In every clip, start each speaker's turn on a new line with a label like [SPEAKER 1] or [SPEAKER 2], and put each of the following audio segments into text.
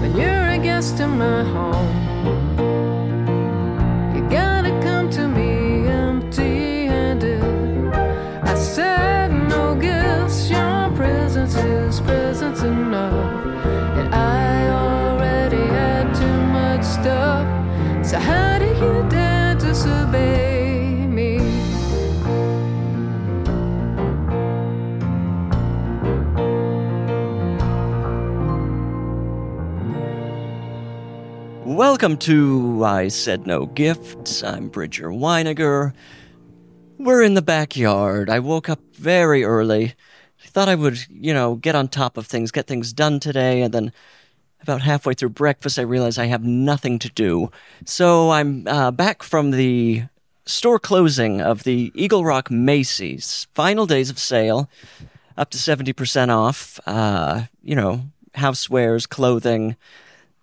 [SPEAKER 1] When you're a guest in my home, you gotta come to me empty handed. I said no gifts, your presence is presence enough. And I already had too much stuff. So how do you dare disobey me?
[SPEAKER 2] Welcome to I Said No Gifts. I'm Bridger Weiniger. We're in the backyard. I woke up very early. I thought I would, you know, get on top of things, get things done today, and then about halfway through breakfast, I realize I have nothing to do. So I'm uh, back from the store closing of the Eagle Rock Macy's. Final days of sale, up to 70% off. Uh, you know, housewares, clothing,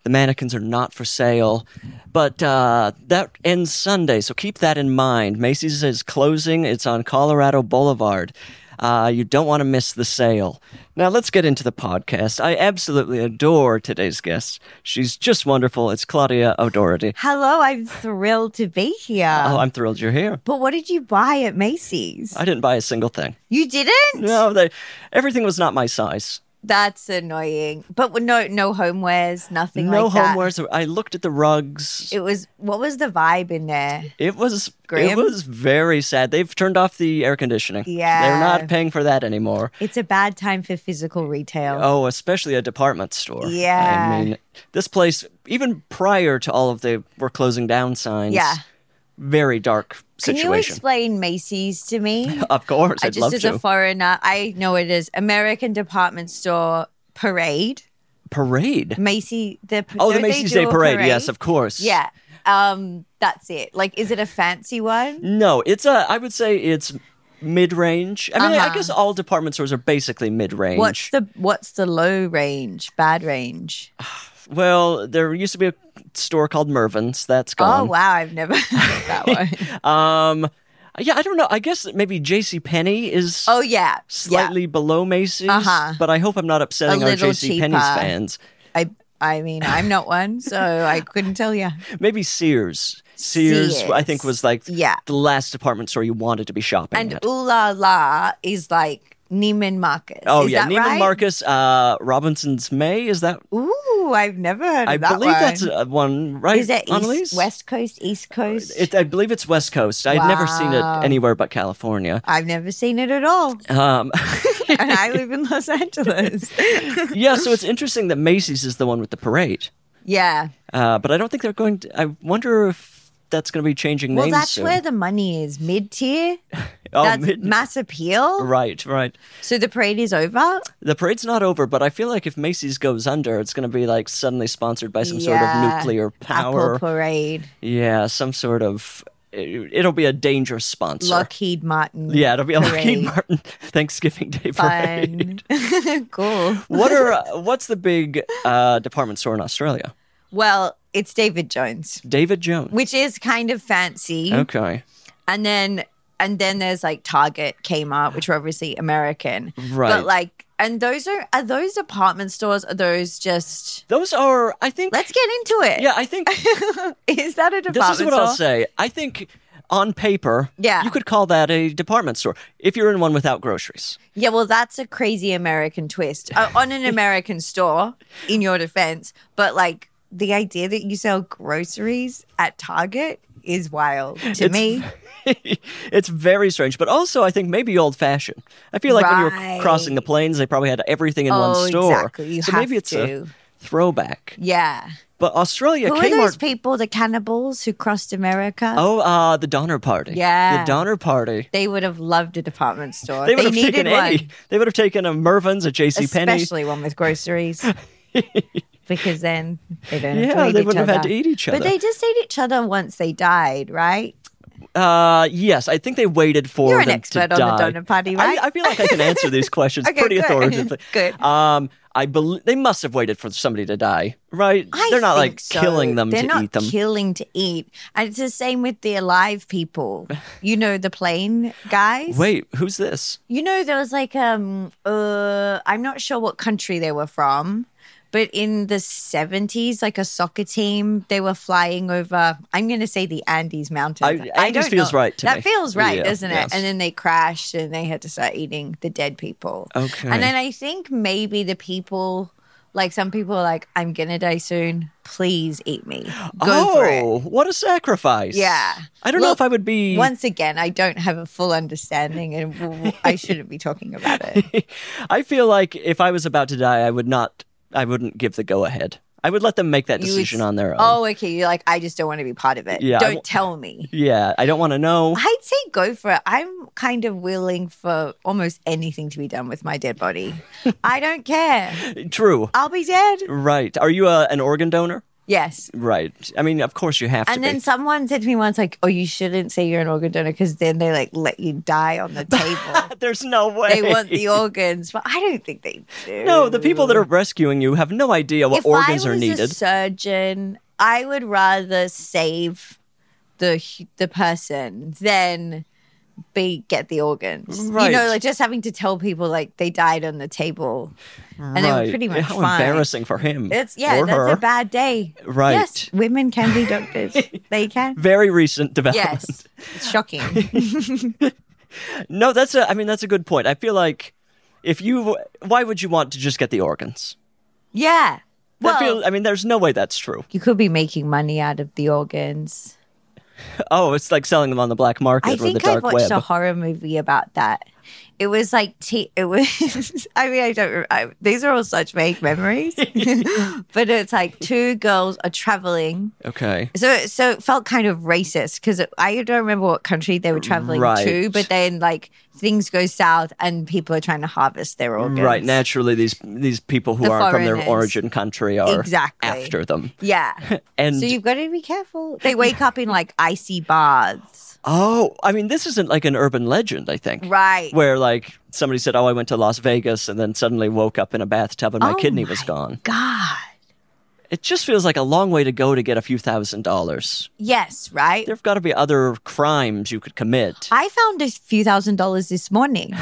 [SPEAKER 2] the mannequins are not for sale, but uh, that ends Sunday, so keep that in mind. Macy's is closing. It's on Colorado Boulevard. Uh, you don't want to miss the sale. Now let's get into the podcast. I absolutely adore today's guest. She's just wonderful. It's Claudia O'Doherty.
[SPEAKER 3] Hello, I'm thrilled to be here.
[SPEAKER 2] Oh, I'm thrilled you're here.
[SPEAKER 3] but what did you buy at Macy's?
[SPEAKER 2] I didn't buy a single thing.
[SPEAKER 3] you didn't?
[SPEAKER 2] No, they, everything was not my size.
[SPEAKER 3] That's annoying. But no, no homewares, nothing
[SPEAKER 2] no
[SPEAKER 3] like that.
[SPEAKER 2] homewares. I looked at the rugs.
[SPEAKER 3] It was what was the vibe in there?
[SPEAKER 2] It was it
[SPEAKER 3] Grim?
[SPEAKER 2] was very sad. They've turned off the air conditioning. They're
[SPEAKER 3] Yeah.
[SPEAKER 2] not paying for that anymore.
[SPEAKER 3] It's a bad time for physical retail.
[SPEAKER 2] Oh, especially a department store.
[SPEAKER 3] Yeah.
[SPEAKER 2] I mean, this place even prior to all of the we're closing down signs.
[SPEAKER 3] Yeah.
[SPEAKER 2] Very dark
[SPEAKER 3] Can
[SPEAKER 2] situation.
[SPEAKER 3] you explain Macy's to me?
[SPEAKER 2] of course,
[SPEAKER 3] I
[SPEAKER 2] I'd love
[SPEAKER 3] just as
[SPEAKER 2] to.
[SPEAKER 3] a foreigner, I know it is American department store parade.
[SPEAKER 2] parade.
[SPEAKER 3] Macy the
[SPEAKER 2] Oh, the
[SPEAKER 3] don't they
[SPEAKER 2] Macy's
[SPEAKER 3] do
[SPEAKER 2] Day
[SPEAKER 3] a
[SPEAKER 2] parade. Yes, of course.
[SPEAKER 3] Yeah. Um that's it. Like is it a fancy one?
[SPEAKER 2] No, it's a. I would say it's mid-range. I mean, I
[SPEAKER 3] Uh-huh.
[SPEAKER 2] guess all department stores are basically mid-range.
[SPEAKER 3] What's the what's the low range, bad range?
[SPEAKER 2] Well, there used to be a store called Mervin's. That's gone.
[SPEAKER 3] Oh wow, I've never heard that one.
[SPEAKER 2] Um, yeah, I don't know. I guess that maybe J.C. Penney is
[SPEAKER 3] Oh yeah,
[SPEAKER 2] slightly below Macy's,
[SPEAKER 3] Uh-huh.
[SPEAKER 2] but I hope I'm not upsetting
[SPEAKER 3] A
[SPEAKER 2] our
[SPEAKER 3] little
[SPEAKER 2] J.C. Penney's
[SPEAKER 3] cheaper.
[SPEAKER 2] fans.
[SPEAKER 3] Yeah. I I mean, I'm not one, so I couldn't tell you.
[SPEAKER 2] Maybe Sears. Sears, I think,
[SPEAKER 3] Sears.
[SPEAKER 2] was like
[SPEAKER 3] Yeah.
[SPEAKER 2] the last department store you wanted to be shopping
[SPEAKER 3] And
[SPEAKER 2] at.
[SPEAKER 3] ooh la la is like Neiman Marcus.
[SPEAKER 2] Oh
[SPEAKER 3] Is
[SPEAKER 2] yeah,
[SPEAKER 3] that
[SPEAKER 2] Neiman
[SPEAKER 3] right?
[SPEAKER 2] Marcus, uh, Robinson's May. Is that?
[SPEAKER 3] Ooh, I've never heard of
[SPEAKER 2] I
[SPEAKER 3] that
[SPEAKER 2] believe
[SPEAKER 3] one.
[SPEAKER 2] that's uh, one, right?
[SPEAKER 3] Is it
[SPEAKER 2] Annalise?
[SPEAKER 3] East, West Coast, East Coast?
[SPEAKER 2] It, I believe it's West Coast. I'd never seen it
[SPEAKER 3] Wow.
[SPEAKER 2] anywhere but California.
[SPEAKER 3] I've never seen it at all,
[SPEAKER 2] Um,
[SPEAKER 3] and I live in Los Angeles.
[SPEAKER 2] yeah, so it's interesting that Macy's is the one with the parade.
[SPEAKER 3] yeah.
[SPEAKER 2] Uh, but I don't think they're going to. I wonder if that's going to be changing
[SPEAKER 3] Well,
[SPEAKER 2] names
[SPEAKER 3] that's
[SPEAKER 2] soon.
[SPEAKER 3] where the money is mid tier.
[SPEAKER 2] oh,
[SPEAKER 3] that's
[SPEAKER 2] mid-
[SPEAKER 3] mass appeal.
[SPEAKER 2] right, right.
[SPEAKER 3] So the parade is over.
[SPEAKER 2] The parade's not over, but I feel like if Macy's goes under, it's going to be like suddenly sponsored by some sort
[SPEAKER 3] Yeah.
[SPEAKER 2] of nuclear
[SPEAKER 3] Apple
[SPEAKER 2] power.
[SPEAKER 3] parade.
[SPEAKER 2] yeah, some sort of. It, it'll be a dangerous sponsor.
[SPEAKER 3] Lockheed Martin.
[SPEAKER 2] yeah, it'll be a Lockheed
[SPEAKER 3] parade.
[SPEAKER 2] Martin Thanksgiving Day parade.
[SPEAKER 3] Fun. cool.
[SPEAKER 2] What are uh, what's the big uh, department store in Australia?
[SPEAKER 3] Well, it's David Jones,
[SPEAKER 2] David Jones.
[SPEAKER 3] which is kind of fancy.
[SPEAKER 2] Okay,
[SPEAKER 3] And then and then there's like Target, Kmart, which are obviously American.
[SPEAKER 2] Right.
[SPEAKER 3] But like and those are are those department stores? Are those just
[SPEAKER 2] those are. I think.
[SPEAKER 3] Let's get into it.
[SPEAKER 2] yeah, I think
[SPEAKER 3] Is that a department
[SPEAKER 2] this is what
[SPEAKER 3] store?
[SPEAKER 2] I'll say. I think on paper,
[SPEAKER 3] Yeah.
[SPEAKER 2] you could call that a department store if you're in one without groceries.
[SPEAKER 3] Yeah, well, that's a crazy American twist uh, on an American store, in your defense. But like, the idea that you sell groceries at Target is wild to
[SPEAKER 2] It's-
[SPEAKER 3] me.
[SPEAKER 2] it's very strange, but also I think maybe old fashioned. I feel like when you were crossing the
[SPEAKER 3] Right.
[SPEAKER 2] plains, they probably had everything in one
[SPEAKER 3] Oh,
[SPEAKER 2] store.
[SPEAKER 3] exactly. You
[SPEAKER 2] so
[SPEAKER 3] have
[SPEAKER 2] maybe it's a
[SPEAKER 3] to.
[SPEAKER 2] throwback.
[SPEAKER 3] Yeah.
[SPEAKER 2] But Australia,
[SPEAKER 3] Who are
[SPEAKER 2] Kmart.
[SPEAKER 3] those people, the cannibals who crossed America?
[SPEAKER 2] oh, uh, the Donner Party.
[SPEAKER 3] Yeah.
[SPEAKER 2] the Donner Party.
[SPEAKER 3] They would have loved a department store.
[SPEAKER 2] They
[SPEAKER 3] They,
[SPEAKER 2] would have
[SPEAKER 3] needed
[SPEAKER 2] taken
[SPEAKER 3] one,
[SPEAKER 2] any. They would have taken a Mervin's, a J.C. Penney.
[SPEAKER 3] especially one with groceries, because then they don't have to
[SPEAKER 2] Yeah,
[SPEAKER 3] eat
[SPEAKER 2] they
[SPEAKER 3] each
[SPEAKER 2] would have had
[SPEAKER 3] other.
[SPEAKER 2] to eat each other.
[SPEAKER 3] But they just ate each other once they died, right?
[SPEAKER 2] Uh, yes, I think they waited for
[SPEAKER 3] You're an
[SPEAKER 2] them
[SPEAKER 3] expert
[SPEAKER 2] to
[SPEAKER 3] on
[SPEAKER 2] die.
[SPEAKER 3] the donor party, right?
[SPEAKER 2] I, I feel like I can answer these questions
[SPEAKER 3] Okay,
[SPEAKER 2] pretty
[SPEAKER 3] good.
[SPEAKER 2] authoritatively.
[SPEAKER 3] Good.
[SPEAKER 2] Um, I believe they must have waited for somebody to die, right?
[SPEAKER 3] I
[SPEAKER 2] They're not
[SPEAKER 3] think
[SPEAKER 2] like
[SPEAKER 3] so.
[SPEAKER 2] killing them
[SPEAKER 3] They're
[SPEAKER 2] to
[SPEAKER 3] not
[SPEAKER 2] eat them.
[SPEAKER 3] Killing to eat, and it's the same with the alive people. You know the plane guys.
[SPEAKER 2] Wait, who's this?
[SPEAKER 3] You know, there was like um uh I'm not sure what country they were from, but in the 70s, like a soccer team, they were flying over I'm gonna say the Andes Mountains.
[SPEAKER 2] I- Andes feels right to
[SPEAKER 3] that
[SPEAKER 2] me.
[SPEAKER 3] feels right,
[SPEAKER 2] Yeah,
[SPEAKER 3] doesn't it?
[SPEAKER 2] yes.
[SPEAKER 3] And then they crashed and they had to start eating the dead people.
[SPEAKER 2] Okay.
[SPEAKER 3] And then I think maybe the people like some people are like, I'm gonna die soon. Please eat me. Go
[SPEAKER 2] oh,
[SPEAKER 3] for it.
[SPEAKER 2] what a sacrifice!
[SPEAKER 3] Yeah.
[SPEAKER 2] I don't know
[SPEAKER 3] Look,
[SPEAKER 2] if I would be.
[SPEAKER 3] Once again, I don't have a full understanding and w- w- I shouldn't be talking about it.
[SPEAKER 2] I feel like if I was about to die, I would not. I wouldn't give the go ahead. I would let them make that
[SPEAKER 3] You would
[SPEAKER 2] decision
[SPEAKER 3] s-
[SPEAKER 2] on their own.
[SPEAKER 3] Oh, okay. You're like, I just don't want to be part of it.
[SPEAKER 2] Yeah, I
[SPEAKER 3] don't
[SPEAKER 2] w-
[SPEAKER 3] tell me.
[SPEAKER 2] Yeah, I don't want to know.
[SPEAKER 3] I'd say go for it. I'm kind of willing for almost anything to be done with my dead body. I don't care.
[SPEAKER 2] True.
[SPEAKER 3] I'll be dead.
[SPEAKER 2] Right. Are you a, an organ donor?
[SPEAKER 3] Yes.
[SPEAKER 2] Right. I mean, of course you have to
[SPEAKER 3] And then
[SPEAKER 2] be.
[SPEAKER 3] someone said to me once, like, oh, you shouldn't say you're an organ donor because then they like let you die on the table.
[SPEAKER 2] There's no way.
[SPEAKER 3] they want the organs, but I don't think they do.
[SPEAKER 2] No, the people that are rescuing you have no idea what
[SPEAKER 3] if
[SPEAKER 2] organs
[SPEAKER 3] I
[SPEAKER 2] are
[SPEAKER 3] was a
[SPEAKER 2] needed.
[SPEAKER 3] surgeon, I would rather save the hu- the person than be get the organs. You
[SPEAKER 2] Right.
[SPEAKER 3] know, like just having to tell people like they died on the table, and they were
[SPEAKER 2] right.
[SPEAKER 3] pretty much
[SPEAKER 2] How
[SPEAKER 3] fine.
[SPEAKER 2] embarrassing for him.
[SPEAKER 3] It's yeah,
[SPEAKER 2] or
[SPEAKER 3] that's
[SPEAKER 2] her.
[SPEAKER 3] a bad day.
[SPEAKER 2] Right.
[SPEAKER 3] Yes, women can be doctors. they can.
[SPEAKER 2] Very recent development.
[SPEAKER 3] Yes, it's shocking.
[SPEAKER 2] No, that's a. I mean, that's a good point. I feel like if you, why would you want to just get the organs?
[SPEAKER 3] yeah.
[SPEAKER 2] That
[SPEAKER 3] Well,
[SPEAKER 2] feel- I mean, there's no way that's true.
[SPEAKER 3] you could be making money out of the organs.
[SPEAKER 2] Oh, it's like selling them on the black market
[SPEAKER 3] I
[SPEAKER 2] or the
[SPEAKER 3] think I
[SPEAKER 2] dark
[SPEAKER 3] watched
[SPEAKER 2] web.
[SPEAKER 3] a horror movie about that. It was like t- it was. I mean, I don't. rem- I, these are all such vague memories, but it's like two girls are traveling.
[SPEAKER 2] okay.
[SPEAKER 3] So, so it felt kind of racist because I don't remember what country they were traveling
[SPEAKER 2] Right.
[SPEAKER 3] to, but then like things go south and people are trying to harvest their organs.
[SPEAKER 2] Mm, Right, naturally, these these people who
[SPEAKER 3] The
[SPEAKER 2] aren't from their
[SPEAKER 3] foreigners.
[SPEAKER 2] origin country are
[SPEAKER 3] Exactly.
[SPEAKER 2] after them.
[SPEAKER 3] Yeah.
[SPEAKER 2] And
[SPEAKER 3] so you've got to be careful. They wake up in like icy baths.
[SPEAKER 2] Oh, I mean, this isn't like an urban legend, I think.
[SPEAKER 3] Right.
[SPEAKER 2] Where, like, somebody said, Oh, I went to Las Vegas and then suddenly woke up in a bathtub and my
[SPEAKER 3] Oh
[SPEAKER 2] kidney was
[SPEAKER 3] my
[SPEAKER 2] gone.
[SPEAKER 3] God.
[SPEAKER 2] It just feels like a long way to go to get a few thousand dollars.
[SPEAKER 3] Yes. Right.
[SPEAKER 2] There have got to be other crimes you could commit
[SPEAKER 3] I found a few thousand dollars this morning.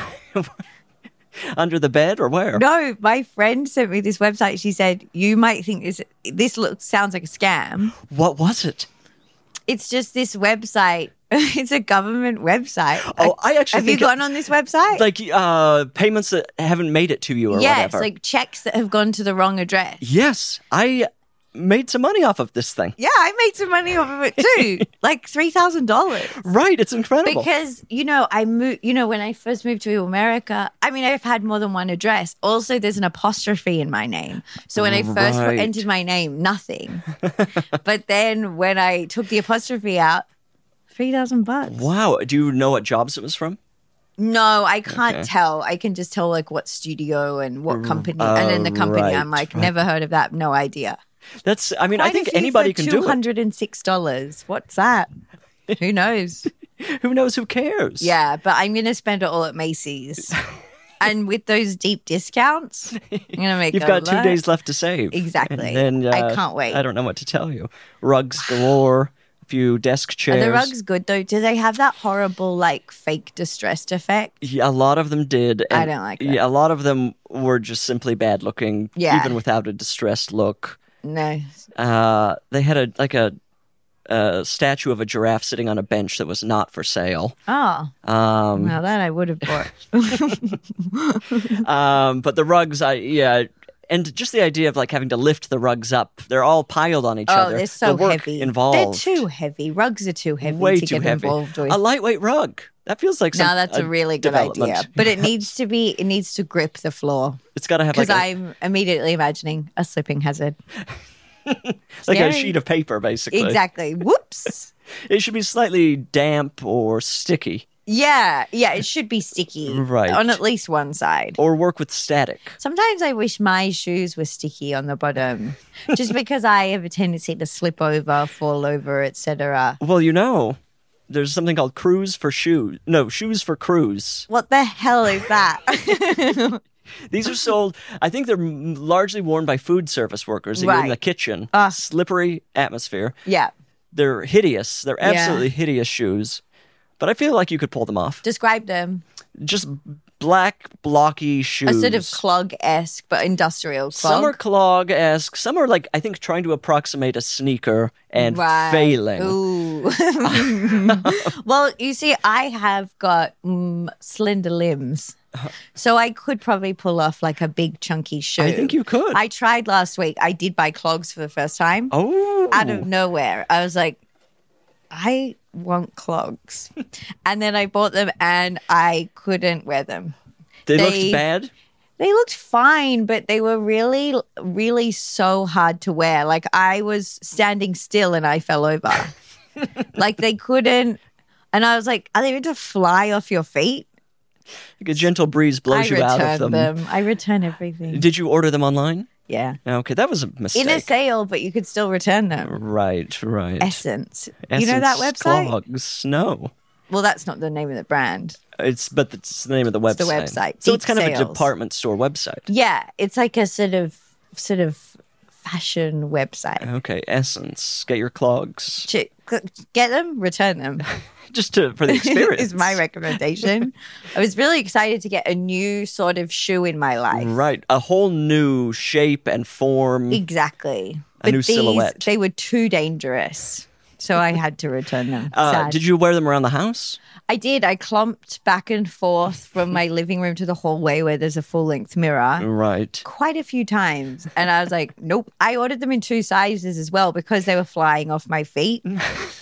[SPEAKER 2] under the bed or where?
[SPEAKER 3] No, my friend sent me this website. She said, "You might think this this looks sounds like a scam.
[SPEAKER 2] What was it?
[SPEAKER 3] It's just this website. it's a government website.
[SPEAKER 2] Oh, I actually
[SPEAKER 3] have you
[SPEAKER 2] think it-
[SPEAKER 3] gone on this website?
[SPEAKER 2] Like, uh, payments that haven't made it to you or
[SPEAKER 3] yes,
[SPEAKER 2] whatever.
[SPEAKER 3] like checks that have gone to the wrong address.
[SPEAKER 2] yes, I made some money off of this thing.
[SPEAKER 3] Yeah, I made some money off of it too, like three thousand dollars.
[SPEAKER 2] Right, it's incredible.
[SPEAKER 3] Because you know, I moved. You know, when I first moved to America, I mean, I've had more than one address. Also, there's an apostrophe in my name, so when I first
[SPEAKER 2] Mm, Right.
[SPEAKER 3] entered my name, nothing. but then when I took the apostrophe out, three thousand bucks.
[SPEAKER 2] wow, do you know what jobs it was from?
[SPEAKER 3] No, I can't
[SPEAKER 2] Okay.
[SPEAKER 3] tell. I can just tell like what studio and what company, and then the
[SPEAKER 2] oh,
[SPEAKER 3] company. I'm
[SPEAKER 2] right,
[SPEAKER 3] like, never heard of that. No idea.
[SPEAKER 2] That's, I mean, I think anybody can
[SPEAKER 3] Two
[SPEAKER 2] do it.
[SPEAKER 3] hundred and six dollars. What's that? Who knows?
[SPEAKER 2] Who knows? Who cares?
[SPEAKER 3] Yeah, but I'm gonna spend it all at Macy's. and with those deep discounts, I'm gonna make.
[SPEAKER 2] You've
[SPEAKER 3] a
[SPEAKER 2] got two
[SPEAKER 3] lot.
[SPEAKER 2] days left to save.
[SPEAKER 3] Exactly.
[SPEAKER 2] And then,
[SPEAKER 3] I
[SPEAKER 2] uh,
[SPEAKER 3] can't wait.
[SPEAKER 2] I don't know what to tell you. Rugs galore, a few desk
[SPEAKER 3] Are
[SPEAKER 2] chairs.
[SPEAKER 3] the rugs good though? Do they have that horrible like fake distressed effect?
[SPEAKER 2] Yeah, a lot of them did.
[SPEAKER 3] I
[SPEAKER 2] and-
[SPEAKER 3] don't like
[SPEAKER 2] Yeah, a lot of them were just simply bad looking,
[SPEAKER 3] Yeah.
[SPEAKER 2] even without a distressed look.
[SPEAKER 3] No.
[SPEAKER 2] Uh, they had a like a, a statue of a giraffe sitting on a bench that was not for sale.
[SPEAKER 3] Oh,
[SPEAKER 2] Um,
[SPEAKER 3] now that I would have bought.
[SPEAKER 2] um, but the rugs, I yeah, and just the idea of like having to lift the rugs up. They're all piled on each
[SPEAKER 3] Oh,
[SPEAKER 2] other.
[SPEAKER 3] they're so
[SPEAKER 2] the work
[SPEAKER 3] heavy.
[SPEAKER 2] Involved.
[SPEAKER 3] They're too heavy. Rugs are too heavy
[SPEAKER 2] Way
[SPEAKER 3] to
[SPEAKER 2] too
[SPEAKER 3] get
[SPEAKER 2] heavy.
[SPEAKER 3] involved with.
[SPEAKER 2] A lightweight rug. That feels like some,
[SPEAKER 3] no, that's a really good
[SPEAKER 2] development.
[SPEAKER 3] idea. But it needs to be. It needs to grip the floor
[SPEAKER 2] It's got to have
[SPEAKER 3] because
[SPEAKER 2] like, a,
[SPEAKER 3] I'm immediately imagining a slipping hazard.
[SPEAKER 2] like a
[SPEAKER 3] Scary.
[SPEAKER 2] sheet of paper, basically.
[SPEAKER 3] Exactly. Whoops.
[SPEAKER 2] It should be slightly damp or sticky
[SPEAKER 3] Yeah, yeah. It should be sticky,
[SPEAKER 2] Right.
[SPEAKER 3] On at least one side.
[SPEAKER 2] or work with static.
[SPEAKER 3] Sometimes I wish my shoes were sticky on the bottom, just because I have a tendency to slip over, fall over, etc.
[SPEAKER 2] Well, you know, there's something called cruise for shoes. No, shoes for cruise.
[SPEAKER 3] What the hell is that?
[SPEAKER 2] These are sold. I think they're m- largely worn by food service workers even in
[SPEAKER 3] Right.
[SPEAKER 2] the kitchen.
[SPEAKER 3] Ah.
[SPEAKER 2] Slippery atmosphere.
[SPEAKER 3] yeah.
[SPEAKER 2] They're hideous. They're
[SPEAKER 3] Yeah.
[SPEAKER 2] absolutely hideous shoes. But I feel like you could pull them off.
[SPEAKER 3] Describe them.
[SPEAKER 2] Just black blocky shoes.
[SPEAKER 3] A sort of clog esque, but industrial
[SPEAKER 2] Some are
[SPEAKER 3] clog.
[SPEAKER 2] clog esque. Some are like I think trying to approximate a sneaker and
[SPEAKER 3] Right.
[SPEAKER 2] failing.
[SPEAKER 3] Ooh. well, you see, I have got mm, slender limbs. So I could probably pull off like a big chunky shoe.
[SPEAKER 2] I think you could.
[SPEAKER 3] I tried last week. I did buy clogs for the first time.
[SPEAKER 2] oh,
[SPEAKER 3] Out of nowhere, I was like, I want clogs. and then I bought them and I couldn't wear them.
[SPEAKER 2] they,
[SPEAKER 3] they-
[SPEAKER 2] looked bad.
[SPEAKER 3] They looked fine, but they were really, really so hard to wear. Like I was standing still and I fell over. like they couldn't. And I was like, are they meant to fly off your feet?
[SPEAKER 2] Like a gentle breeze blows
[SPEAKER 3] I
[SPEAKER 2] you out of
[SPEAKER 3] returned
[SPEAKER 2] them.
[SPEAKER 3] them. I return everything.
[SPEAKER 2] Did you order them online?
[SPEAKER 3] Yeah.
[SPEAKER 2] Okay, that was a mistake.
[SPEAKER 3] In a sale, but you could still return them.
[SPEAKER 2] right, right.
[SPEAKER 3] Essence. You know that
[SPEAKER 2] Essence
[SPEAKER 3] website?
[SPEAKER 2] Clogs. No,
[SPEAKER 3] Well, that's not the name of the brand.
[SPEAKER 2] it's but it's the name of the website.
[SPEAKER 3] the website.
[SPEAKER 2] So
[SPEAKER 3] Deep
[SPEAKER 2] it's kind of a
[SPEAKER 3] Sales.
[SPEAKER 2] department store website.
[SPEAKER 3] Yeah, it's like a sort of sort of fashion website.
[SPEAKER 2] Okay, Essence. Get your clogs
[SPEAKER 3] Ch- c- Get them, return them.
[SPEAKER 2] just to for the experience.
[SPEAKER 3] is my recommendation. I was really excited to get a new sort of shoe in my life.
[SPEAKER 2] Right, a whole new shape and form. Uh,
[SPEAKER 3] Exactly.
[SPEAKER 2] A new silhouette.
[SPEAKER 3] they were too dangerous. So I had to return them.
[SPEAKER 2] Uh,
[SPEAKER 3] Sad.
[SPEAKER 2] did you wear them around the house?
[SPEAKER 3] I did. I clomped back and forth from my living room to the hallway where there's a full length mirror.
[SPEAKER 2] Right.
[SPEAKER 3] quite a few times. And I was like, nope. I ordered them in two sizes as well because they were flying off my feet.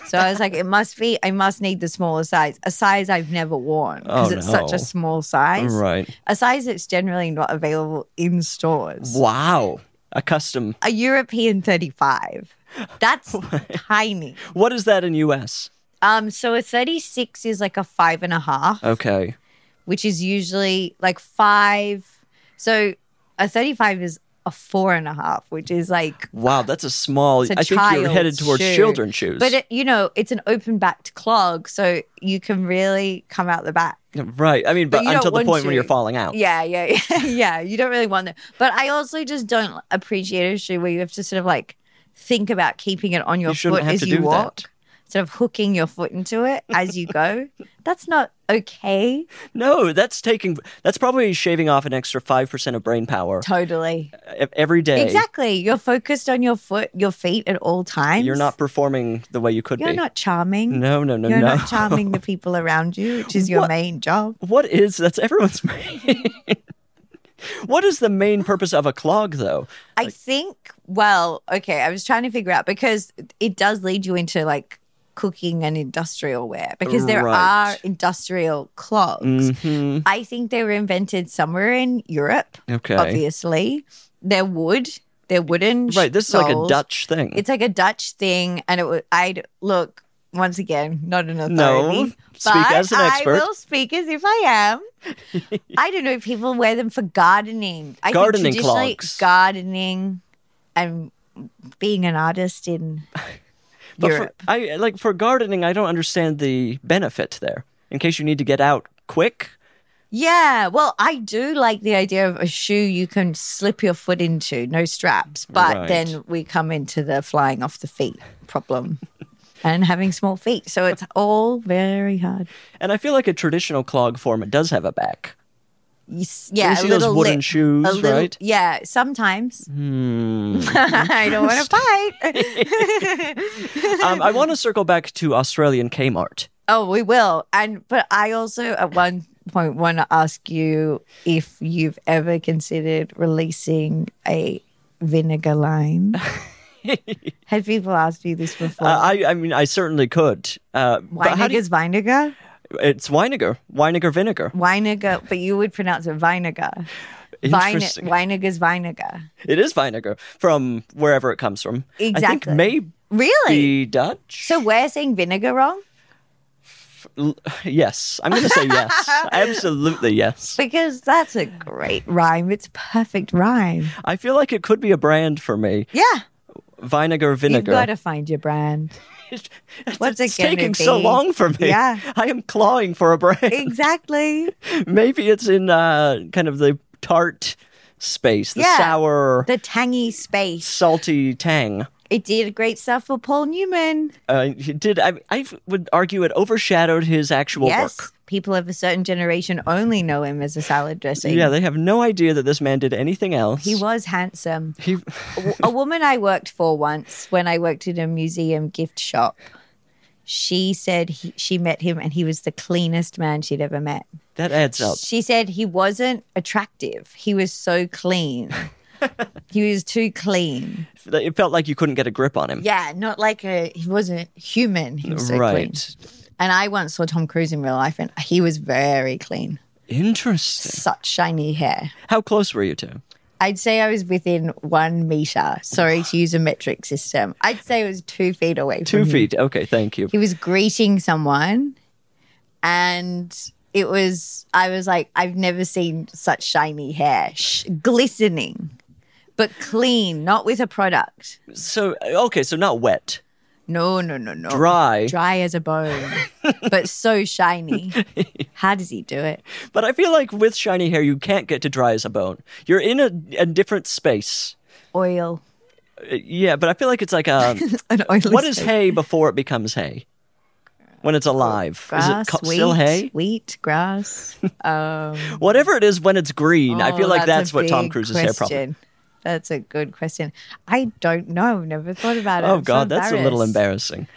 [SPEAKER 3] so I was like, it must be, I must need the smaller size, a size I've never worn because
[SPEAKER 2] Oh,
[SPEAKER 3] it's such
[SPEAKER 2] no.
[SPEAKER 3] a small size.
[SPEAKER 2] Right.
[SPEAKER 3] A size that's generally not available in stores.
[SPEAKER 2] Wow. A custom.
[SPEAKER 3] A European 35. That's tiny.
[SPEAKER 2] What is that in US?
[SPEAKER 3] Um, so a 36 is like a five and a half.
[SPEAKER 2] Okay.
[SPEAKER 3] which is usually like five. So a 35 is a four and a half, which is like.
[SPEAKER 2] Wow, that's a small.
[SPEAKER 3] It's a
[SPEAKER 2] I think you're
[SPEAKER 3] child's
[SPEAKER 2] headed towards
[SPEAKER 3] shoe.
[SPEAKER 2] children's shoes.
[SPEAKER 3] But it, you know, it's an open backed clog, so you can really come out the back.
[SPEAKER 2] right. I mean,
[SPEAKER 3] but
[SPEAKER 2] but,
[SPEAKER 3] you don't
[SPEAKER 2] until the
[SPEAKER 3] want
[SPEAKER 2] point when
[SPEAKER 3] to.
[SPEAKER 2] you're falling out.
[SPEAKER 3] Yeah, yeah, yeah, yeah. You don't really want that. But I also just don't appreciate a shoe where you have to sort of like think about keeping it on your
[SPEAKER 2] shouldn't
[SPEAKER 3] foot
[SPEAKER 2] have
[SPEAKER 3] as
[SPEAKER 2] to
[SPEAKER 3] you
[SPEAKER 2] do
[SPEAKER 3] walk.
[SPEAKER 2] that.
[SPEAKER 3] Sort of hooking your foot into it as you go. That's not okay.
[SPEAKER 2] No, that's taking. That's probably shaving off an extra five percent of brain power
[SPEAKER 3] Totally.
[SPEAKER 2] e- every day.
[SPEAKER 3] Exactly. You're focused on your foot, your feet at all times.
[SPEAKER 2] You're not performing the way you could
[SPEAKER 3] You're
[SPEAKER 2] be.
[SPEAKER 3] not charming.
[SPEAKER 2] no, no, no,
[SPEAKER 3] You're
[SPEAKER 2] no.
[SPEAKER 3] not charming the people around you, which is your
[SPEAKER 2] What?
[SPEAKER 3] main job.
[SPEAKER 2] What is that's everyone's main. what is the main purpose of a clog, though?
[SPEAKER 3] I think, well, okay, I was trying to figure out because it does lead you into like cooking and industrial wear because there
[SPEAKER 2] Right.
[SPEAKER 3] are industrial clogs.
[SPEAKER 2] Mhm.
[SPEAKER 3] I think they were invented somewhere in Europe,
[SPEAKER 2] Okay.
[SPEAKER 3] obviously. They're wood, they're wooden.
[SPEAKER 2] Right. This is like a
[SPEAKER 3] soles.
[SPEAKER 2] Dutch thing.
[SPEAKER 3] It's like a Dutch thing, and it would. I'd look once again, not an authority.
[SPEAKER 2] No, speak
[SPEAKER 3] but
[SPEAKER 2] as an expert.
[SPEAKER 3] I will speak as if I am. I don't know if people wear them for gardening. I
[SPEAKER 2] Gardening
[SPEAKER 3] think traditionally
[SPEAKER 2] clogs.
[SPEAKER 3] gardening, and being an artist in
[SPEAKER 2] But for,
[SPEAKER 3] Europe.
[SPEAKER 2] I like for gardening. I don't understand the benefit there. In case you need to get out quick,
[SPEAKER 3] Yeah, well, I do like the idea of a shoe you can slip your foot into, no straps. But
[SPEAKER 2] Right.
[SPEAKER 3] then we come into the flying off the feet problem. And having small feet. So it's all very hard.
[SPEAKER 2] and I feel like a traditional clog form it does have a back.
[SPEAKER 3] You s- yeah,
[SPEAKER 2] see
[SPEAKER 3] a
[SPEAKER 2] those
[SPEAKER 3] little
[SPEAKER 2] wooden
[SPEAKER 3] lip,
[SPEAKER 2] shoes,
[SPEAKER 3] a little,
[SPEAKER 2] right? Mm-hmm.
[SPEAKER 3] Yeah, sometimes.
[SPEAKER 2] Hmm.
[SPEAKER 3] I don't want to fight.
[SPEAKER 2] Um, I want to circle back to Australian Kmart.
[SPEAKER 3] oh, we will. And but I also at one point want to ask you if you've ever considered releasing a vinegar line. Have people asked you this before?
[SPEAKER 2] Uh, I, I mean, I certainly could. Uh, but how do you-
[SPEAKER 3] Weineger's vinegar?
[SPEAKER 2] it's Weiniger. Weiniger vinegar.
[SPEAKER 3] Vinegar, but you would pronounce it vinegar. Vine-
[SPEAKER 2] Interesting.
[SPEAKER 3] Weineger's vinegar.
[SPEAKER 2] It is vinegar from wherever it comes from. I think
[SPEAKER 3] Exactly.
[SPEAKER 2] maybe
[SPEAKER 3] Really?
[SPEAKER 2] Dutch.
[SPEAKER 3] So we're saying vinegar wrong?
[SPEAKER 2] L- yes, I'm going to say yes. Absolutely yes.
[SPEAKER 3] Because that's a great rhyme. It's perfect rhyme.
[SPEAKER 2] I feel like it could be a brand for me.
[SPEAKER 3] Yeah.
[SPEAKER 2] Vinegar
[SPEAKER 3] You've
[SPEAKER 2] vinegar.
[SPEAKER 3] got to find your brand.
[SPEAKER 2] it's
[SPEAKER 3] What's it
[SPEAKER 2] it's
[SPEAKER 3] gonna
[SPEAKER 2] taking so
[SPEAKER 3] be?
[SPEAKER 2] long for me.
[SPEAKER 3] Yeah.
[SPEAKER 2] I am clawing for a brand.
[SPEAKER 3] Exactly.
[SPEAKER 2] Maybe it's in uh, kind of the tart space, the
[SPEAKER 3] Yeah.
[SPEAKER 2] sour,
[SPEAKER 3] the tangy space.
[SPEAKER 2] salty tang.
[SPEAKER 3] It did great stuff for Paul Newman.
[SPEAKER 2] Uh, he did I, I would argue it overshadowed his actual
[SPEAKER 3] yes.
[SPEAKER 2] work.
[SPEAKER 3] People of a certain generation only know him as a salad dressing.
[SPEAKER 2] Yeah, they have no idea that this man did anything else.
[SPEAKER 3] he was handsome.
[SPEAKER 2] He,
[SPEAKER 3] a woman I worked for once when I worked in a museum gift shop, she said he, she met him and he was the cleanest man she'd ever met.
[SPEAKER 2] that adds up.
[SPEAKER 3] She said he wasn't attractive. He was so clean. he was too clean.
[SPEAKER 2] It felt like you couldn't get a grip on him.
[SPEAKER 3] Yeah, not like a he wasn't human. He was so clean.
[SPEAKER 2] right.
[SPEAKER 3] And I once saw Tom Cruise in real life and he was very clean.
[SPEAKER 2] Interesting.
[SPEAKER 3] Such shiny hair.
[SPEAKER 2] How close were you to?
[SPEAKER 3] I'd say I was within one meter. Sorry to use a metric system. I'd say it was two feet away
[SPEAKER 2] Two
[SPEAKER 3] from him.
[SPEAKER 2] feet. Okay, thank you.
[SPEAKER 3] Mm-hmm. he was greeting someone and it was i was like i've never seen such shiny hair sh- glistening but clean not with a product
[SPEAKER 2] So okay, so not wet,
[SPEAKER 3] no no no no
[SPEAKER 2] dry.
[SPEAKER 3] dry as a bone but so shiny how does he do it
[SPEAKER 2] But I feel like with shiny hair, you can't get to dry as a bone. You're in a, a different space.
[SPEAKER 3] oil
[SPEAKER 2] Uh, Yeah, but I feel like it's like a
[SPEAKER 3] an oily
[SPEAKER 2] what is
[SPEAKER 3] state.
[SPEAKER 2] hay before it becomes hay? When it's alive,
[SPEAKER 3] grass
[SPEAKER 2] is it co-
[SPEAKER 3] wheat,
[SPEAKER 2] still hay?
[SPEAKER 3] wheat grass um
[SPEAKER 2] Whatever it is, when it's green, I feel
[SPEAKER 3] Oh,
[SPEAKER 2] like that's,
[SPEAKER 3] a
[SPEAKER 2] what Tom
[SPEAKER 3] big
[SPEAKER 2] Cruise's hair problem.
[SPEAKER 3] question. That's a good question. I don't know. I've never thought about it.
[SPEAKER 2] Oh
[SPEAKER 3] I'm so
[SPEAKER 2] God, that's a little embarrassing.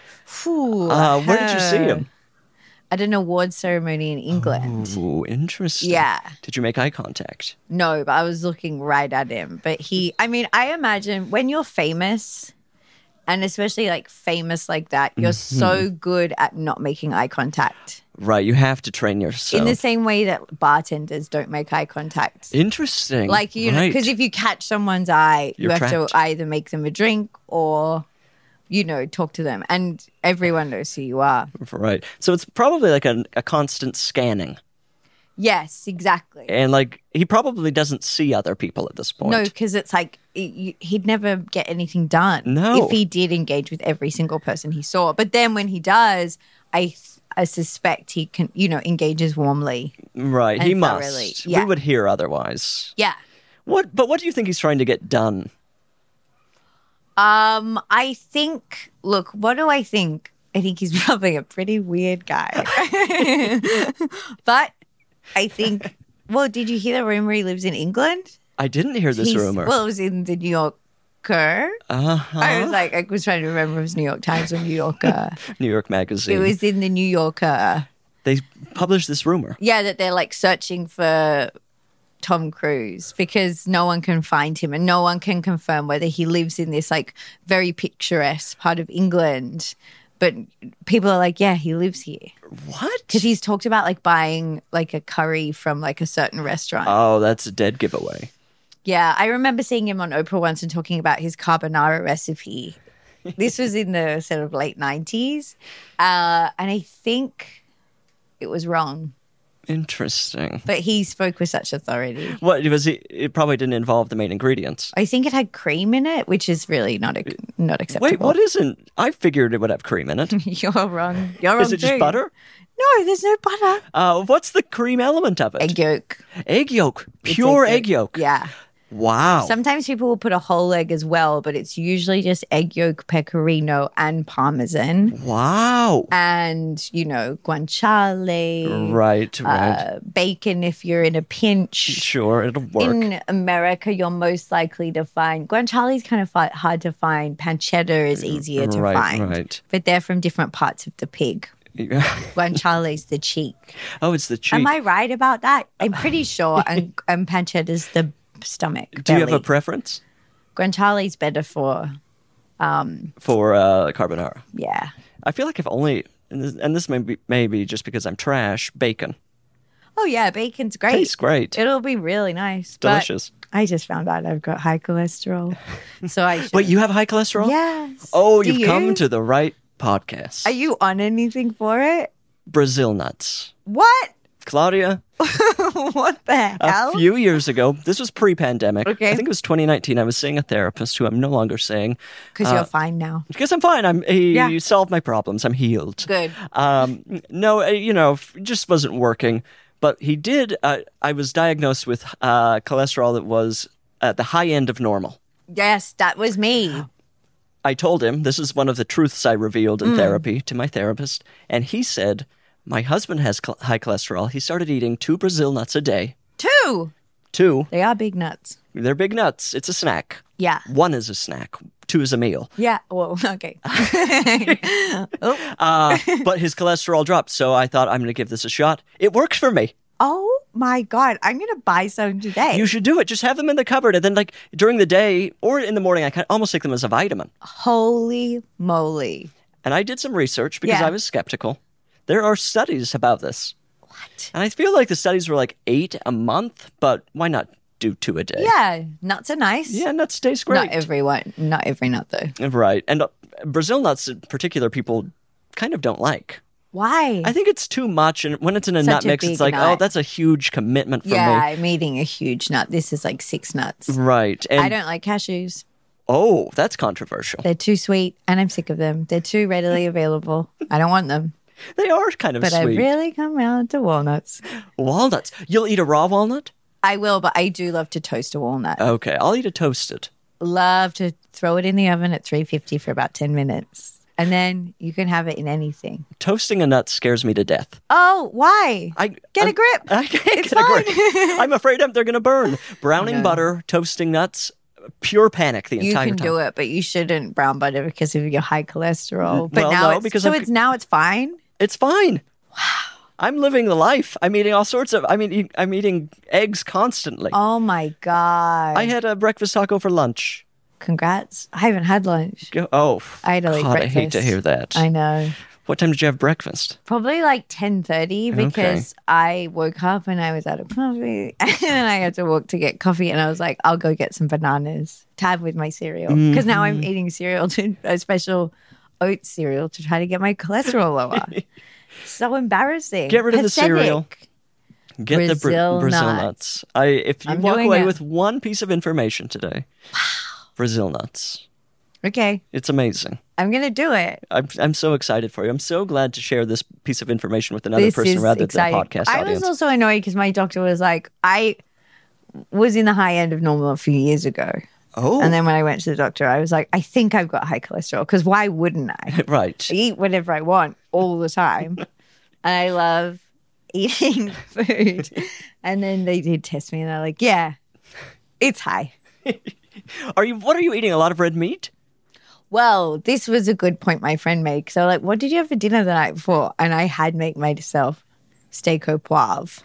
[SPEAKER 2] Uh, where did you see him?
[SPEAKER 3] At an award ceremony in England.
[SPEAKER 2] Ooh, interesting.
[SPEAKER 3] Yeah.
[SPEAKER 2] Did you make eye contact?
[SPEAKER 3] No, but I was looking right at him. But he, I mean, I imagine when you're famous, and especially like famous like that, you're
[SPEAKER 2] Mm-hmm.
[SPEAKER 3] so good at not making eye contact.
[SPEAKER 2] Right, you have to train yourself.
[SPEAKER 3] In the same way that bartenders don't make eye contact.
[SPEAKER 2] Interesting.
[SPEAKER 3] Like you know,
[SPEAKER 2] Right.
[SPEAKER 3] because if you catch someone's eye, you
[SPEAKER 2] You're
[SPEAKER 3] have
[SPEAKER 2] trapped.
[SPEAKER 3] to either make them a drink or, you know, talk to them, and everyone knows who you are.
[SPEAKER 2] right, so it's probably like a, a constant scanning,
[SPEAKER 3] Yes, exactly.
[SPEAKER 2] and like he probably doesn't see other people at this point.
[SPEAKER 3] No, because it's like it, you, he'd never get anything done.
[SPEAKER 2] No.
[SPEAKER 3] if he did engage with every single person he saw. But then when he does, I. th- I suspect he can, you know, engages warmly.
[SPEAKER 2] right, he
[SPEAKER 3] And
[SPEAKER 2] must.
[SPEAKER 3] thoroughly, yeah.
[SPEAKER 2] We would hear otherwise.
[SPEAKER 3] Yeah.
[SPEAKER 2] What? But what do you think he's trying to get done?
[SPEAKER 3] Um, I think. Look, what do I think? I think he's probably a pretty weird guy. but I think. Well, did you hear the rumor he lives in England?
[SPEAKER 2] I didn't hear this
[SPEAKER 3] He's-
[SPEAKER 2] rumor.
[SPEAKER 3] Well, it was in the New Yorker.
[SPEAKER 2] uh-huh.
[SPEAKER 3] I was like, I was trying to remember if it was New York Times or New Yorker.
[SPEAKER 2] New York
[SPEAKER 3] it
[SPEAKER 2] Magazine.
[SPEAKER 3] was in the New Yorker.
[SPEAKER 2] they published this rumor.
[SPEAKER 3] Yeah, that they're like searching for Tom Cruise because no one can find him and no one can confirm whether he lives in this like very picturesque part of England. But people are like, yeah, he lives here
[SPEAKER 2] What?
[SPEAKER 3] because he's talked about like buying like a curry from like a certain restaurant.
[SPEAKER 2] Oh, that's a dead giveaway.
[SPEAKER 3] yeah, I remember seeing him on Oprah once and talking about his carbonara recipe. this was in the sort of late 90s. Uh, and I think it was wrong,
[SPEAKER 2] Interesting.
[SPEAKER 3] but he spoke with such authority.
[SPEAKER 2] What was he? It probably didn't involve the main ingredients.
[SPEAKER 3] I think it had cream in it, which is really not ac not acceptable.
[SPEAKER 2] Wait, what isn't? I figured it would have cream in it.
[SPEAKER 3] You're wrong. You're wrong.
[SPEAKER 2] Is it just
[SPEAKER 3] too.
[SPEAKER 2] butter?
[SPEAKER 3] No, there's no butter.
[SPEAKER 2] Uh, what's the cream element of it?
[SPEAKER 3] Egg yolk.
[SPEAKER 2] Egg yolk,
[SPEAKER 3] It's
[SPEAKER 2] pure egg yolk. Oh.
[SPEAKER 3] Yeah.
[SPEAKER 2] Wow.
[SPEAKER 3] Sometimes people will put a whole egg as well, but it's usually just egg yolk, pecorino, and parmesan,
[SPEAKER 2] wow.
[SPEAKER 3] and you know
[SPEAKER 2] Right,
[SPEAKER 3] guanciale,
[SPEAKER 2] right.
[SPEAKER 3] Mm. uh, bacon if you're in a pinch.
[SPEAKER 2] sure, it'll work.
[SPEAKER 3] In America, you're most likely to find guanciale is kind of fi- hard to find. Pancetta is easier to
[SPEAKER 2] right,
[SPEAKER 3] find,
[SPEAKER 2] right.
[SPEAKER 3] but they're from different parts of the pig. guanciale's the cheek.
[SPEAKER 2] oh, it's the cheek.
[SPEAKER 3] Am I right about that? I'm pretty sure. And and pancetta the stomach.
[SPEAKER 2] Do you have a
[SPEAKER 3] belly.
[SPEAKER 2] preference
[SPEAKER 3] guanciale's better for
[SPEAKER 2] for uh, carbonara?
[SPEAKER 3] yeah.
[SPEAKER 2] I feel like if only, and this, and this may be maybe just because I'm trash, bacon
[SPEAKER 3] Oh yeah, bacon's great.
[SPEAKER 2] tastes great.
[SPEAKER 3] It'll be really nice. but
[SPEAKER 2] Delicious.
[SPEAKER 3] I just found out I've got high cholesterol, so I. Should.
[SPEAKER 2] Wait, you have high cholesterol?
[SPEAKER 3] Yes.
[SPEAKER 2] Oh,
[SPEAKER 3] Do
[SPEAKER 2] you've come
[SPEAKER 3] you?
[SPEAKER 2] to the right podcast.
[SPEAKER 3] Are you on anything for it?
[SPEAKER 2] Brazil nuts.
[SPEAKER 3] What?
[SPEAKER 2] Claudia,
[SPEAKER 3] what the hell?
[SPEAKER 2] a few years ago, this was pre pandemic.
[SPEAKER 3] Okay.
[SPEAKER 2] I think it was 2019. I was seeing a therapist who I'm no longer seeing
[SPEAKER 3] Because you're fine now.
[SPEAKER 2] because I'm fine. I'm, he
[SPEAKER 3] Yeah.
[SPEAKER 2] solved my problems. I'm healed.
[SPEAKER 3] Good.
[SPEAKER 2] Um, no, uh, you know, f- just wasn't working. But he did. Uh, I was diagnosed with uh, cholesterol that was at the high end of normal.
[SPEAKER 3] Yes, that was me.
[SPEAKER 2] I told him this is one of the truths I revealed
[SPEAKER 3] Hmm.
[SPEAKER 2] in therapy to my therapist, and he said, "My husband has cl- high cholesterol. He started eating two Brazil nuts a day.
[SPEAKER 3] Two.
[SPEAKER 2] Two.
[SPEAKER 3] They are big nuts.
[SPEAKER 2] They're big nuts. It's a snack.
[SPEAKER 3] Yeah.
[SPEAKER 2] One is a snack. Two is a meal.
[SPEAKER 3] Yeah. Well, okay. oh.
[SPEAKER 2] Uh, but his cholesterol dropped, so I thought I'm going to give this a shot. It works for me.
[SPEAKER 3] Oh my God. I'm going to buy some today.
[SPEAKER 2] You should do it. Just have them in the cupboard, and then like during the day or in the morning, I kind of almost take them as a vitamin.
[SPEAKER 3] Holy moly.
[SPEAKER 2] And I did some research because
[SPEAKER 3] Yeah.
[SPEAKER 2] I was skeptical. There are studies about this. What? And I feel like the studies were like eight a month, but why not do two a day?
[SPEAKER 3] Yeah. Nuts are nice.
[SPEAKER 2] Yeah, nuts taste
[SPEAKER 3] Not
[SPEAKER 2] great.
[SPEAKER 3] everyone. Not every nut, though.
[SPEAKER 2] right. And uh, Brazil nuts in particular, people kind of don't like.
[SPEAKER 3] Why?
[SPEAKER 2] I think it's too much. And when it's in a
[SPEAKER 3] Such
[SPEAKER 2] nut
[SPEAKER 3] a
[SPEAKER 2] mix,
[SPEAKER 3] big
[SPEAKER 2] it's like, oh,
[SPEAKER 3] nut.
[SPEAKER 2] that's a huge commitment for
[SPEAKER 3] yeah.
[SPEAKER 2] me.
[SPEAKER 3] I'm eating a huge nut. This is like six nuts.
[SPEAKER 2] Right. And
[SPEAKER 3] I don't like cashews.
[SPEAKER 2] oh, that's controversial.
[SPEAKER 3] They're too sweet and I'm sick of them. They're too readily available. I don't want them.
[SPEAKER 2] They are kind of
[SPEAKER 3] But I
[SPEAKER 2] sweet.
[SPEAKER 3] really come round to walnuts.
[SPEAKER 2] Walnuts. You'll eat a raw walnut?
[SPEAKER 3] I will, but I do love to toast a walnut.
[SPEAKER 2] Okay, I'll eat a toasted.
[SPEAKER 3] Love to throw it in the oven at 350 for about 10 minutes. And then you can have it in anything.
[SPEAKER 2] Toasting a nut scares me to death.
[SPEAKER 3] Oh, why?
[SPEAKER 2] I
[SPEAKER 3] Get
[SPEAKER 2] I'm-
[SPEAKER 3] a grip.
[SPEAKER 2] I can't
[SPEAKER 3] It's
[SPEAKER 2] get a grip.
[SPEAKER 3] fine.
[SPEAKER 2] I'm afraid I'm, they're going to burn. Browning
[SPEAKER 3] No.
[SPEAKER 2] butter, toasting nuts, pure panic the
[SPEAKER 3] you
[SPEAKER 2] entire
[SPEAKER 3] can
[SPEAKER 2] time.
[SPEAKER 3] do it, but you shouldn't brown butter because of your high cholesterol. But
[SPEAKER 2] well, no,
[SPEAKER 3] now it's,
[SPEAKER 2] because
[SPEAKER 3] so
[SPEAKER 2] I've-
[SPEAKER 3] it's now it's fine.
[SPEAKER 2] It's fine. Wow. I'm living the life. I'm eating all sorts of. I mean, eat- I'm eating eggs constantly.
[SPEAKER 3] Oh my god!
[SPEAKER 2] I had a breakfast taco for lunch.
[SPEAKER 3] Congrats! I haven't had lunch.
[SPEAKER 2] Go- Oh,
[SPEAKER 3] I had to
[SPEAKER 2] God,
[SPEAKER 3] eat
[SPEAKER 2] I hate to
[SPEAKER 3] breakfast.
[SPEAKER 2] hear that.
[SPEAKER 3] I know.
[SPEAKER 2] What time did you have breakfast?
[SPEAKER 3] Probably like ten thirty because I woke up and I was out of coffee, and then I had to walk to get coffee, and I was like, I'll go get some bananas to have with my cereal because now I'm
[SPEAKER 2] Mm-hmm.
[SPEAKER 3] eating cereal to a special oat cereal to try to get my cholesterol lower. so embarrassing.
[SPEAKER 2] Get rid of the cereal.
[SPEAKER 3] Pathetic.
[SPEAKER 2] Get the
[SPEAKER 3] Brazil
[SPEAKER 2] Bra- Brazil
[SPEAKER 3] nuts.
[SPEAKER 2] nuts. I if you
[SPEAKER 3] I'm
[SPEAKER 2] walk
[SPEAKER 3] doing
[SPEAKER 2] away
[SPEAKER 3] it.
[SPEAKER 2] with one piece of information today, Brazil nuts.
[SPEAKER 3] Okay,
[SPEAKER 2] It's amazing.
[SPEAKER 3] I'm gonna do it.
[SPEAKER 2] I'm I'm so excited for you. I'm so glad to share this piece of information with another
[SPEAKER 3] this
[SPEAKER 2] person
[SPEAKER 3] is
[SPEAKER 2] rather
[SPEAKER 3] exciting.
[SPEAKER 2] than a podcast
[SPEAKER 3] I
[SPEAKER 2] audience.
[SPEAKER 3] was also annoyed because my doctor was like, I was in the high end of normal a few years ago.
[SPEAKER 2] oh,
[SPEAKER 3] And then when I went to the doctor, I was like, I think I've got high cholesterol because why wouldn't I?
[SPEAKER 2] right.
[SPEAKER 3] I eat whatever I want all the time. and I love eating food. And then they did test me and they're like, yeah, it's high.
[SPEAKER 2] Are you? What are you eating? A lot of red meat?
[SPEAKER 3] Well, this was a good point my friend made. So, like, what did you have for dinner the night before? And I had made myself steak au poivre.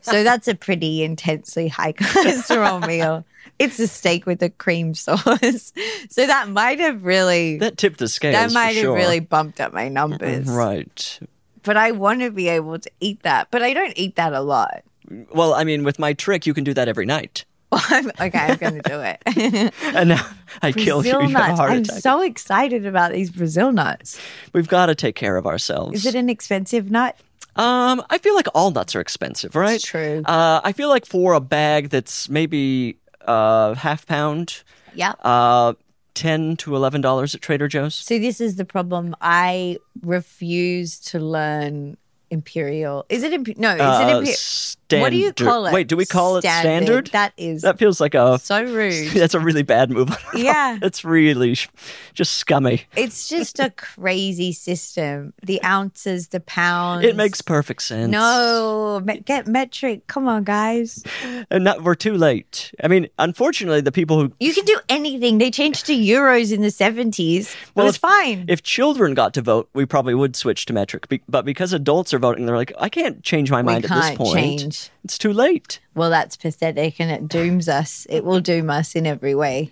[SPEAKER 3] So that's a pretty intensely high cholesterol meal. It's a steak with a cream sauce. So that might have really that,
[SPEAKER 2] That tipped the scales. for
[SPEAKER 3] might have
[SPEAKER 2] sure.
[SPEAKER 3] really bumped up my numbers.
[SPEAKER 2] Right.
[SPEAKER 3] But I want to be able to eat that. But I don't eat that a lot.
[SPEAKER 2] Well, I mean, with my trick, you can do that every night.
[SPEAKER 3] I'm, okay, I'm going to do it.
[SPEAKER 2] And now I kill you. you
[SPEAKER 3] Brazil
[SPEAKER 2] have a
[SPEAKER 3] nuts.
[SPEAKER 2] heart
[SPEAKER 3] I'm
[SPEAKER 2] attack.
[SPEAKER 3] so excited about these Brazil nuts.
[SPEAKER 2] We've got to take care of ourselves.
[SPEAKER 3] Is it an expensive nut?
[SPEAKER 2] Um, I feel like all nuts are expensive, right?
[SPEAKER 3] true.
[SPEAKER 2] Uh, I feel like for a bag that's maybe uh half pound,
[SPEAKER 3] Yeah.
[SPEAKER 2] uh, ten to eleven dollars at Trader Joe's.
[SPEAKER 3] So this is the problem. I refuse to learn imperial. Is it imp- no? Is
[SPEAKER 2] Uh,
[SPEAKER 3] it imperial?
[SPEAKER 2] standard.
[SPEAKER 3] What do you call it?
[SPEAKER 2] Wait, do we call it standard?
[SPEAKER 3] That is
[SPEAKER 2] That feels like a.
[SPEAKER 3] so rude.
[SPEAKER 2] that's a really bad move.
[SPEAKER 3] yeah,
[SPEAKER 2] That's really sh- just scummy.
[SPEAKER 3] it's just a crazy system. The ounces, the pounds.
[SPEAKER 2] It makes perfect sense.
[SPEAKER 3] no me- get metric. Come on, guys.
[SPEAKER 2] and not, we're too late. I mean, unfortunately, the people who
[SPEAKER 3] You can do anything. They changed to euros in the seventies.
[SPEAKER 2] Well,
[SPEAKER 3] Well, it's
[SPEAKER 2] if-
[SPEAKER 3] fine.
[SPEAKER 2] if children got to vote, we probably would switch to metric. Be- but because adults are voting, they're like, I can't change my
[SPEAKER 3] we
[SPEAKER 2] mind at this
[SPEAKER 3] can't
[SPEAKER 2] point.
[SPEAKER 3] change.
[SPEAKER 2] It's too late.
[SPEAKER 3] Well, that's pathetic, and it dooms us. It will doom us in every way.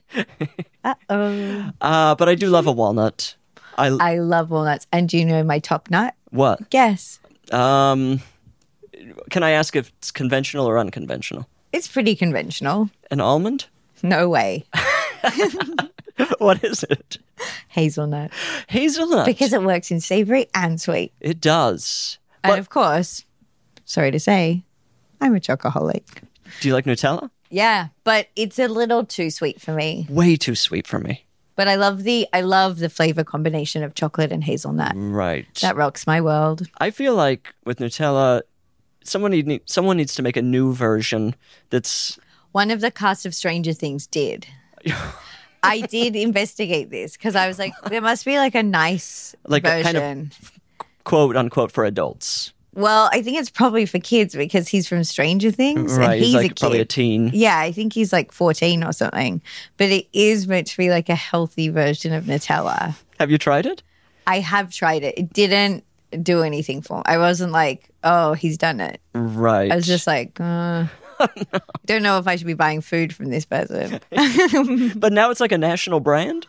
[SPEAKER 3] Uh oh.
[SPEAKER 2] Uh, but I do love a walnut. I
[SPEAKER 3] I love walnuts, and do you know my top nut?
[SPEAKER 2] what?
[SPEAKER 3] Guess.
[SPEAKER 2] Um, can I ask if it's conventional or unconventional?
[SPEAKER 3] It's pretty conventional.
[SPEAKER 2] An almond?
[SPEAKER 3] No way.
[SPEAKER 2] what is it?
[SPEAKER 3] Hazelnut.
[SPEAKER 2] Hazelnut.
[SPEAKER 3] Because it works in savory and sweet.
[SPEAKER 2] it does.
[SPEAKER 3] And of course, sorry to say, I'm a chocoholic.
[SPEAKER 2] Do you like Nutella?
[SPEAKER 3] Yeah, but it's a little too sweet for me.
[SPEAKER 2] Way too sweet for me.
[SPEAKER 3] But I love the I love the flavor combination of chocolate and hazelnut.
[SPEAKER 2] Right.
[SPEAKER 3] That rocks my world.
[SPEAKER 2] I feel like with Nutella, someone need, someone needs to make a new version that's
[SPEAKER 3] One of the cast of Stranger Things did. I did investigate this because I was like, there must be like a nice
[SPEAKER 2] Like a
[SPEAKER 3] version.
[SPEAKER 2] kind of- quote unquote for adults.
[SPEAKER 3] well, I think it's probably for kids because he's from Stranger Things and
[SPEAKER 2] Right.
[SPEAKER 3] he's,
[SPEAKER 2] He's like
[SPEAKER 3] a kid.
[SPEAKER 2] probably a teen.
[SPEAKER 3] Yeah, I think he's like 14 or something. But it is meant to be like a healthy version of Nutella.
[SPEAKER 2] Have you tried it?
[SPEAKER 3] I have tried it. It didn't do anything for me. I wasn't like, oh, he's done it.
[SPEAKER 2] Right.
[SPEAKER 3] I was just like, uh, don't know if I should be buying food from this person.
[SPEAKER 2] but now it's like a national brand.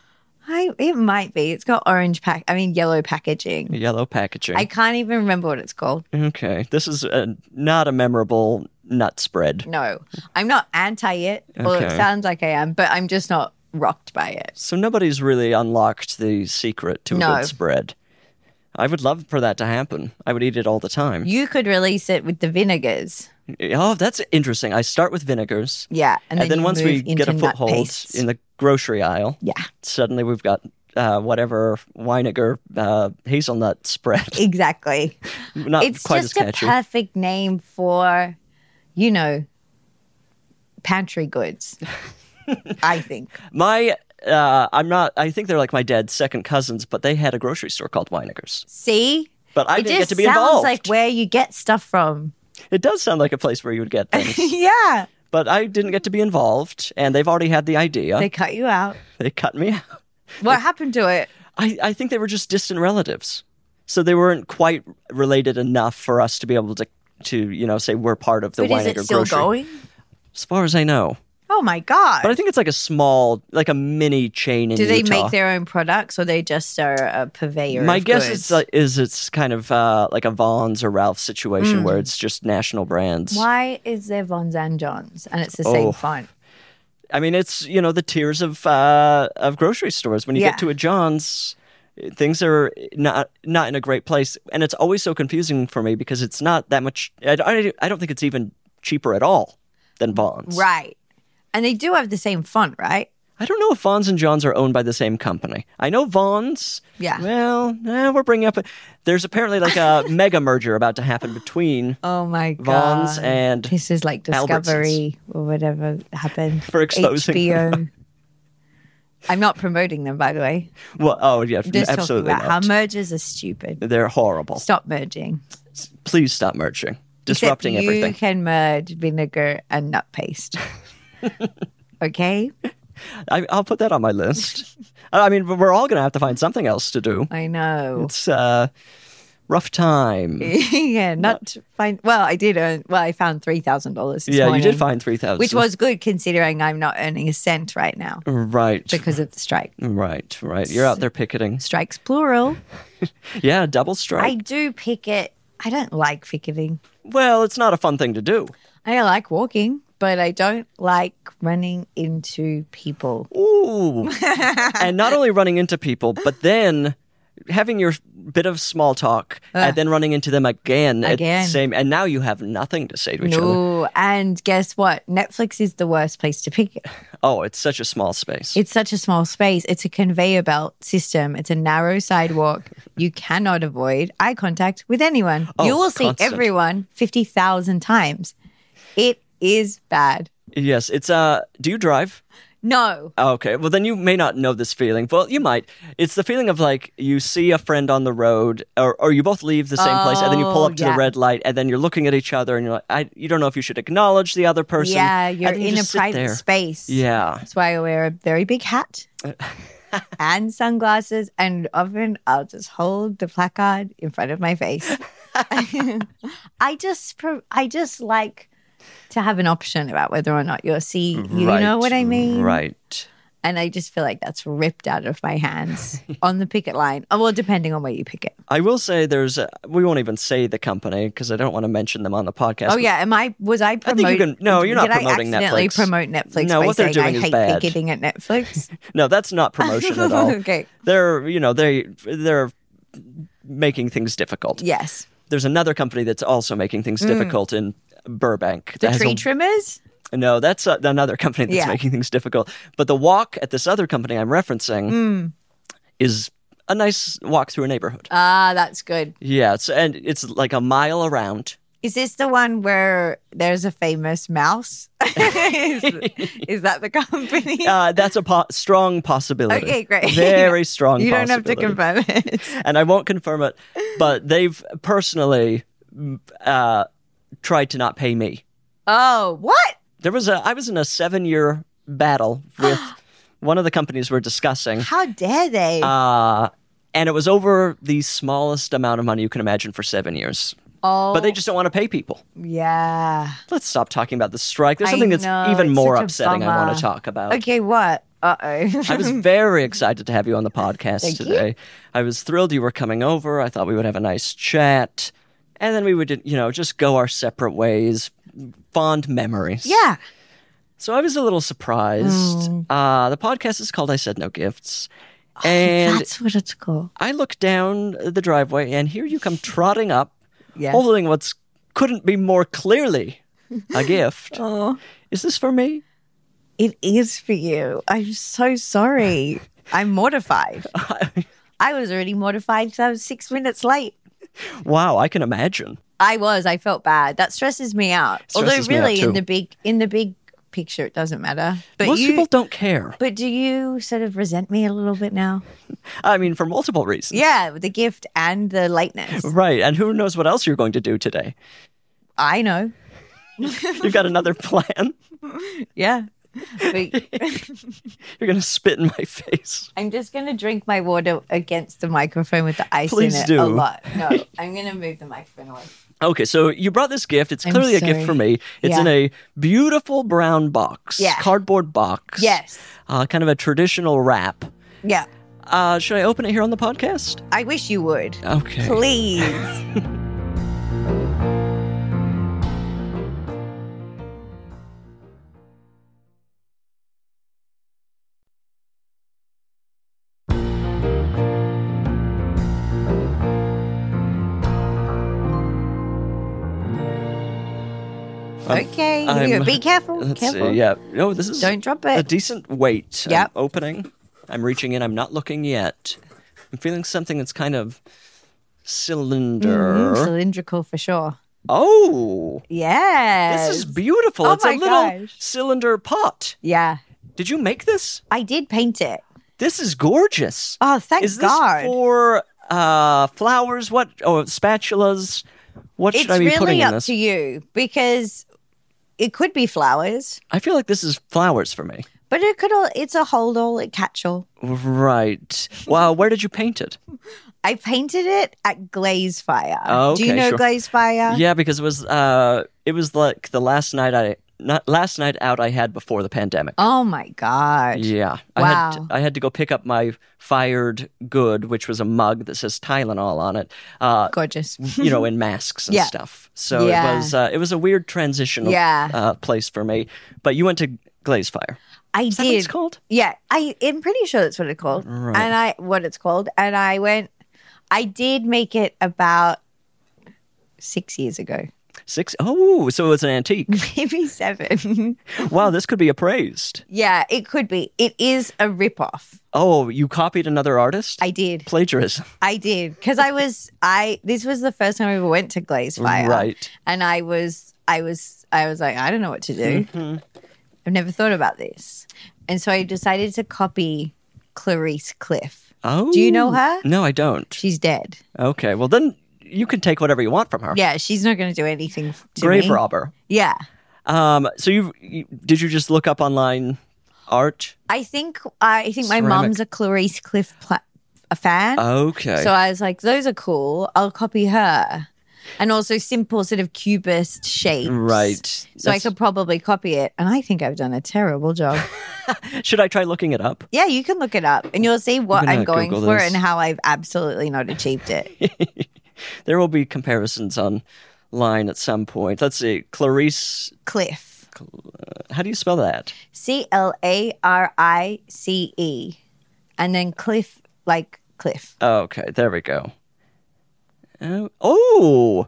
[SPEAKER 3] I, it might be. It's got orange pack. I mean, yellow packaging.
[SPEAKER 2] Yellow packaging.
[SPEAKER 3] I can't even remember what it's called.
[SPEAKER 2] okay. This is a, not a memorable nut spread.
[SPEAKER 3] No, I'm not anti it. Well, it
[SPEAKER 2] Okay.
[SPEAKER 3] sounds like I am, but I'm just not rocked by it.
[SPEAKER 2] So nobody's really unlocked the secret to
[SPEAKER 3] No.
[SPEAKER 2] a good spread. I would love for that to happen. I would eat it all the time.
[SPEAKER 3] You could release it with the vinegars.
[SPEAKER 2] Oh, that's interesting. I start with vinegars.
[SPEAKER 3] Yeah, and
[SPEAKER 2] And,
[SPEAKER 3] then,
[SPEAKER 2] then
[SPEAKER 3] you
[SPEAKER 2] once
[SPEAKER 3] move
[SPEAKER 2] we get
[SPEAKER 3] into
[SPEAKER 2] a
[SPEAKER 3] nut
[SPEAKER 2] foothold
[SPEAKER 3] pastes.
[SPEAKER 2] in the grocery aisle,
[SPEAKER 3] yeah,
[SPEAKER 2] suddenly we've got uh, whatever Weiniger uh, hazelnut spread.
[SPEAKER 3] exactly.
[SPEAKER 2] Not
[SPEAKER 3] it's
[SPEAKER 2] quite
[SPEAKER 3] just
[SPEAKER 2] as
[SPEAKER 3] a
[SPEAKER 2] catchy.
[SPEAKER 3] perfect name for, you know, pantry goods. I think.
[SPEAKER 2] my, uh, I'm not. I think they're like my dad's second cousins, but they had a grocery store called Weinigers.
[SPEAKER 3] See,
[SPEAKER 2] But I
[SPEAKER 3] it
[SPEAKER 2] didn't get
[SPEAKER 3] just
[SPEAKER 2] to be
[SPEAKER 3] sounds
[SPEAKER 2] involved.
[SPEAKER 3] like where you get stuff from.
[SPEAKER 2] it does sound like a place where you would get things,
[SPEAKER 3] yeah,
[SPEAKER 2] but I didn't get to be involved, and they've already had the idea.
[SPEAKER 3] they
[SPEAKER 2] They,
[SPEAKER 3] cut you out.
[SPEAKER 2] cut me out.
[SPEAKER 3] What happened to it?
[SPEAKER 2] I, I think they were just distant relatives, so they weren't quite related enough for us to be able to. To you know, say we're part of the
[SPEAKER 3] But is
[SPEAKER 2] Weininger
[SPEAKER 3] it still
[SPEAKER 2] grocery.
[SPEAKER 3] going?
[SPEAKER 2] As far as I know,
[SPEAKER 3] Oh my god!
[SPEAKER 2] But I think it's like a small, like a mini chain in
[SPEAKER 3] Do they
[SPEAKER 2] Utah.
[SPEAKER 3] make their own products, or they just are a purveyor?
[SPEAKER 2] My
[SPEAKER 3] of
[SPEAKER 2] guess
[SPEAKER 3] goods?
[SPEAKER 2] is like, is it's kind of uh, like a Vaughn's or Ralph's situation where it's just national brands.
[SPEAKER 3] Mm. why is there Vons and Johns, and it's the same
[SPEAKER 2] Oh.
[SPEAKER 3] font?
[SPEAKER 2] I mean, it's you know the tiers of uh, of grocery stores. When you
[SPEAKER 3] Yeah.
[SPEAKER 2] get to a John's, things are not not in a great place, and it's always so confusing for me because it's not that much. I don't, I don't think it's even cheaper at all than Vaughn's.
[SPEAKER 3] Right. And they do have the same font, right?
[SPEAKER 2] I don't know if Vaughn's and John's are owned by the same company. I know Vaughn's.
[SPEAKER 3] Yeah.
[SPEAKER 2] Well, eh, we're bringing up. There's apparently like a mega merger about to happen between
[SPEAKER 3] Oh my god.
[SPEAKER 2] Vaughn's and
[SPEAKER 3] this is like
[SPEAKER 2] Albertsons.
[SPEAKER 3] Discovery or whatever happened.
[SPEAKER 2] For exposing
[SPEAKER 3] HBO. I'm not promoting them by the way.
[SPEAKER 2] well, oh yeah,
[SPEAKER 3] I'm just
[SPEAKER 2] absolutely
[SPEAKER 3] talking about
[SPEAKER 2] not.
[SPEAKER 3] how mergers are stupid.
[SPEAKER 2] They're horrible.
[SPEAKER 3] Stop merging.
[SPEAKER 2] Please stop merging, disrupting
[SPEAKER 3] Except you
[SPEAKER 2] everything.
[SPEAKER 3] can merge vinegar and nut paste. okay?
[SPEAKER 2] I, I'll put that on my list. I mean, we're all going to have to find something else to do.
[SPEAKER 3] I know.
[SPEAKER 2] It's uh, rough time.
[SPEAKER 3] yeah, not to find well, I did earn well, I found three thousand dollars
[SPEAKER 2] yeah, you did find three thousand,
[SPEAKER 3] which was good considering I'm not earning a cent right now
[SPEAKER 2] right,
[SPEAKER 3] because of the strike.
[SPEAKER 2] right, right. You're out there picketing.
[SPEAKER 3] Strikes plural.
[SPEAKER 2] Yeah, double strike.
[SPEAKER 3] I do picket. I don't like picketing.
[SPEAKER 2] Well, it's not a fun thing to do.
[SPEAKER 3] I like walking, but I don't like running into people.
[SPEAKER 2] Ooh. and not only running into people, but then having your bit of small talk and then running into them again, at
[SPEAKER 3] Again.
[SPEAKER 2] same, and now you have nothing to say to each other.
[SPEAKER 3] No, and guess what? Netflix is the worst place to pick it.
[SPEAKER 2] Oh, it's such a small space.
[SPEAKER 3] It's such a small space. It's a conveyor belt system. It's a narrow sidewalk. You cannot avoid eye contact with anyone. you
[SPEAKER 2] Oh,
[SPEAKER 3] will see
[SPEAKER 2] constant.
[SPEAKER 3] everyone 50,000 times. It is bad.
[SPEAKER 2] yes, it's. Uh, do you drive? Oh,
[SPEAKER 3] No.
[SPEAKER 2] Okay, well then you may not know this feeling. Well, you might. It's the feeling of like you see a friend on the road, or, or you both leave the same place, and then you pull
[SPEAKER 3] Oh,
[SPEAKER 2] up to
[SPEAKER 3] yeah.
[SPEAKER 2] the red light, and then you're looking at each other, and you're like, I, you don't know if you should acknowledge the other person.
[SPEAKER 3] yeah, you're
[SPEAKER 2] and then you
[SPEAKER 3] in a
[SPEAKER 2] just sit
[SPEAKER 3] private
[SPEAKER 2] there.
[SPEAKER 3] space.
[SPEAKER 2] Yeah,
[SPEAKER 3] That's why I wear a very big hat and sunglasses. And often I'll just hold the placard in front of my face. I just, pro- I just like to have an option about whether or not you'll see. You know what I mean?
[SPEAKER 2] Right.
[SPEAKER 3] And I just feel like that's ripped out of my hands on the picket line. Oh, well, depending on where you pick it.
[SPEAKER 2] I will say there's. A, we won't even say the company because I don't want to mention them on the podcast.
[SPEAKER 3] Oh yeah, am I? Was I
[SPEAKER 2] think you
[SPEAKER 3] promoting?
[SPEAKER 2] can- no, you're not
[SPEAKER 3] Did
[SPEAKER 2] promoting
[SPEAKER 3] I accidentally
[SPEAKER 2] Netflix.
[SPEAKER 3] promote Netflix
[SPEAKER 2] No,
[SPEAKER 3] by
[SPEAKER 2] what they're
[SPEAKER 3] saying I
[SPEAKER 2] doing is
[SPEAKER 3] hate
[SPEAKER 2] bad.
[SPEAKER 3] picketing at Netflix?
[SPEAKER 2] No, that's not promotion at all.
[SPEAKER 3] okay.
[SPEAKER 2] They're you know they they're making things difficult.
[SPEAKER 3] Yes,
[SPEAKER 2] There's another company that's also making things difficult in Burbank.
[SPEAKER 3] Mm. the
[SPEAKER 2] that has a-
[SPEAKER 3] tree trimmers.
[SPEAKER 2] No, that's uh another company that's
[SPEAKER 3] Yeah.
[SPEAKER 2] making things difficult. But the walk at this other company I'm referencing
[SPEAKER 3] Mm.
[SPEAKER 2] is a nice walk through a neighborhood.
[SPEAKER 3] Ah, that's good.
[SPEAKER 2] Yeah, it's, and it's like a mile around.
[SPEAKER 3] Is this the one where there's a famous mouse? is, is that the company?
[SPEAKER 2] Uh, that's a po- strong possibility.
[SPEAKER 3] Okay, great.
[SPEAKER 2] Very strong.
[SPEAKER 3] you don't have to
[SPEAKER 2] possibility.
[SPEAKER 3] confirm it.
[SPEAKER 2] and I won't confirm it, but they've personally uh, tried to not pay me.
[SPEAKER 3] Oh, what?
[SPEAKER 2] There was a I was in a seven year battle with one of the companies we're discussing,
[SPEAKER 3] How dare they?
[SPEAKER 2] uh, and it was over the smallest amount of money you can imagine for seven years.
[SPEAKER 3] oh,
[SPEAKER 2] But they just don't want to pay people.
[SPEAKER 3] yeah.
[SPEAKER 2] Let's stop talking about the strike. There's
[SPEAKER 3] I
[SPEAKER 2] something that's
[SPEAKER 3] know,
[SPEAKER 2] even
[SPEAKER 3] it's
[SPEAKER 2] more
[SPEAKER 3] such a
[SPEAKER 2] upsetting I want
[SPEAKER 3] bummer.
[SPEAKER 2] to talk about.
[SPEAKER 3] Okay, what? Uh oh.
[SPEAKER 2] Oh. I was very excited to have you on the podcast
[SPEAKER 3] Thank you.
[SPEAKER 2] today. I was thrilled you were coming over. I thought we would have a nice chat. And then we would, you know, just go our separate ways. Fond memories.
[SPEAKER 3] yeah.
[SPEAKER 2] So I was a little surprised. Uh, the podcast is called I Said No Gifts. And
[SPEAKER 3] Oh. that's what it's called.
[SPEAKER 2] I look down the driveway and here you come trotting up,
[SPEAKER 3] Yeah.
[SPEAKER 2] holding what's couldn't be more clearly a gift.
[SPEAKER 3] Oh,
[SPEAKER 2] Is this for me?
[SPEAKER 3] it is for you. I'm so sorry. I'm mortified. I was already mortified because I was six minutes late.
[SPEAKER 2] wow, I can imagine.
[SPEAKER 3] I was. I felt bad. That stresses me out.
[SPEAKER 2] stresses me
[SPEAKER 3] Although,
[SPEAKER 2] out
[SPEAKER 3] really,
[SPEAKER 2] too.
[SPEAKER 3] in the big in the big picture, it doesn't matter. But
[SPEAKER 2] Most
[SPEAKER 3] you,
[SPEAKER 2] people don't care.
[SPEAKER 3] but do you sort of resent me a little bit now?
[SPEAKER 2] I mean, for multiple reasons.
[SPEAKER 3] Yeah, the gift and the lateness.
[SPEAKER 2] Right. And who knows what else you're going to do today?
[SPEAKER 3] I know.
[SPEAKER 2] You've got another plan.
[SPEAKER 3] Yeah. But
[SPEAKER 2] You're going to spit in my face.
[SPEAKER 3] I'm just going to drink my water against the microphone with the ice
[SPEAKER 2] Please
[SPEAKER 3] in it
[SPEAKER 2] do.
[SPEAKER 3] a lot. No, I'm going to move the microphone away.
[SPEAKER 2] Okay, so you brought this gift. It's
[SPEAKER 3] I'm
[SPEAKER 2] clearly a gift
[SPEAKER 3] sorry.
[SPEAKER 2] for me. It's
[SPEAKER 3] Yeah.
[SPEAKER 2] in a beautiful brown box,
[SPEAKER 3] Yeah.
[SPEAKER 2] cardboard box.
[SPEAKER 3] Yes.
[SPEAKER 2] Uh, kind of a traditional wrap.
[SPEAKER 3] Yeah.
[SPEAKER 2] Uh, should I open it here on the podcast?
[SPEAKER 3] I wish you would.
[SPEAKER 2] Okay.
[SPEAKER 3] Please. okay. here we go.
[SPEAKER 2] I'm-
[SPEAKER 3] Be careful.
[SPEAKER 2] Let's
[SPEAKER 3] careful.
[SPEAKER 2] see. Yeah. No, this is
[SPEAKER 3] Don't drop
[SPEAKER 2] a
[SPEAKER 3] it.
[SPEAKER 2] decent weight. I'm
[SPEAKER 3] Yep.
[SPEAKER 2] opening. I'm reaching in. I'm not looking yet. I'm feeling something that's kind of cylinder.
[SPEAKER 3] Mm, cylindrical for sure.
[SPEAKER 2] Oh.
[SPEAKER 3] Yes.
[SPEAKER 2] This is beautiful.
[SPEAKER 3] Oh
[SPEAKER 2] it's a
[SPEAKER 3] my
[SPEAKER 2] little
[SPEAKER 3] gosh.
[SPEAKER 2] cylinder pot.
[SPEAKER 3] yeah.
[SPEAKER 2] Did you make this?
[SPEAKER 3] I did paint it.
[SPEAKER 2] This is gorgeous.
[SPEAKER 3] Oh, thank
[SPEAKER 2] is this
[SPEAKER 3] God.
[SPEAKER 2] for uh, flowers? What or spatulas? What
[SPEAKER 3] it's
[SPEAKER 2] should I be putting
[SPEAKER 3] really
[SPEAKER 2] in
[SPEAKER 3] up
[SPEAKER 2] this?
[SPEAKER 3] to you because it could be flowers,
[SPEAKER 2] I feel like this is flowers for me.
[SPEAKER 3] but it could all, it's a hold all, a catch all.
[SPEAKER 2] Right. Wow. Where did you paint it?
[SPEAKER 3] I painted it at Glaze Fire.
[SPEAKER 2] Oh,
[SPEAKER 3] Do you
[SPEAKER 2] okay,
[SPEAKER 3] know
[SPEAKER 2] sure.
[SPEAKER 3] Glaze Fire?
[SPEAKER 2] Yeah, because it was uh, it was like the last night I not last night out I had before the pandemic.
[SPEAKER 3] Oh my God.
[SPEAKER 2] Yeah. I
[SPEAKER 3] Wow.
[SPEAKER 2] had I had to go pick up my fired good, which was a mug that says Tylenol on it. Uh,
[SPEAKER 3] Gorgeous.
[SPEAKER 2] you know, in masks and
[SPEAKER 3] Yeah.
[SPEAKER 2] stuff. So
[SPEAKER 3] Yeah.
[SPEAKER 2] it was uh, it was a weird transitional
[SPEAKER 3] Yeah.
[SPEAKER 2] uh, place for me. But you went to Glaze Fire.
[SPEAKER 3] I
[SPEAKER 2] Is that
[SPEAKER 3] did.
[SPEAKER 2] what it's called?
[SPEAKER 3] Yeah, I am pretty sure that's what it's called. And I what it's called. And I went, I did make it about six years ago,
[SPEAKER 2] Six oh, so it's an antique.
[SPEAKER 3] maybe seven.
[SPEAKER 2] wow, this could be appraised.
[SPEAKER 3] yeah, it could be. It is a ripoff.
[SPEAKER 2] Oh, you copied another artist?
[SPEAKER 3] I did.
[SPEAKER 2] Plagiarism.
[SPEAKER 3] I did because I was I. This was the first time I ever went to Glaze Fire,
[SPEAKER 2] Right.
[SPEAKER 3] And I was I was I was like I don't know what to do.
[SPEAKER 2] Mm-hmm.
[SPEAKER 3] I've never thought about this, and so I decided to copy Clarice Cliff.
[SPEAKER 2] Oh.
[SPEAKER 3] Do you know her?
[SPEAKER 2] No, I don't.
[SPEAKER 3] She's dead.
[SPEAKER 2] Okay. Well, then you can take whatever you want from her.
[SPEAKER 3] Yeah, she's not going to do anything to
[SPEAKER 2] Grave
[SPEAKER 3] me.
[SPEAKER 2] robber.
[SPEAKER 3] Yeah,
[SPEAKER 2] Um, so you've, you did you just look up online art?
[SPEAKER 3] I think I think my
[SPEAKER 2] Ceramic.
[SPEAKER 3] mom's a Clarice Cliff pla- a fan.
[SPEAKER 2] Okay.
[SPEAKER 3] So I was like, those are cool. I'll copy her. And also simple sort of cubist shapes.
[SPEAKER 2] right.
[SPEAKER 3] So I
[SPEAKER 2] That's-
[SPEAKER 3] could probably copy it. And I think I've done a terrible job.
[SPEAKER 2] Should I try looking it up?
[SPEAKER 3] yeah, you can look it up and you'll see what
[SPEAKER 2] gonna
[SPEAKER 3] I'm going
[SPEAKER 2] uh, Google
[SPEAKER 3] for
[SPEAKER 2] this.
[SPEAKER 3] and how I've absolutely not achieved it.
[SPEAKER 2] There will be comparisons online at some point. Let's see. Clarice.
[SPEAKER 3] Cliff.
[SPEAKER 2] How do you spell that?
[SPEAKER 3] C L A R I C E. And then Cliff, like Cliff.
[SPEAKER 2] Okay. There we go. Oh, oh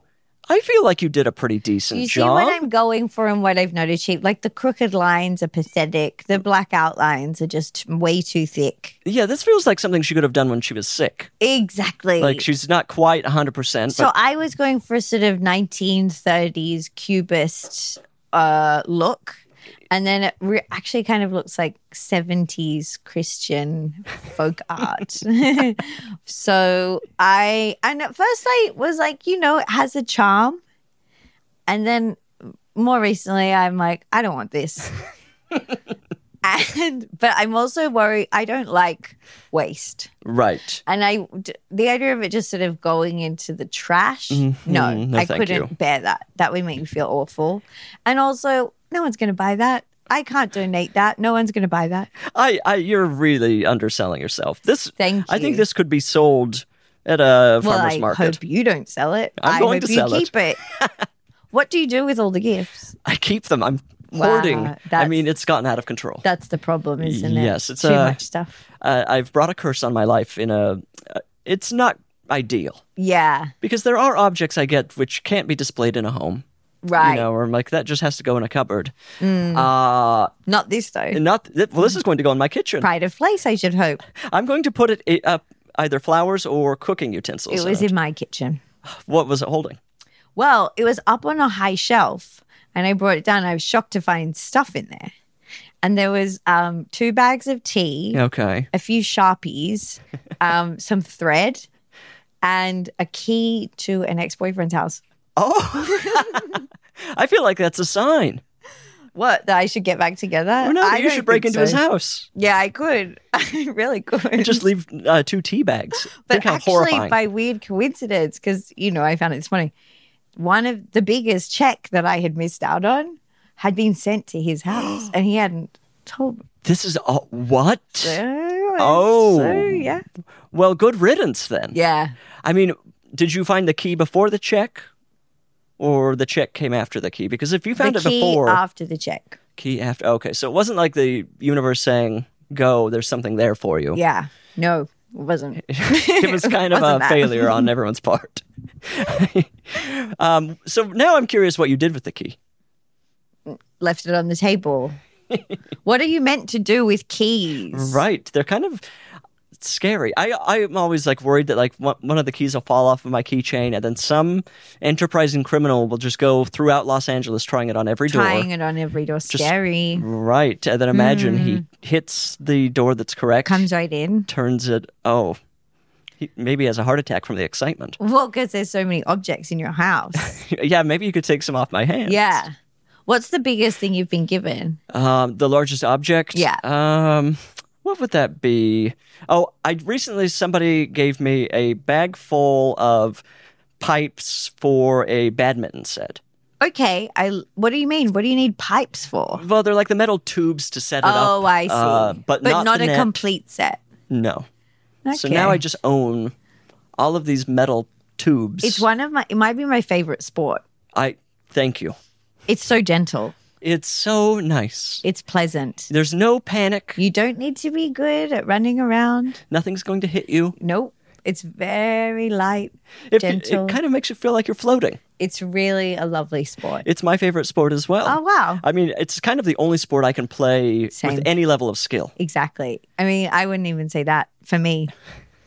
[SPEAKER 2] I feel like you did a pretty decent
[SPEAKER 3] You see
[SPEAKER 2] job.
[SPEAKER 3] what I'm going for and what I've not achieved. Like the crooked lines are pathetic. The black outlines are just way too thick.
[SPEAKER 2] yeah, this feels like something she could have done when she was sick.
[SPEAKER 3] Exactly.
[SPEAKER 2] Like she's not quite 100%,
[SPEAKER 3] So
[SPEAKER 2] but
[SPEAKER 3] I was going for a sort of 1930s cubist uh, look. And then it re- actually kind of looks like 70s Christian folk art. so I, and at first I was like, you know, it has a charm. And then more recently, I'm like, I don't want this. and, but I'm also worried, I don't like waste.
[SPEAKER 2] right.
[SPEAKER 3] And I, d- the idea of it just sort of going into the trash, no,
[SPEAKER 2] Mm-hmm. No,
[SPEAKER 3] I
[SPEAKER 2] thank
[SPEAKER 3] couldn't
[SPEAKER 2] you.
[SPEAKER 3] bear that. That would make me feel awful. And also, no one's going to buy that. I can't donate that. No one's going to buy that.
[SPEAKER 2] I, I you're really underselling yourself. This
[SPEAKER 3] Thank
[SPEAKER 2] I think
[SPEAKER 3] you.
[SPEAKER 2] this could be sold at a
[SPEAKER 3] Well,
[SPEAKER 2] farmer's
[SPEAKER 3] I
[SPEAKER 2] market.
[SPEAKER 3] hope you don't sell it.
[SPEAKER 2] I'm
[SPEAKER 3] I
[SPEAKER 2] going
[SPEAKER 3] hope
[SPEAKER 2] to
[SPEAKER 3] you
[SPEAKER 2] sell it.
[SPEAKER 3] keep it. what do you do with all the gifts?
[SPEAKER 2] I keep them. I'm
[SPEAKER 3] Wow,
[SPEAKER 2] hoarding. I
[SPEAKER 3] that's-
[SPEAKER 2] mean, it's gotten out of control.
[SPEAKER 3] That's the problem, isn't it?
[SPEAKER 2] Yes, it's
[SPEAKER 3] too
[SPEAKER 2] a-
[SPEAKER 3] much stuff.
[SPEAKER 2] Uh, I've brought a curse on my life in a uh, it's not ideal
[SPEAKER 3] Yeah,
[SPEAKER 2] because there are objects I get which can't be displayed in a home.
[SPEAKER 3] right. Mm.
[SPEAKER 2] You know, or I'm like that just has to go in a cupboard. Uh
[SPEAKER 3] Not this though.
[SPEAKER 2] and not th- well this is going to go in my kitchen.
[SPEAKER 3] Pride of place, I should hope.
[SPEAKER 2] I'm going to put it i- up either flowers or cooking utensils.
[SPEAKER 3] It
[SPEAKER 2] in
[SPEAKER 3] was
[SPEAKER 2] it.
[SPEAKER 3] in my kitchen.
[SPEAKER 2] what was it holding?
[SPEAKER 3] Well, it was up on a high shelf and I brought it down. I was shocked to find stuff in there. And there was um, two bags of tea,
[SPEAKER 2] Okay.
[SPEAKER 3] a few Sharpies, um, some thread, and a key to an ex boyfriend's house.
[SPEAKER 2] Oh. I feel like that's a sign.
[SPEAKER 3] What? That I should get back together?
[SPEAKER 2] Or no,
[SPEAKER 3] I
[SPEAKER 2] you
[SPEAKER 3] don't
[SPEAKER 2] should break
[SPEAKER 3] think
[SPEAKER 2] into his
[SPEAKER 3] so.
[SPEAKER 2] house.
[SPEAKER 3] Yeah, I could. I really could.
[SPEAKER 2] Just leave uh, two tea bags.
[SPEAKER 3] But
[SPEAKER 2] Think how
[SPEAKER 3] actually,
[SPEAKER 2] horrifying.
[SPEAKER 3] by weird coincidence, because you know, I found it this morning. One of the biggest check that I had missed out on had been sent to his house, and he hadn't told me.
[SPEAKER 2] this is a- what?
[SPEAKER 3] Oh, so,
[SPEAKER 2] Oh.
[SPEAKER 3] yeah,
[SPEAKER 2] Well, good riddance then.
[SPEAKER 3] yeah.
[SPEAKER 2] I mean, did you find the key before the check? Or the check came after the key? Because if you found
[SPEAKER 3] the
[SPEAKER 2] it
[SPEAKER 3] key
[SPEAKER 2] before,
[SPEAKER 3] after the check.
[SPEAKER 2] key after. Okay, so it wasn't like the universe saying, go, there's something there for you.
[SPEAKER 3] Yeah, no, it wasn't.
[SPEAKER 2] it was kind of a
[SPEAKER 3] Wasn't that.
[SPEAKER 2] failure on everyone's part. um, so now I'm curious what you did with the key.
[SPEAKER 3] Left it on the table. what are you meant to do with keys?
[SPEAKER 2] Right. They're kind of scary. I I'm always like worried that like one, one of the keys will fall off of my keychain and then some enterprising criminal will just go throughout Los Angeles trying it on every
[SPEAKER 3] Tying
[SPEAKER 2] door.
[SPEAKER 3] it on every door. Scary.
[SPEAKER 2] Right. And then imagine he hits the door that's correct,
[SPEAKER 3] Mm. Comes right in.
[SPEAKER 2] turns it oh. He maybe has a heart attack from the excitement.
[SPEAKER 3] Well, because there's so many objects in your house.
[SPEAKER 2] yeah, maybe you could take some off my hand.
[SPEAKER 3] Yeah. What's the biggest thing you've been given?
[SPEAKER 2] Um, the largest object.
[SPEAKER 3] Yeah.
[SPEAKER 2] Um, what would that be? Oh, I recently somebody gave me a bag full of pipes for a badminton set.
[SPEAKER 3] Okay, I. What do you mean? What do you need pipes for?
[SPEAKER 2] Well, they're like the metal tubes to set it up.
[SPEAKER 3] Oh, I see.
[SPEAKER 2] uh, but, not, the
[SPEAKER 3] a
[SPEAKER 2] net.
[SPEAKER 3] complete set.
[SPEAKER 2] No.
[SPEAKER 3] Okay.
[SPEAKER 2] So now I just own all of these metal tubes.
[SPEAKER 3] It's one of my. It might be my favorite sport.
[SPEAKER 2] I thank you.
[SPEAKER 3] It's so gentle.
[SPEAKER 2] It's so nice.
[SPEAKER 3] It's pleasant.
[SPEAKER 2] There's no panic.
[SPEAKER 3] You don't need to be good at running around.
[SPEAKER 2] Nothing's going to hit you.
[SPEAKER 3] Nope. It's very light,
[SPEAKER 2] It, it,
[SPEAKER 3] gentle.
[SPEAKER 2] kind of makes you feel like you're floating.
[SPEAKER 3] it's really a lovely sport.
[SPEAKER 2] It's my favorite sport as well.
[SPEAKER 3] Oh, wow.
[SPEAKER 2] I mean, it's kind of the only sport I can play
[SPEAKER 3] Same.
[SPEAKER 2] with any level of skill.
[SPEAKER 3] exactly. I mean, I wouldn't even say that for me.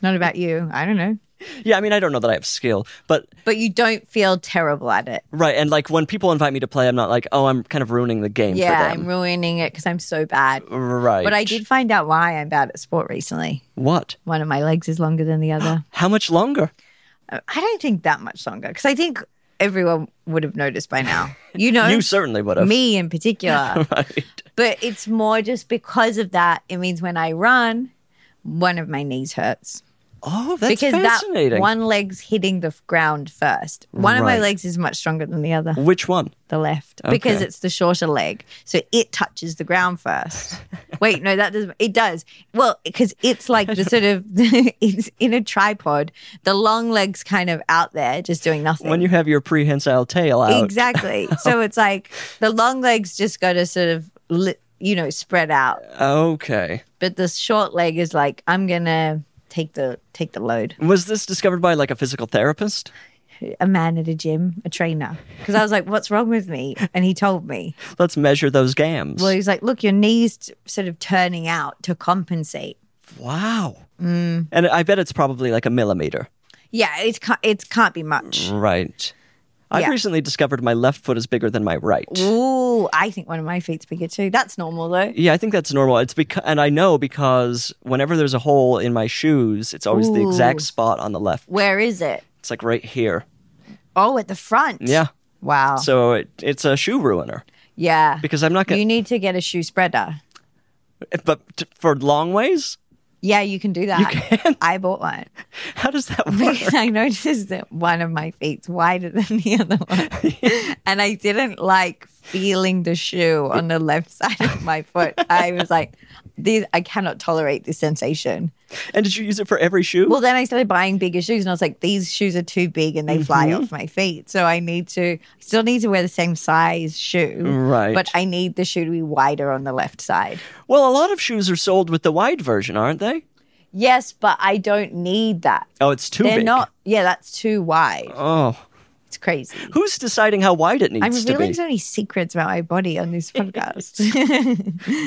[SPEAKER 3] Not about you. I don't know.
[SPEAKER 2] Yeah, I mean, I don't know that I have skill, but
[SPEAKER 3] But you don't feel terrible at it.
[SPEAKER 2] right. And like when people invite me to play, I'm not like, oh, I'm kind of ruining the game
[SPEAKER 3] Yeah,
[SPEAKER 2] for
[SPEAKER 3] I'm
[SPEAKER 2] them.
[SPEAKER 3] ruining it because I'm so bad.
[SPEAKER 2] right.
[SPEAKER 3] But I did find out why I'm bad at sport recently.
[SPEAKER 2] What?
[SPEAKER 3] One of my legs is longer than the other.
[SPEAKER 2] How much longer?
[SPEAKER 3] I don't think that much longer because I think everyone would have noticed by now. You know,
[SPEAKER 2] You certainly would have.
[SPEAKER 3] me in particular.
[SPEAKER 2] Right.
[SPEAKER 3] but it's more just because of that. It means when I run, one of my knees hurts
[SPEAKER 2] Oh, that's
[SPEAKER 3] because
[SPEAKER 2] fascinating.
[SPEAKER 3] that one leg's hitting the f- ground first. One of my
[SPEAKER 2] Right.
[SPEAKER 3] legs is much stronger than the other,
[SPEAKER 2] Which one?
[SPEAKER 3] the left, because
[SPEAKER 2] Okay.
[SPEAKER 3] it's the shorter leg. So it touches the ground first. Wait, no, that doesn't. It does. Well, because it's like the sort of it's in a tripod. The long leg's kind of out there, just doing nothing.
[SPEAKER 2] When you have your prehensile tail out.
[SPEAKER 3] Exactly. so it's like the long legs just got to sort of, li- you know, spread out,
[SPEAKER 2] Okay.
[SPEAKER 3] but the short leg is like I'm gonna take the take the load.
[SPEAKER 2] Was this discovered by like a physical therapist?
[SPEAKER 3] A man at a gym, a trainer, because I was like, "What's wrong with me?" And he told me.
[SPEAKER 2] Let's measure those gams.
[SPEAKER 3] Well, he's like, "Look, your knees t- sort of turning out to compensate."
[SPEAKER 2] wow.
[SPEAKER 3] mm.
[SPEAKER 2] And I bet it's probably like a millimeter.
[SPEAKER 3] Yeah, it's ca- it can't be much.
[SPEAKER 2] Right. I've
[SPEAKER 3] Yeah.
[SPEAKER 2] recently discovered my left foot is bigger than my right.
[SPEAKER 3] Ooh, I think one of my feet's bigger too. That's normal though.
[SPEAKER 2] Yeah, I think that's normal. It's because, and I know because whenever there's a hole in my shoes, it's always the exact
[SPEAKER 3] Ooh.
[SPEAKER 2] spot on the left.
[SPEAKER 3] Where is it?
[SPEAKER 2] It's like right here.
[SPEAKER 3] Oh, at the front.
[SPEAKER 2] Yeah.
[SPEAKER 3] Wow.
[SPEAKER 2] So it, it's a shoe ruiner
[SPEAKER 3] yeah.
[SPEAKER 2] because I'm not
[SPEAKER 3] you
[SPEAKER 2] going.
[SPEAKER 3] need to get a shoe spreader.
[SPEAKER 2] to But t- for long ways,
[SPEAKER 3] Yeah, you can do that.
[SPEAKER 2] can?
[SPEAKER 3] I bought one
[SPEAKER 2] how does that work?
[SPEAKER 3] because I noticed that one of my feet's wider than the other one. and I didn't like feeling the shoe on the left side of my foot. I was like, this, I cannot tolerate this sensation.
[SPEAKER 2] and did you use it for every shoe?
[SPEAKER 3] Well, then I started buying bigger shoes and I was like, these shoes are too big and they fly
[SPEAKER 2] Mm-hmm.
[SPEAKER 3] off my feet. So I need to, I still need to wear the same size shoe.
[SPEAKER 2] Right.
[SPEAKER 3] But I need the shoe to be wider on the left side.
[SPEAKER 2] well, a lot of shoes are sold with the wide version, aren't they?
[SPEAKER 3] Yes, but I don't need that.
[SPEAKER 2] Oh, it's too
[SPEAKER 3] They're
[SPEAKER 2] big.
[SPEAKER 3] not, yeah, that's too wide.
[SPEAKER 2] Oh,
[SPEAKER 3] It's crazy.
[SPEAKER 2] who's deciding how wide it needs
[SPEAKER 3] I'm
[SPEAKER 2] to be?
[SPEAKER 3] revealing so many secrets about my body on this podcast.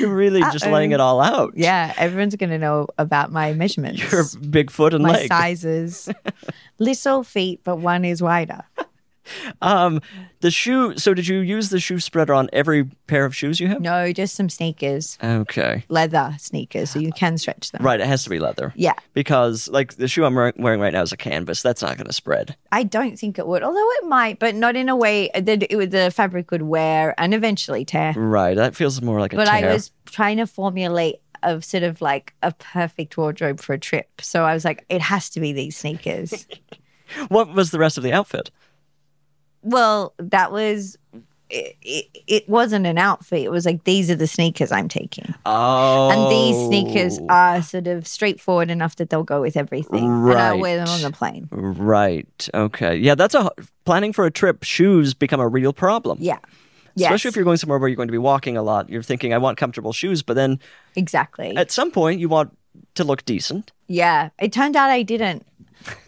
[SPEAKER 2] You're really just laying it all out.
[SPEAKER 3] yeah, everyone's going to know about my measurements,
[SPEAKER 2] Your big foot and
[SPEAKER 3] my
[SPEAKER 2] leg.
[SPEAKER 3] sizes. Little feet, but one is wider.
[SPEAKER 2] Um, The shoe. So, did you use the shoe spreader on every pair of shoes you have?
[SPEAKER 3] No, just some sneakers,
[SPEAKER 2] Okay.
[SPEAKER 3] leather sneakers, so you can stretch them.
[SPEAKER 2] Right. It has to be leather.
[SPEAKER 3] Yeah,
[SPEAKER 2] Because, like, the shoe I'm wear- wearing right now is a canvas. That's not going to spread.
[SPEAKER 3] I don't think it would, although it might, but not in a way that it would, the fabric would wear and eventually tear.
[SPEAKER 2] Right. That feels more like a
[SPEAKER 3] But
[SPEAKER 2] tear.
[SPEAKER 3] I was trying to formulate a sort of like a perfect wardrobe for a trip. So I was like, it has to be these sneakers.
[SPEAKER 2] What was the rest of the outfit?
[SPEAKER 3] Well, that was it, it, it wasn't an outfit. It was like these are the sneakers I'm taking.
[SPEAKER 2] Oh.
[SPEAKER 3] And these sneakers are sort of straightforward enough that they'll go with everything. And I'll wear them
[SPEAKER 2] Right.
[SPEAKER 3] on the plane.
[SPEAKER 2] Right. Okay. Yeah. That's a planning for a trip. Shoes become a real problem.
[SPEAKER 3] Yeah. Yes.
[SPEAKER 2] Especially if you're going somewhere where you're going to be walking a lot. You're thinking, I want comfortable shoes, but then
[SPEAKER 3] exactly.
[SPEAKER 2] at some point you want to look decent.
[SPEAKER 3] yeah. It turned out I didn't.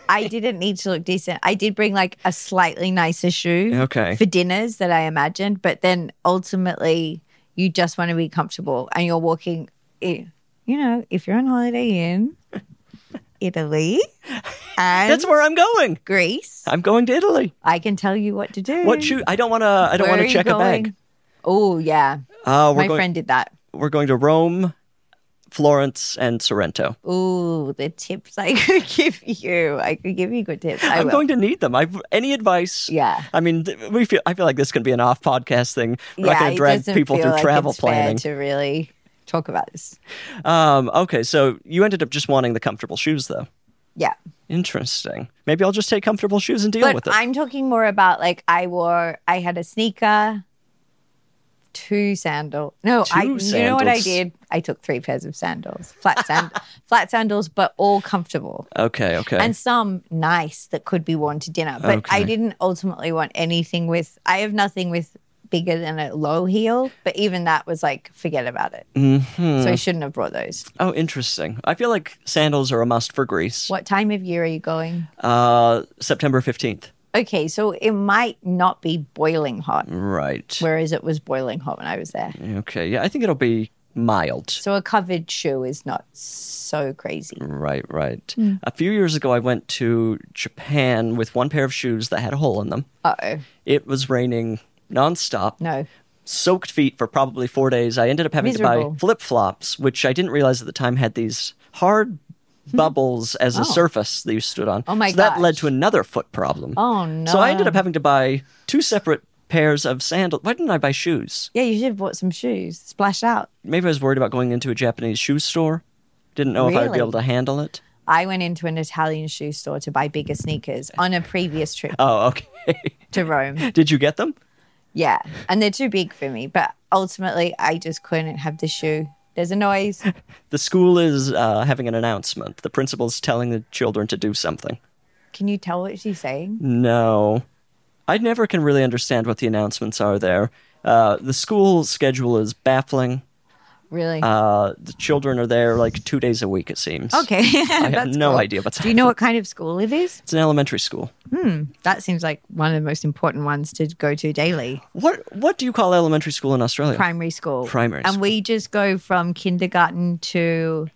[SPEAKER 3] I didn't need to look decent. I did bring like a slightly nicer shoe
[SPEAKER 2] Okay.
[SPEAKER 3] for dinners that I imagined, but then ultimately you just want to be comfortable and you're walking, i- you know, if you're on holiday in Italy and
[SPEAKER 2] That's where I'm going.
[SPEAKER 3] Greece,
[SPEAKER 2] I'm going to Italy.
[SPEAKER 3] I can tell you what to do.
[SPEAKER 2] What shoe? I don't want to. I don't
[SPEAKER 3] Where
[SPEAKER 2] want
[SPEAKER 3] are
[SPEAKER 2] to
[SPEAKER 3] you
[SPEAKER 2] check a bag.
[SPEAKER 3] going? Oh, yeah.
[SPEAKER 2] Uh, we're
[SPEAKER 3] My
[SPEAKER 2] going.
[SPEAKER 3] friend did that.
[SPEAKER 2] We're going to Rome, Florence, and Sorrento.
[SPEAKER 3] Oh, the tips I could give you. I could give you good tips. I
[SPEAKER 2] I'm
[SPEAKER 3] will.
[SPEAKER 2] going to need them. I any advice?
[SPEAKER 3] Yeah.
[SPEAKER 2] I mean, th- we feel. I feel like this could be an off podcast thing. We're not going
[SPEAKER 3] it
[SPEAKER 2] to drag
[SPEAKER 3] doesn't
[SPEAKER 2] people
[SPEAKER 3] feel
[SPEAKER 2] through
[SPEAKER 3] like
[SPEAKER 2] travel
[SPEAKER 3] it's fair
[SPEAKER 2] planning.
[SPEAKER 3] to really talk about this.
[SPEAKER 2] Um, okay, so you ended up just wanting the comfortable shoes, though.
[SPEAKER 3] Yeah.
[SPEAKER 2] Interesting. Maybe I'll just take comfortable shoes and deal
[SPEAKER 3] but
[SPEAKER 2] with it.
[SPEAKER 3] I'm talking more about like I wore I had a sneaker, two sandals. No, I
[SPEAKER 2] Two
[SPEAKER 3] you know what I
[SPEAKER 2] sandals.
[SPEAKER 3] did? I took three pairs of sandals. Flat sand flat sandals, but all comfortable.
[SPEAKER 2] okay, okay.
[SPEAKER 3] And some nice that could be worn to dinner. But I
[SPEAKER 2] Okay.
[SPEAKER 3] didn't ultimately want anything with I have nothing with bigger than a low heel, but even that was like, forget about it.
[SPEAKER 2] Mhm.
[SPEAKER 3] So I shouldn't have brought those.
[SPEAKER 2] Oh, interesting. I feel like sandals are a must for Greece.
[SPEAKER 3] What time of year are you going?
[SPEAKER 2] Uh, September 15th.
[SPEAKER 3] Okay, so it might not be boiling hot,
[SPEAKER 2] Mm. Right.
[SPEAKER 3] whereas it was boiling hot when I was there.
[SPEAKER 2] Okay. Yeah, I think it'll be mild.
[SPEAKER 3] So a covered shoe is not so crazy.
[SPEAKER 2] Right, right.
[SPEAKER 3] Mm.
[SPEAKER 2] A few years ago, I went to Japan with one pair of shoes that had a hole in them.
[SPEAKER 3] Uh oh,
[SPEAKER 2] It was raining nonstop,
[SPEAKER 3] no.
[SPEAKER 2] soaked feet for probably four days. I ended up having to
[SPEAKER 3] Miserable.
[SPEAKER 2] buy flip flops, which I didn't realize at the time had these hard bubbles as a
[SPEAKER 3] Oh.
[SPEAKER 2] surface that you stood on.
[SPEAKER 3] Oh my
[SPEAKER 2] So that led
[SPEAKER 3] gosh.
[SPEAKER 2] to another foot problem.
[SPEAKER 3] Oh no.
[SPEAKER 2] So I ended up having to buy two separate pairs of sandals. Why didn't I buy shoes?
[SPEAKER 3] Yeah, you should have bought some shoes. Splash out.
[SPEAKER 2] Maybe I was worried about going into a Japanese shoe store. Didn't know if I would be
[SPEAKER 3] Really?
[SPEAKER 2] able to handle it.
[SPEAKER 3] I went into an Italian shoe store to buy bigger sneakers on a previous trip
[SPEAKER 2] Oh, okay.
[SPEAKER 3] to Rome.
[SPEAKER 2] Did you get them?
[SPEAKER 3] Yeah. And they're too big for me. But ultimately, I just couldn't have the shoe. There's a noise.
[SPEAKER 2] The school is uh, having an announcement. The principal's telling the children to do something.
[SPEAKER 3] Can you tell what she's saying?
[SPEAKER 2] Mm. No. I never can really understand what the announcements are there. Uh, the school schedule is baffling.
[SPEAKER 3] Really?
[SPEAKER 2] Uh, the children are there like two days a week, it seems.
[SPEAKER 3] okay.
[SPEAKER 2] I have no idea what's
[SPEAKER 3] Do you know what kind of school it is?
[SPEAKER 2] It's an elementary school.
[SPEAKER 3] That seems like one of the most important ones to go to daily.
[SPEAKER 2] What What do you call elementary school in Australia?
[SPEAKER 3] Primary school.
[SPEAKER 2] Primary
[SPEAKER 3] And
[SPEAKER 2] school.
[SPEAKER 3] we just go from kindergarten to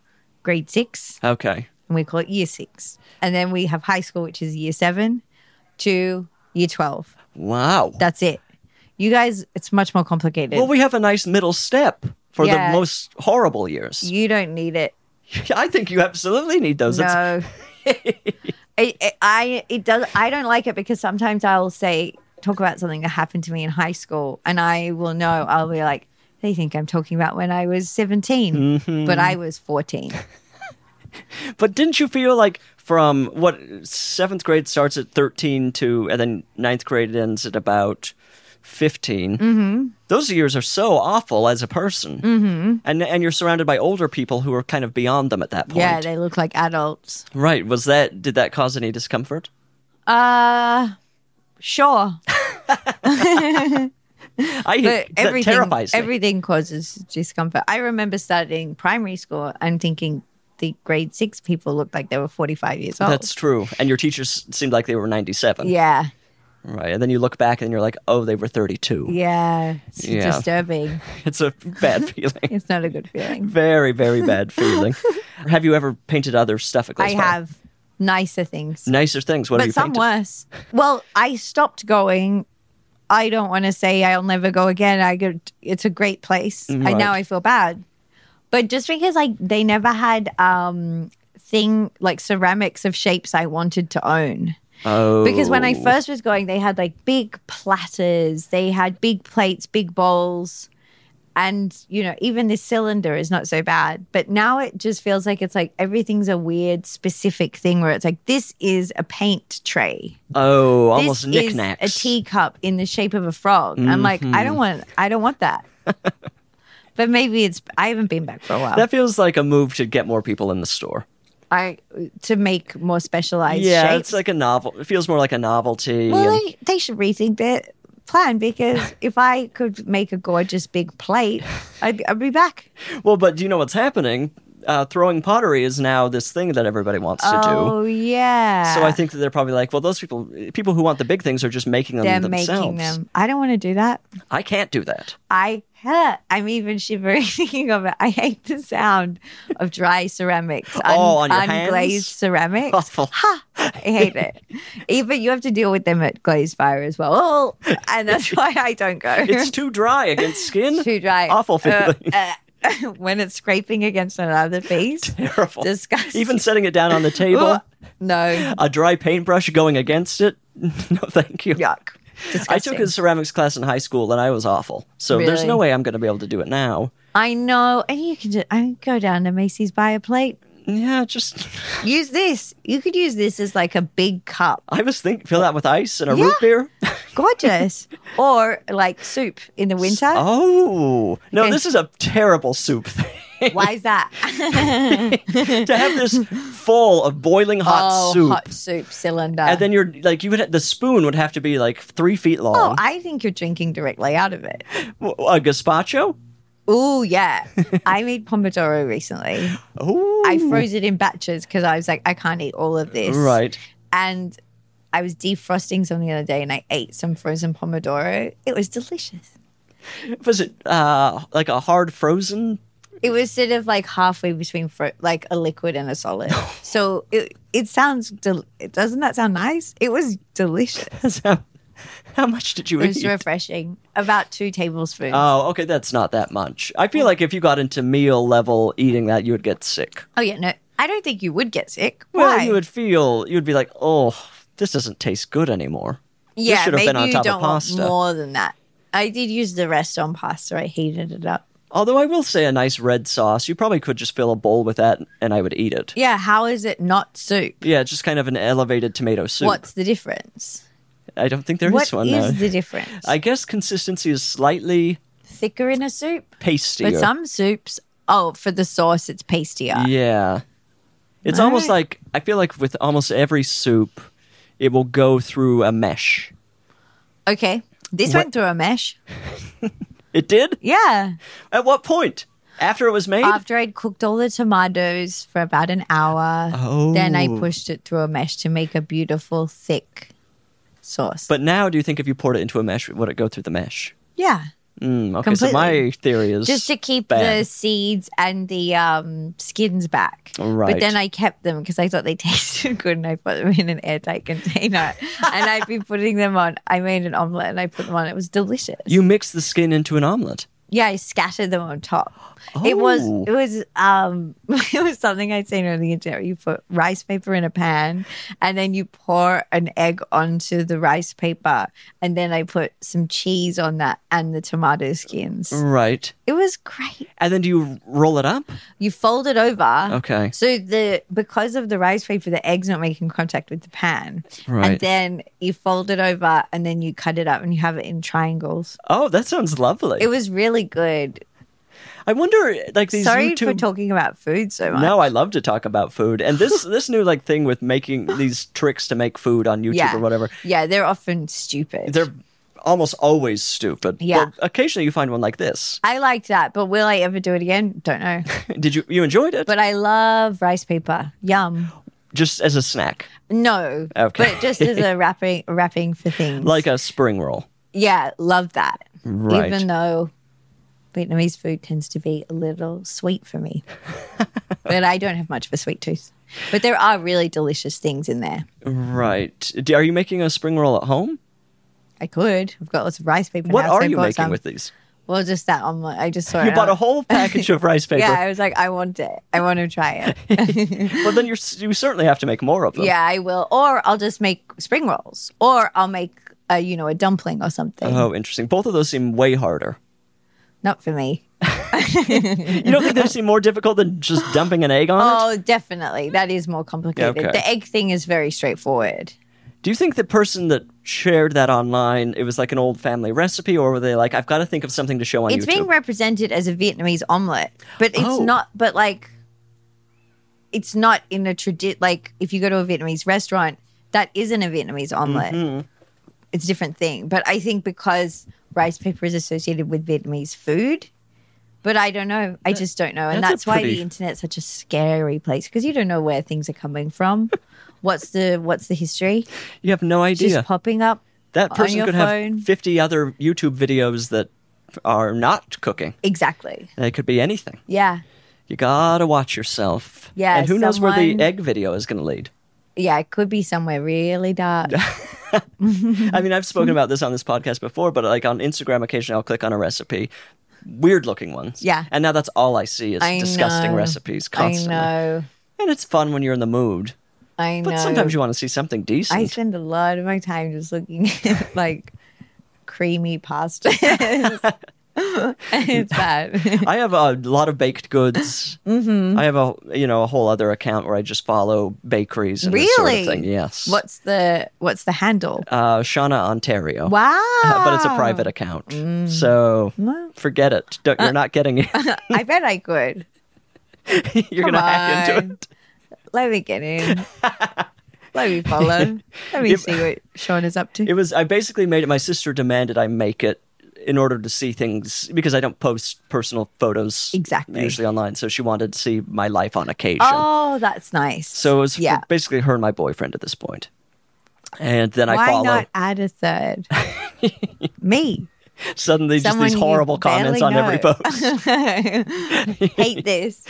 [SPEAKER 3] grade six.
[SPEAKER 2] okay.
[SPEAKER 3] and we call it year six. And then we have high school, which is year seven to year 12.
[SPEAKER 2] Wow.
[SPEAKER 3] That's it. You guys, it's much more complicated.
[SPEAKER 2] well, we have a nice middle step for
[SPEAKER 3] Yeah.
[SPEAKER 2] the most horrible years.
[SPEAKER 3] you don't need it.
[SPEAKER 2] I think you absolutely need those. It's-
[SPEAKER 3] No. it, it, I, it does, I don't like it because sometimes I'll say, talk about something that happened to me in high school, and I will know, I'll be like, they think I'm talking about when I was 17,
[SPEAKER 2] Mm-hmm.
[SPEAKER 3] but I was 14.
[SPEAKER 2] But didn't you feel like from what seventh grade starts at 13 to and then ninth grade ends at about 15? Mm-hmm. Those years are so awful as a person. Mm-hmm. And, and you're surrounded by older people who are kind of beyond them at that point.
[SPEAKER 3] Yeah, they look like adults.
[SPEAKER 2] right. Was that, did that cause any discomfort?
[SPEAKER 3] Uh, sure.
[SPEAKER 2] I,
[SPEAKER 3] but
[SPEAKER 2] that
[SPEAKER 3] everything
[SPEAKER 2] terrifies me.
[SPEAKER 3] everything causes discomfort. I remember starting primary school and thinking the grade six people looked like they were forty five years old.
[SPEAKER 2] That's true. And your teachers seemed like they were 97.
[SPEAKER 3] yeah,
[SPEAKER 2] Right. And then you look back and you're like, oh, they were 32.
[SPEAKER 3] yeah, it's
[SPEAKER 2] Yeah.
[SPEAKER 3] disturbing.
[SPEAKER 2] It's a bad feeling.
[SPEAKER 3] It's not a good feeling.
[SPEAKER 2] very, very bad feeling. have you ever painted other stuff at Glass
[SPEAKER 3] I
[SPEAKER 2] Fire?
[SPEAKER 3] have nicer things,
[SPEAKER 2] nicer things. What have
[SPEAKER 3] but
[SPEAKER 2] you
[SPEAKER 3] some
[SPEAKER 2] painted?
[SPEAKER 3] worse. Well, I stopped going. I don't want to say I'll never go again. I could, it's a great place,
[SPEAKER 2] Mm-hmm. Right.
[SPEAKER 3] and now I feel bad. But just because like they never had um thing like ceramics of shapes I wanted to own.
[SPEAKER 2] Oh,
[SPEAKER 3] Because when I first was going, they had like big platters, they had big plates, big bowls. And, you know, even this cylinder is not so bad. But now it just feels like it's like everything's a weird, specific thing where it's like, this is a paint tray.
[SPEAKER 2] oh, almost
[SPEAKER 3] this
[SPEAKER 2] knickknacks. Mm-hmm.
[SPEAKER 3] Is a teacup in the shape of a frog. I'm like, I don't want, I don't want that. but maybe it's, I haven't been back for a while.
[SPEAKER 2] That feels like a move to get more people in the store.
[SPEAKER 3] I, to make more specialized
[SPEAKER 2] yeah,
[SPEAKER 3] shapes.
[SPEAKER 2] it's like a novel. It feels more like a novelty.
[SPEAKER 3] Well,
[SPEAKER 2] and-
[SPEAKER 3] they, they should rethink their plan because if I could make a gorgeous big plate, I'd, I'd be back.
[SPEAKER 2] well, but do you know what's happening? Uh, throwing pottery is now this thing that everybody wants to do.
[SPEAKER 3] Oh, yeah.
[SPEAKER 2] So I think that they're probably like, well, those people, people who want the big things, are just making them
[SPEAKER 3] they're
[SPEAKER 2] themselves.
[SPEAKER 3] making them. I don't want to do that.
[SPEAKER 2] I can't do that.
[SPEAKER 3] I huh, I'm even shivering thinking of it. I hate the sound of dry ceramics, un-
[SPEAKER 2] Oh, on your hands?
[SPEAKER 3] unglazed ceramics.
[SPEAKER 2] Awful.
[SPEAKER 3] Ha! I hate it. even you have to deal with them at Glaze Fire as well, oh, and that's why I don't go.
[SPEAKER 2] It's too dry against skin.
[SPEAKER 3] too dry.
[SPEAKER 2] Awful
[SPEAKER 3] Uh,
[SPEAKER 2] feeling.
[SPEAKER 3] uh, when it's scraping against another piece.
[SPEAKER 2] Terrible.
[SPEAKER 3] disgusting.
[SPEAKER 2] Even setting it down on the table,
[SPEAKER 3] Ugh, no,
[SPEAKER 2] a dry paintbrush going against it. no, thank you.
[SPEAKER 3] yuck.
[SPEAKER 2] I took
[SPEAKER 3] Disgusting.
[SPEAKER 2] a ceramics class in high school and I was awful. So there's
[SPEAKER 3] Really?
[SPEAKER 2] no way I'm going to be able to do it now.
[SPEAKER 3] I know, and you can just I can go down to Macy's buy a plate.
[SPEAKER 2] Yeah, just
[SPEAKER 3] Use this. You could use this as like a big cup,
[SPEAKER 2] I was thinking fill that with ice and a
[SPEAKER 3] Yeah.
[SPEAKER 2] root beer.
[SPEAKER 3] gorgeous, or like soup in the winter.
[SPEAKER 2] Oh no,
[SPEAKER 3] And-
[SPEAKER 2] this is a terrible soup thing.
[SPEAKER 3] Why is that?
[SPEAKER 2] to have this full of boiling hot
[SPEAKER 3] oh,
[SPEAKER 2] soup.
[SPEAKER 3] hot soup cylinder.
[SPEAKER 2] and then you're like, you would the spoon would have to be like three feet
[SPEAKER 3] oh,
[SPEAKER 2] long.
[SPEAKER 3] I think you're drinking directly out of it.
[SPEAKER 2] W- a gazpacho.
[SPEAKER 3] Oh yeah, I made pomodoro recently.
[SPEAKER 2] Oh,
[SPEAKER 3] I froze it in batches because I was like, I can't eat all of this.
[SPEAKER 2] right.
[SPEAKER 3] And I was defrosting something the other day, and I ate some frozen pomodoro. It was delicious.
[SPEAKER 2] Was it uh, like a hard frozen?
[SPEAKER 3] It was sort of like halfway between fro- like a liquid and a solid. so it it sounds del- doesn't that sound nice? It was delicious.
[SPEAKER 2] how, how much did you
[SPEAKER 3] It was
[SPEAKER 2] eat?
[SPEAKER 3] refreshing. About two tablespoons.
[SPEAKER 2] Oh, okay, that's not that much. I feel like if you got into meal level eating that, you would get sick.
[SPEAKER 3] oh yeah, no, I don't think you would get sick.
[SPEAKER 2] Well,
[SPEAKER 3] Why?
[SPEAKER 2] you would feel you'd be like, oh, this doesn't taste good anymore.
[SPEAKER 3] yeah,
[SPEAKER 2] should have
[SPEAKER 3] maybe
[SPEAKER 2] been on
[SPEAKER 3] you
[SPEAKER 2] top of
[SPEAKER 3] don't want
[SPEAKER 2] pasta.
[SPEAKER 3] more than that. I did use the rest on pasta. I heated it up.
[SPEAKER 2] Although I will say, a nice red sauce, you probably could just fill a bowl with that, and I would eat it.
[SPEAKER 3] Yeah, how is it not soup?
[SPEAKER 2] Yeah, it's just kind of an elevated tomato soup.
[SPEAKER 3] What's the difference?
[SPEAKER 2] I don't think there is
[SPEAKER 3] What is
[SPEAKER 2] one. though.
[SPEAKER 3] the difference?
[SPEAKER 2] I guess consistency is slightly
[SPEAKER 3] Thicker in a soup,
[SPEAKER 2] pastier.
[SPEAKER 3] but some soups. Oh, for the sauce, it's pastier.
[SPEAKER 2] yeah, it's almost like I feel like with almost every soup, it will go through a mesh.
[SPEAKER 3] Okay, this
[SPEAKER 2] What-
[SPEAKER 3] went through a mesh.
[SPEAKER 2] It did.
[SPEAKER 3] Yeah,
[SPEAKER 2] At what point? After it was made?
[SPEAKER 3] after I'd cooked all the tomatoes for about an hour, then I
[SPEAKER 2] Oh.
[SPEAKER 3] pushed it through a mesh to make a beautiful thick sauce.
[SPEAKER 2] but now, do you think if you poured it into a mesh, would it go through the mesh?
[SPEAKER 3] yeah,
[SPEAKER 2] Mm, okay, so my
[SPEAKER 3] Completely.
[SPEAKER 2] theory is
[SPEAKER 3] just to keep the
[SPEAKER 2] bad.
[SPEAKER 3] seeds and the um, skins back.
[SPEAKER 2] Right.
[SPEAKER 3] But then I kept them because I thought they tasted good, and I put them in an airtight container. and I've been putting them on. I made an omelet and I put them on. It was delicious.
[SPEAKER 2] you mix the skin into an omelet.
[SPEAKER 3] yeah, I scattered them on top. It was
[SPEAKER 2] Oh.
[SPEAKER 3] it was um it was something I'd seen on the internet. You put rice paper in a pan, and then you pour an egg onto the rice paper, and then I put some cheese on that and the tomato skins.
[SPEAKER 2] Mm. Right.
[SPEAKER 3] It was great.
[SPEAKER 2] And then do you roll it up?
[SPEAKER 3] You fold it over.
[SPEAKER 2] Okay.
[SPEAKER 3] So the because of the rice paper, the egg's not making contact with the pan.
[SPEAKER 2] Right.
[SPEAKER 3] And then you fold it over and then you cut it up and you have it in triangles.
[SPEAKER 2] Oh, that sounds lovely.
[SPEAKER 3] It was really good.
[SPEAKER 2] I wonder, like these
[SPEAKER 3] Sorry
[SPEAKER 2] YouTube.
[SPEAKER 3] for talking about food so much.
[SPEAKER 2] no, I love to talk about food, and this this new like thing with making these tricks to make food on YouTube
[SPEAKER 3] yeah.
[SPEAKER 2] or whatever.
[SPEAKER 3] Yeah, they're often stupid.
[SPEAKER 2] They're almost always stupid.
[SPEAKER 3] Yeah.
[SPEAKER 2] But occasionally you find one like this.
[SPEAKER 3] I liked that, but will I ever do it again? Don't know.
[SPEAKER 2] Did you you enjoyed it?
[SPEAKER 3] But I love rice paper. Yum.
[SPEAKER 2] Just as a snack,
[SPEAKER 3] No.
[SPEAKER 2] Okay.
[SPEAKER 3] But just as a wrapping wrapping for things.
[SPEAKER 2] like a spring roll.
[SPEAKER 3] Yeah, love that.
[SPEAKER 2] Right.
[SPEAKER 3] Even though Vietnamese food tends to be a little sweet for me, but I don't have much of a sweet tooth. But there are really delicious things in there.
[SPEAKER 2] Right. D- Are you making a spring roll at home?
[SPEAKER 3] I could. I've got lots of rice paper.
[SPEAKER 2] What
[SPEAKER 3] now, so
[SPEAKER 2] are
[SPEAKER 3] I
[SPEAKER 2] you
[SPEAKER 3] bought
[SPEAKER 2] making
[SPEAKER 3] some.
[SPEAKER 2] with these?
[SPEAKER 3] Well, just that omelet. I just saw
[SPEAKER 2] You
[SPEAKER 3] it
[SPEAKER 2] bought
[SPEAKER 3] out.
[SPEAKER 2] a whole package of rice paper.
[SPEAKER 3] Yeah, I was like, I want it. I want to try it.
[SPEAKER 2] Well, then you're, s- you certainly have to make more of them.
[SPEAKER 3] yeah, I will. Or I'll just make spring rolls, or I'll make a you know a dumpling or something.
[SPEAKER 2] Oh, interesting. Both of those seem way harder.
[SPEAKER 3] Not for me.
[SPEAKER 2] You don't think they seem more difficult than just dumping an egg on it?
[SPEAKER 3] Oh, definitely. That is more complicated.
[SPEAKER 2] Okay.
[SPEAKER 3] The egg thing is very straightforward.
[SPEAKER 2] Do you think the person that shared that online, it was like an old family recipe, or were they like, I've got to think of something to show on
[SPEAKER 3] It's
[SPEAKER 2] YouTube?
[SPEAKER 3] being represented as a Vietnamese omelet, but it's
[SPEAKER 2] Oh.
[SPEAKER 3] not. But like, it's not in a tradition. Like, if you go to a Vietnamese restaurant, that isn't a Vietnamese omelet.
[SPEAKER 2] Mm-hmm.
[SPEAKER 3] It's a different thing. But I think because rice paper is associated with Vietnamese food. But I don't know. I just don't know. And
[SPEAKER 2] that's
[SPEAKER 3] that's,
[SPEAKER 2] a
[SPEAKER 3] why
[SPEAKER 2] pretty-
[SPEAKER 3] the internet's such a scary place because you don't know where things are coming from. what's the what's the history?
[SPEAKER 2] you have no
[SPEAKER 3] Just
[SPEAKER 2] idea.
[SPEAKER 3] popping up.
[SPEAKER 2] that
[SPEAKER 3] on
[SPEAKER 2] person
[SPEAKER 3] your
[SPEAKER 2] could
[SPEAKER 3] phone.
[SPEAKER 2] have 50 other YouTube videos that are not cooking.
[SPEAKER 3] Exactly.
[SPEAKER 2] It could be anything.
[SPEAKER 3] Yeah.
[SPEAKER 2] You gotta watch yourself.
[SPEAKER 3] Yeah,
[SPEAKER 2] And who knows where the
[SPEAKER 3] someone-
[SPEAKER 2] egg video is gonna lead?
[SPEAKER 3] Yeah, it could be somewhere really dark.
[SPEAKER 2] I mean, I've spoken about this on this podcast before, but like on Instagram, occasionally I'll click on a recipe, weird looking ones.
[SPEAKER 3] Yeah.
[SPEAKER 2] And now that's all I see is
[SPEAKER 3] I
[SPEAKER 2] disgusting
[SPEAKER 3] know.
[SPEAKER 2] recipes constantly.
[SPEAKER 3] I know.
[SPEAKER 2] And it's fun when you're in the mood,
[SPEAKER 3] I know.
[SPEAKER 2] but sometimes you want to see something decent.
[SPEAKER 3] I spend a lot of my time just looking at like creamy pastas. it's bad.
[SPEAKER 2] I have a lot of baked goods. mm-hmm. I have a you know a whole other account where I just follow bakeries and this sort of
[SPEAKER 3] Really?
[SPEAKER 2] thing. Yes.
[SPEAKER 3] What's the what's the handle?
[SPEAKER 2] Uh, Shauna Ontario.
[SPEAKER 3] Wow. Mm.
[SPEAKER 2] Uh, but it's a private account, so
[SPEAKER 3] Well. Uh,
[SPEAKER 2] forget it. Don't, you're not getting it.
[SPEAKER 3] I bet I could.
[SPEAKER 2] You're
[SPEAKER 3] Come
[SPEAKER 2] gonna hack into
[SPEAKER 3] on.
[SPEAKER 2] it.
[SPEAKER 3] Let me get in. Let me follow. Let me
[SPEAKER 2] Yep.
[SPEAKER 3] see what Sean is up to.
[SPEAKER 2] It was I basically made it. My sister demanded I make it in order to see things because I don't post personal photos
[SPEAKER 3] Exactly.
[SPEAKER 2] usually online. So she wanted to see my life on occasion.
[SPEAKER 3] oh, that's nice.
[SPEAKER 2] So it was for
[SPEAKER 3] yeah.
[SPEAKER 2] basically her and my boyfriend at this point. And then I
[SPEAKER 3] Why
[SPEAKER 2] follow.
[SPEAKER 3] not add a third? me.
[SPEAKER 2] Suddenly, just
[SPEAKER 3] Someone
[SPEAKER 2] these
[SPEAKER 3] you
[SPEAKER 2] horrible comments
[SPEAKER 3] barely
[SPEAKER 2] on every
[SPEAKER 3] know.
[SPEAKER 2] post.
[SPEAKER 3] Hate this.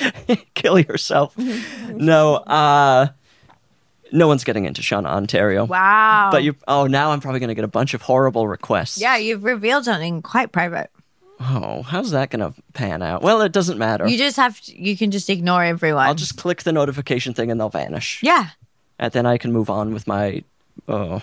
[SPEAKER 2] Kill yourself. no, uh, no one's getting into Shauna Ontario.
[SPEAKER 3] Wow.
[SPEAKER 2] But you, oh, now I'm probably going to get a bunch of horrible requests.
[SPEAKER 3] Yeah, you've revealed something quite private.
[SPEAKER 2] Oh, how's that going to pan out? Well, it doesn't matter.
[SPEAKER 3] You just have to, you can just ignore everyone.
[SPEAKER 2] I'll just click the notification thing and they'll vanish.
[SPEAKER 3] Yeah.
[SPEAKER 2] And then I can move on with my. Oh.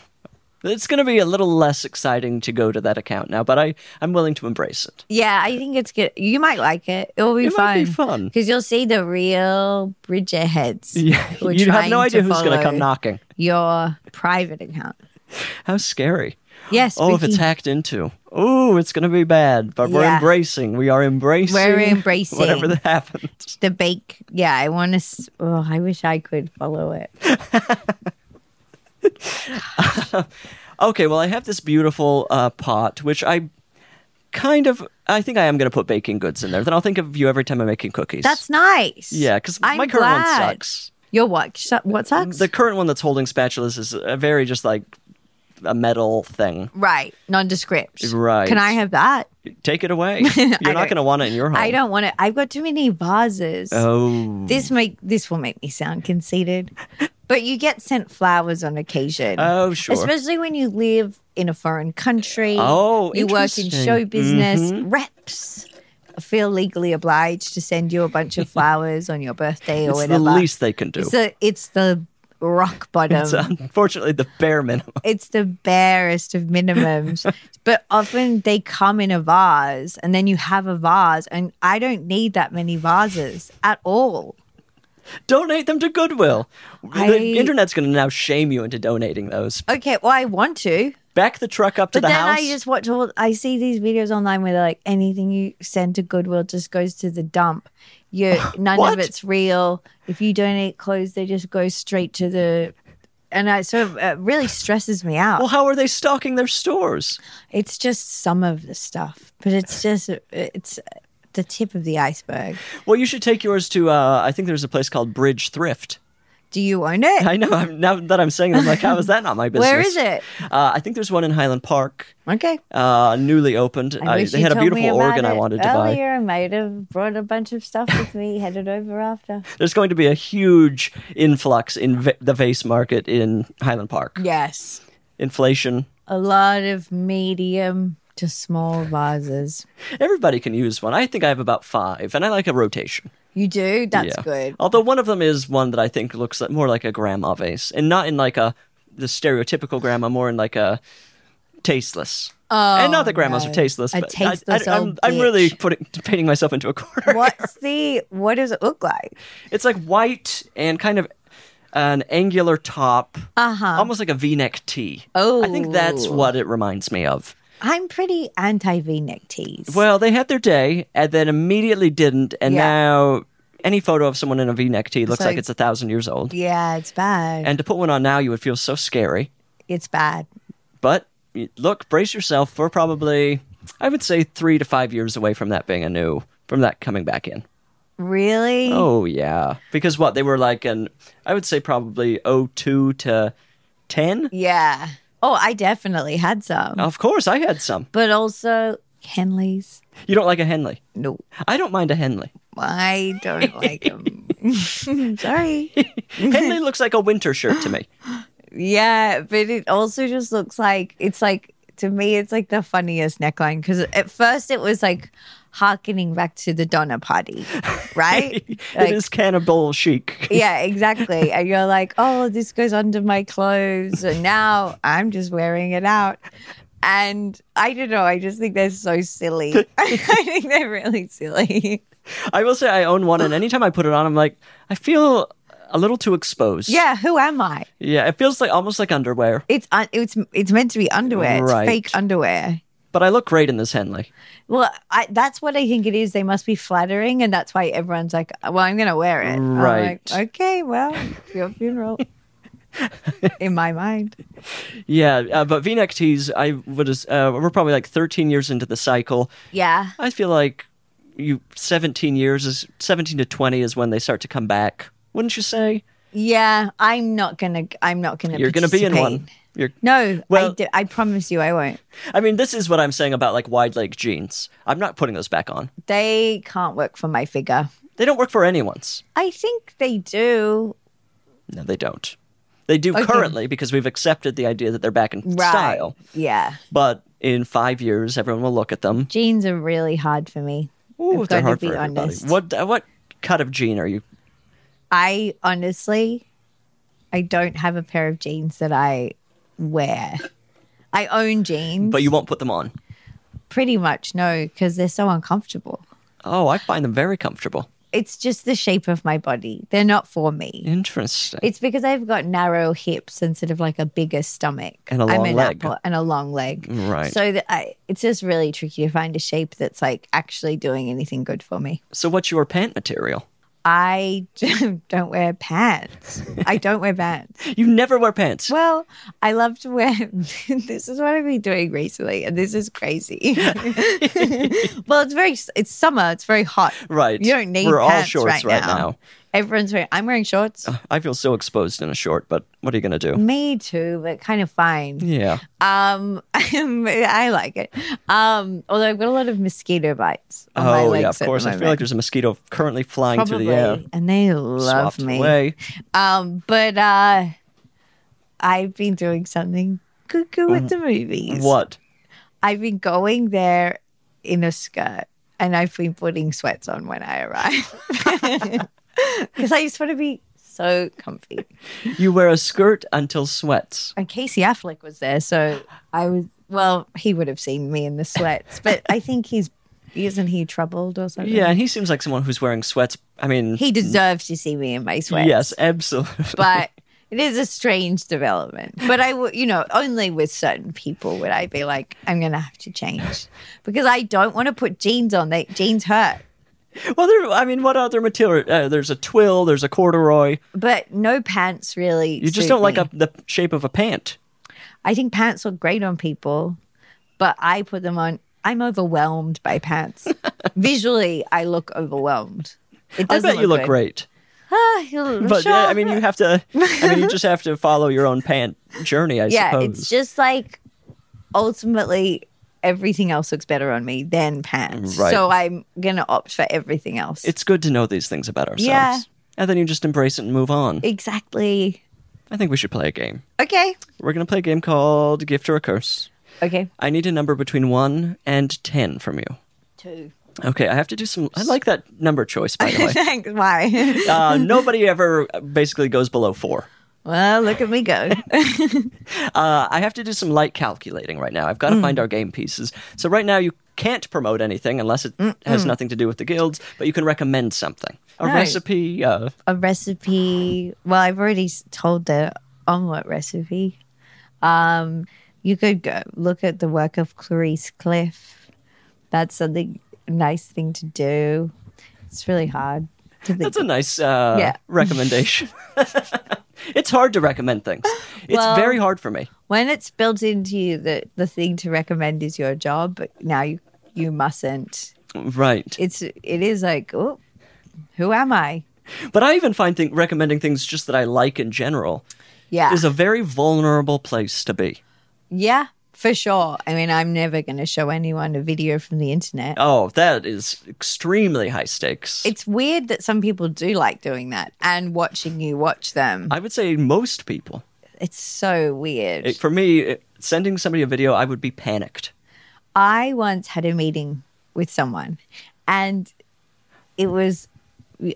[SPEAKER 2] It's going to be a little less exciting to go to that account now, but I, I'm willing to embrace it.
[SPEAKER 3] Yeah, I think it's good. You might like it. It will be
[SPEAKER 2] It might
[SPEAKER 3] fun.
[SPEAKER 2] be fun.
[SPEAKER 3] Because you'll see the real Bridgerheads.
[SPEAKER 2] Yeah,
[SPEAKER 3] who are
[SPEAKER 2] you have
[SPEAKER 3] trying
[SPEAKER 2] no idea
[SPEAKER 3] to
[SPEAKER 2] who's going to come
[SPEAKER 3] follow
[SPEAKER 2] knocking.
[SPEAKER 3] Your private account.
[SPEAKER 2] How scary.
[SPEAKER 3] Yes.
[SPEAKER 2] Oh, if it's
[SPEAKER 3] Vicky,
[SPEAKER 2] hacked into. Ooh, it's going to be bad, but we're
[SPEAKER 3] Yeah.
[SPEAKER 2] embracing. We are embracing.
[SPEAKER 3] We're embracing.
[SPEAKER 2] Whatever that happens.
[SPEAKER 3] the bake. Yeah, I want to. Oh, I wish I could follow it.
[SPEAKER 2] Okay, well, I have this beautiful uh, pot, which I kind of, I think I am going to put baking goods in there. Then I'll think of you every time I'm making cookies.
[SPEAKER 3] That's nice.
[SPEAKER 2] Yeah, because my
[SPEAKER 3] I'm
[SPEAKER 2] current
[SPEAKER 3] glad.
[SPEAKER 2] one sucks.
[SPEAKER 3] Your what? Su- What sucks?
[SPEAKER 2] The current one that's holding spatulas is a very just like a metal thing.
[SPEAKER 3] right. Nondescript.
[SPEAKER 2] Right.
[SPEAKER 3] Can I have that?
[SPEAKER 2] Take it away. You're not
[SPEAKER 3] don't-
[SPEAKER 2] going to want it in your home.
[SPEAKER 3] I don't want it. I've got too many vases.
[SPEAKER 2] Oh.
[SPEAKER 3] This make this will make me sound conceited, but you get sent flowers on occasion.
[SPEAKER 2] Oh, sure.
[SPEAKER 3] Especially when you live in a foreign country.
[SPEAKER 2] Oh,
[SPEAKER 3] you work in
[SPEAKER 2] interesting. Mm-hmm.
[SPEAKER 3] show business. Reps feel legally obliged to send you a bunch of flowers on your birthday or
[SPEAKER 2] it's
[SPEAKER 3] whatever.
[SPEAKER 2] the least they can do.
[SPEAKER 3] It's the it's the rock bottom.
[SPEAKER 2] It's uh, unfortunately the bare minimum.
[SPEAKER 3] it's the barest of minimums. but often they come in a vase and then you have a vase and I don't need that many vases at all.
[SPEAKER 2] Donate them to Goodwill.
[SPEAKER 3] I-
[SPEAKER 2] The internet's going to now shame you into donating those.
[SPEAKER 3] Okay, well I want to.
[SPEAKER 2] Back the truck up to
[SPEAKER 3] But
[SPEAKER 2] the
[SPEAKER 3] then
[SPEAKER 2] house.
[SPEAKER 3] I just watch all I see these videos online where they're like anything you send to Goodwill just goes to the dump. You none
[SPEAKER 2] What?
[SPEAKER 3] of it's real. If you donate clothes, they just go straight to the and I so it really stresses me out.
[SPEAKER 2] well, how are they stocking their stores?
[SPEAKER 3] It's just some of the stuff, but it's just it's the tip of the iceberg.
[SPEAKER 2] Well, you should take yours to. Uh, I think there's a place called Bridge Thrift.
[SPEAKER 3] Do you own it?
[SPEAKER 2] I know. I'm, now that I'm saying it, I'm like, how is that not my business?
[SPEAKER 3] Where is it?
[SPEAKER 2] Uh, I think there's one in Highland Park,
[SPEAKER 3] Okay.
[SPEAKER 2] uh, newly opened.
[SPEAKER 3] I
[SPEAKER 2] I-
[SPEAKER 3] wish
[SPEAKER 2] they
[SPEAKER 3] you
[SPEAKER 2] had a
[SPEAKER 3] told me
[SPEAKER 2] beautiful
[SPEAKER 3] about
[SPEAKER 2] organ I
[SPEAKER 3] it
[SPEAKER 2] wanted to buy.
[SPEAKER 3] earlier. I might have brought a bunch of stuff with me, headed over after.
[SPEAKER 2] There's going to be a huge influx in va- the vase market in Highland Park.
[SPEAKER 3] Yes.
[SPEAKER 2] Inflation.
[SPEAKER 3] A lot of medium to small vases.
[SPEAKER 2] Everybody can use one. I think I have about five, and I like a rotation.
[SPEAKER 3] You do? That's
[SPEAKER 2] Yeah.
[SPEAKER 3] good.
[SPEAKER 2] Although one of them is one that I think looks like, more like a grandma vase, and not in like a the stereotypical grandma, more in like a tasteless.
[SPEAKER 3] Oh,
[SPEAKER 2] and not that grandmas
[SPEAKER 3] no.
[SPEAKER 2] are tasteless,
[SPEAKER 3] A
[SPEAKER 2] but
[SPEAKER 3] tasteless
[SPEAKER 2] I, I, I'm,
[SPEAKER 3] old
[SPEAKER 2] I'm really
[SPEAKER 3] bitch.
[SPEAKER 2] putting painting myself into a corner.
[SPEAKER 3] What's the what does it look like?
[SPEAKER 2] It's like white and kind of an angular top,
[SPEAKER 3] Uh-huh.
[SPEAKER 2] almost like a V-neck tee. I think that's
[SPEAKER 3] Oh.
[SPEAKER 2] what it reminds me of.
[SPEAKER 3] I'm pretty anti V neck tees.
[SPEAKER 2] Well, they had their day and then immediately didn't, and
[SPEAKER 3] Yeah.
[SPEAKER 2] now any photo of someone in a V-neck tee looks
[SPEAKER 3] So-
[SPEAKER 2] like it's a thousand years old.
[SPEAKER 3] yeah, it's bad.
[SPEAKER 2] And to put one on now, you would feel so scary.
[SPEAKER 3] it's bad.
[SPEAKER 2] But y- look, brace yourself. We're probably, I would say, three to five years away from that being a new, from that coming back in.
[SPEAKER 3] Really?
[SPEAKER 2] Oh yeah, because what they were like an I would say probably 02 to 10.
[SPEAKER 3] Yeah. Oh, I definitely had some.
[SPEAKER 2] Of course, I had some.
[SPEAKER 3] But also Henley's.
[SPEAKER 2] You don't like a Henley?
[SPEAKER 3] No,
[SPEAKER 2] I don't mind a Henley.
[SPEAKER 3] I don't like them. Sorry.
[SPEAKER 2] Henley looks like a winter shirt to me.
[SPEAKER 3] Yeah, but it also just looks like it's like to me it's like the funniest neckline because at first it was like harkening back to the Donna party, right? Like,
[SPEAKER 2] it is cannibal chic.
[SPEAKER 3] Yeah, exactly. And you're like, oh, this goes under my clothes. And now I'm just wearing it out. And I don't know. I just think they're so silly. I think they're really silly.
[SPEAKER 2] I will say I own one, and anytime I put it on, I'm like, I feel a little too exposed.
[SPEAKER 3] Yeah, who am I?
[SPEAKER 2] yeah. It feels like almost like underwear.
[SPEAKER 3] It's un- it's it's meant to be underwear.
[SPEAKER 2] Right.
[SPEAKER 3] It's fake underwear.
[SPEAKER 2] but I look great in this Henley.
[SPEAKER 3] Well, I, that's what I think it is. They must be flattering, and that's why everyone's like, "Well, I'm going to wear it." I'm like,
[SPEAKER 2] Right.
[SPEAKER 3] okay. Well, it's your funeral. in my mind,
[SPEAKER 2] Yeah, uh, but V-neck tees, I would. as- Uh, we're probably like 13 years into the cycle.
[SPEAKER 3] yeah.
[SPEAKER 2] I feel like you 17 years is 17 to 20 is when they start to come back. Wouldn't you say?
[SPEAKER 3] Yeah, I'm not gonna. I'm not gonna.
[SPEAKER 2] You're going to be in one.
[SPEAKER 3] participate.
[SPEAKER 2] You're
[SPEAKER 3] No, I,
[SPEAKER 2] Well-
[SPEAKER 3] do, I promise you, I won't.
[SPEAKER 2] I mean, this is what I'm saying about like wide leg jeans. I'm not putting those back on.
[SPEAKER 3] They can't work for my figure.
[SPEAKER 2] They don't work for anyone's.
[SPEAKER 3] I think they do.
[SPEAKER 2] No, they don't. They do
[SPEAKER 3] Okay.
[SPEAKER 2] currently because we've accepted the idea that they're back in
[SPEAKER 3] Right.
[SPEAKER 2] style.
[SPEAKER 3] Yeah.
[SPEAKER 2] But in five years, everyone will look at them.
[SPEAKER 3] Jeans are really hard for me.
[SPEAKER 2] Ooh,
[SPEAKER 3] I've
[SPEAKER 2] they're
[SPEAKER 3] got
[SPEAKER 2] hard
[SPEAKER 3] to be
[SPEAKER 2] for everybody.
[SPEAKER 3] honest.
[SPEAKER 2] What uh, what cut of jean are you?
[SPEAKER 3] I honestly, I don't have a pair of jeans that I wear. I own jeans,
[SPEAKER 2] But you won't put them on.
[SPEAKER 3] pretty much no, because they're so uncomfortable.
[SPEAKER 2] Oh, I find them very comfortable.
[SPEAKER 3] It's just the shape of my body. They're not for me.
[SPEAKER 2] Interesting.
[SPEAKER 3] It's because I've got narrow hips and sort of like a bigger stomach.
[SPEAKER 2] And a
[SPEAKER 3] I'm
[SPEAKER 2] long
[SPEAKER 3] an
[SPEAKER 2] leg.
[SPEAKER 3] apple and a long leg.
[SPEAKER 2] Right.
[SPEAKER 3] So that I, it's just really tricky to find a shape that's like actually doing anything good for me.
[SPEAKER 2] so what's your pant material?
[SPEAKER 3] I don't wear pants. I don't wear pants.
[SPEAKER 2] You never wear pants.
[SPEAKER 3] Well, I love to wear. this is what I've been doing recently, and this is crazy. well, it's very. It's summer. It's very hot.
[SPEAKER 2] Right.
[SPEAKER 3] You don't need.
[SPEAKER 2] We're all
[SPEAKER 3] pants
[SPEAKER 2] shorts right
[SPEAKER 3] now.
[SPEAKER 2] now.
[SPEAKER 3] Everyone's wearing. I'm wearing shorts.
[SPEAKER 2] I feel so exposed in a short, but what are you going to do?
[SPEAKER 3] Me too, but kind of fine.
[SPEAKER 2] Mm, Yeah.
[SPEAKER 3] Um, I like it. Um, although I've got a lot of mosquito bites. On my
[SPEAKER 2] Oh,
[SPEAKER 3] legs
[SPEAKER 2] yeah,
[SPEAKER 3] at
[SPEAKER 2] of
[SPEAKER 3] the
[SPEAKER 2] course. I feel like
[SPEAKER 3] moment.
[SPEAKER 2] there's a mosquito currently flying
[SPEAKER 3] probably,
[SPEAKER 2] through the air.
[SPEAKER 3] and they love
[SPEAKER 2] Swapped
[SPEAKER 3] me.
[SPEAKER 2] away.
[SPEAKER 3] Um, but uh, I've been doing something cuckoo
[SPEAKER 2] Uh,
[SPEAKER 3] at the movies.
[SPEAKER 2] What?
[SPEAKER 3] I've been going there in a skirt and I've been putting sweats on when I arrive. Because I just want to be so comfy.
[SPEAKER 2] You wear a skirt until sweats.
[SPEAKER 3] And Casey Affleck was there. So I was, well, he would have seen me in the sweats, but I think he's, isn't he troubled or something?
[SPEAKER 2] Yeah, and he seems like someone who's wearing sweats. I mean,
[SPEAKER 3] He deserves to see me in my sweats.
[SPEAKER 2] yes, absolutely.
[SPEAKER 3] But it is a strange development. But I would, you know, only with certain people would I be like, I'm going to have to change because I don't want to put jeans on. They, jeans hurt.
[SPEAKER 2] well, there, I mean, what other material? Uh, there's a twill, there's a corduroy.
[SPEAKER 3] but no pants really.
[SPEAKER 2] You just don't like a, the shape of a pant.
[SPEAKER 3] I think pants look great on people, but I put them on. I'm overwhelmed by pants. Visually, I look overwhelmed. It
[SPEAKER 2] I
[SPEAKER 3] doesn't
[SPEAKER 2] bet you look
[SPEAKER 3] good.
[SPEAKER 2] great.
[SPEAKER 3] Ah, you look-
[SPEAKER 2] But
[SPEAKER 3] sure.
[SPEAKER 2] yeah, I mean, you have to. I mean, you just have to follow your own pant journey, I
[SPEAKER 3] yeah,
[SPEAKER 2] suppose.
[SPEAKER 3] it's just like ultimately everything else looks better on me than pants.
[SPEAKER 2] Right.
[SPEAKER 3] So I'm gonna opt for everything else.
[SPEAKER 2] It's good to know these things about ourselves.
[SPEAKER 3] Yeah.
[SPEAKER 2] And then you just embrace it and move on.
[SPEAKER 3] exactly
[SPEAKER 2] I think we should play a game.
[SPEAKER 3] okay.
[SPEAKER 2] We're going to play a game called Gift or a Curse.
[SPEAKER 3] Okay,
[SPEAKER 2] I need a number between 1 and 10 from you.
[SPEAKER 3] two.
[SPEAKER 2] Okay, I have to do some. I like that number choice, by the way.
[SPEAKER 3] Thanks. Why?
[SPEAKER 2] Uh, nobody ever basically goes below four.
[SPEAKER 3] well, look at me go.
[SPEAKER 2] Uh, I have to do some light calculating right now. I've got to find our game pieces. So right now you can't promote anything unless it has nothing to do with the guilds, but you can recommend something. A
[SPEAKER 3] Right.
[SPEAKER 2] recipe. Uh,
[SPEAKER 3] a recipe. Well, I've already s- told the omelet recipe. Um, you could go look at the work of Clarice Cliff. That's something nice thing to do. It's really hard to think.
[SPEAKER 2] that's a nice uh,
[SPEAKER 3] Yeah.
[SPEAKER 2] recommendation. it's hard to recommend things. It's
[SPEAKER 3] Well-
[SPEAKER 2] very hard for me.
[SPEAKER 3] when it's built into you that the thing to recommend is your job, but now you you mustn't.
[SPEAKER 2] Right.
[SPEAKER 3] It's it is like oh, who am I?
[SPEAKER 2] But I even find think recommending things just that I like in general
[SPEAKER 3] Yeah,
[SPEAKER 2] is a very vulnerable place to be.
[SPEAKER 3] yeah, for sure. I mean, I'm never going to show anyone a video from the internet.
[SPEAKER 2] Oh, that is extremely high stakes.
[SPEAKER 3] It's weird that some people do like doing that and watching you watch them.
[SPEAKER 2] I would say most people.
[SPEAKER 3] It's so weird.
[SPEAKER 2] It- for me, it- sending somebody a video, I would be panicked.
[SPEAKER 3] I once had a meeting with someone and it was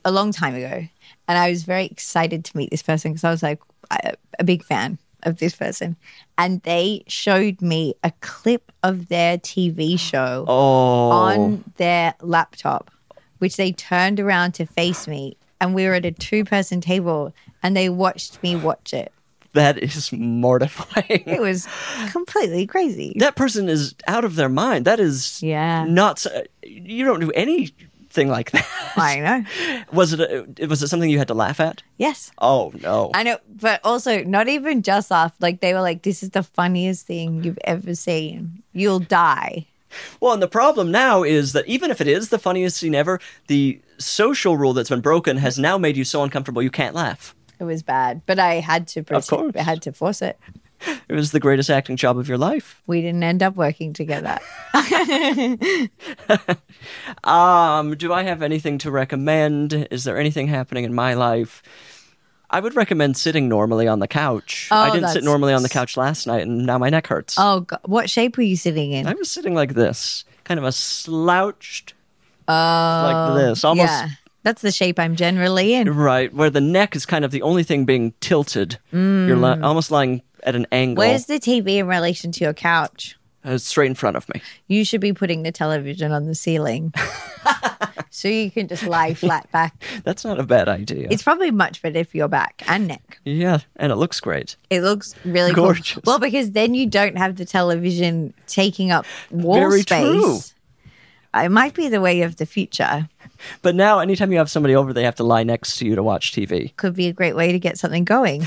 [SPEAKER 3] a long time ago. And I was very excited to meet this person because I was like I- a big fan of this person. And they showed me a clip of their TV show
[SPEAKER 2] Oh,
[SPEAKER 3] on their laptop, which they turned around to face me. And we were at a two person table and they watched me watch it
[SPEAKER 2] That is mortifying.
[SPEAKER 3] It was completely crazy.
[SPEAKER 2] that person is out of their mind. That is
[SPEAKER 3] Yeah.
[SPEAKER 2] not. s- You don't do anything like that.
[SPEAKER 3] I know.
[SPEAKER 2] Was it? A, was it something you had to laugh at?
[SPEAKER 3] Yes.
[SPEAKER 2] Oh no!
[SPEAKER 3] I know, but also not even just laugh. Like they were like, "This is the funniest thing you've ever seen. You'll die."
[SPEAKER 2] well, and the problem now is that even if it is the funniest scene ever, the social rule that's been broken has now made you so uncomfortable you can't laugh.
[SPEAKER 3] It was bad, but I had to.
[SPEAKER 2] course.
[SPEAKER 3] Pretend, I had to force it.
[SPEAKER 2] It was the greatest acting job of your life.
[SPEAKER 3] We didn't end up working together.
[SPEAKER 2] Um, do I have anything to recommend? Is there anything happening in my life? I would recommend sitting normally on the couch. I didn't sit
[SPEAKER 3] that's-
[SPEAKER 2] normally on the couch last night, and now my neck hurts.
[SPEAKER 3] oh, God. what shape were you sitting in?
[SPEAKER 2] I was sitting like this, kind of a slouched, Oh, like this, almost
[SPEAKER 3] yeah, that's the shape I'm generally in.
[SPEAKER 2] right where the neck is kind of the only thing being tilted. You're li- almost lying at an angle,
[SPEAKER 3] Mm. Where's the TV in relation to your couch?
[SPEAKER 2] uh, straight in front of me.
[SPEAKER 3] You should be putting the television on the ceiling. so you can just lie flat back.
[SPEAKER 2] That's not a bad idea.
[SPEAKER 3] It's probably much better for your back and neck.
[SPEAKER 2] yeah, and it looks great.
[SPEAKER 3] It looks really cool.
[SPEAKER 2] Gorgeous.
[SPEAKER 3] Well, because then you don't have the television taking up wall
[SPEAKER 2] Very
[SPEAKER 3] space.
[SPEAKER 2] true.
[SPEAKER 3] It might be the way of the future.
[SPEAKER 2] But now, anytime you have somebody over, they have to lie next to you to watch TV.
[SPEAKER 3] Could be a great way to get something going.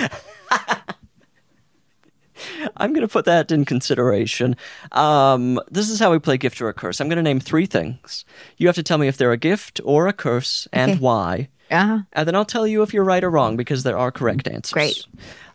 [SPEAKER 2] I'm going to put that in consideration. Um, this is how we play gift or a curse. I'm going to name three things. You have to tell me if they're a gift or a curse and
[SPEAKER 3] Okay.
[SPEAKER 2] why.
[SPEAKER 3] Uh-huh.
[SPEAKER 2] And then I'll tell you if you're right or wrong because there are correct answers.
[SPEAKER 3] Great.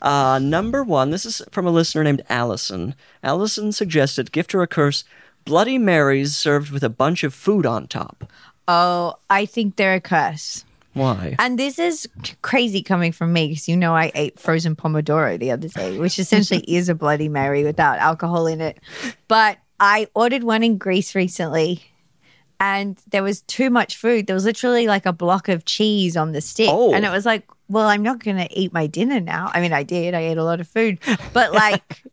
[SPEAKER 2] Uh, number one, this is from a listener named Allison. Allison suggested gift or a curse Bloody Marys served with a bunch of food on top.
[SPEAKER 3] Oh, I think they're a curse.
[SPEAKER 2] Why?
[SPEAKER 3] And this is crazy coming from me because you know I ate frozen pomodoro the other day, which essentially is a Bloody Mary without alcohol in it. But I ordered one in Greece recently, and there was too much food. There was literally like a block of cheese on the stick,
[SPEAKER 2] Oh.
[SPEAKER 3] and it was like, well, I'm not going to eat my dinner now. I mean, I did. I ate a lot of food, but like.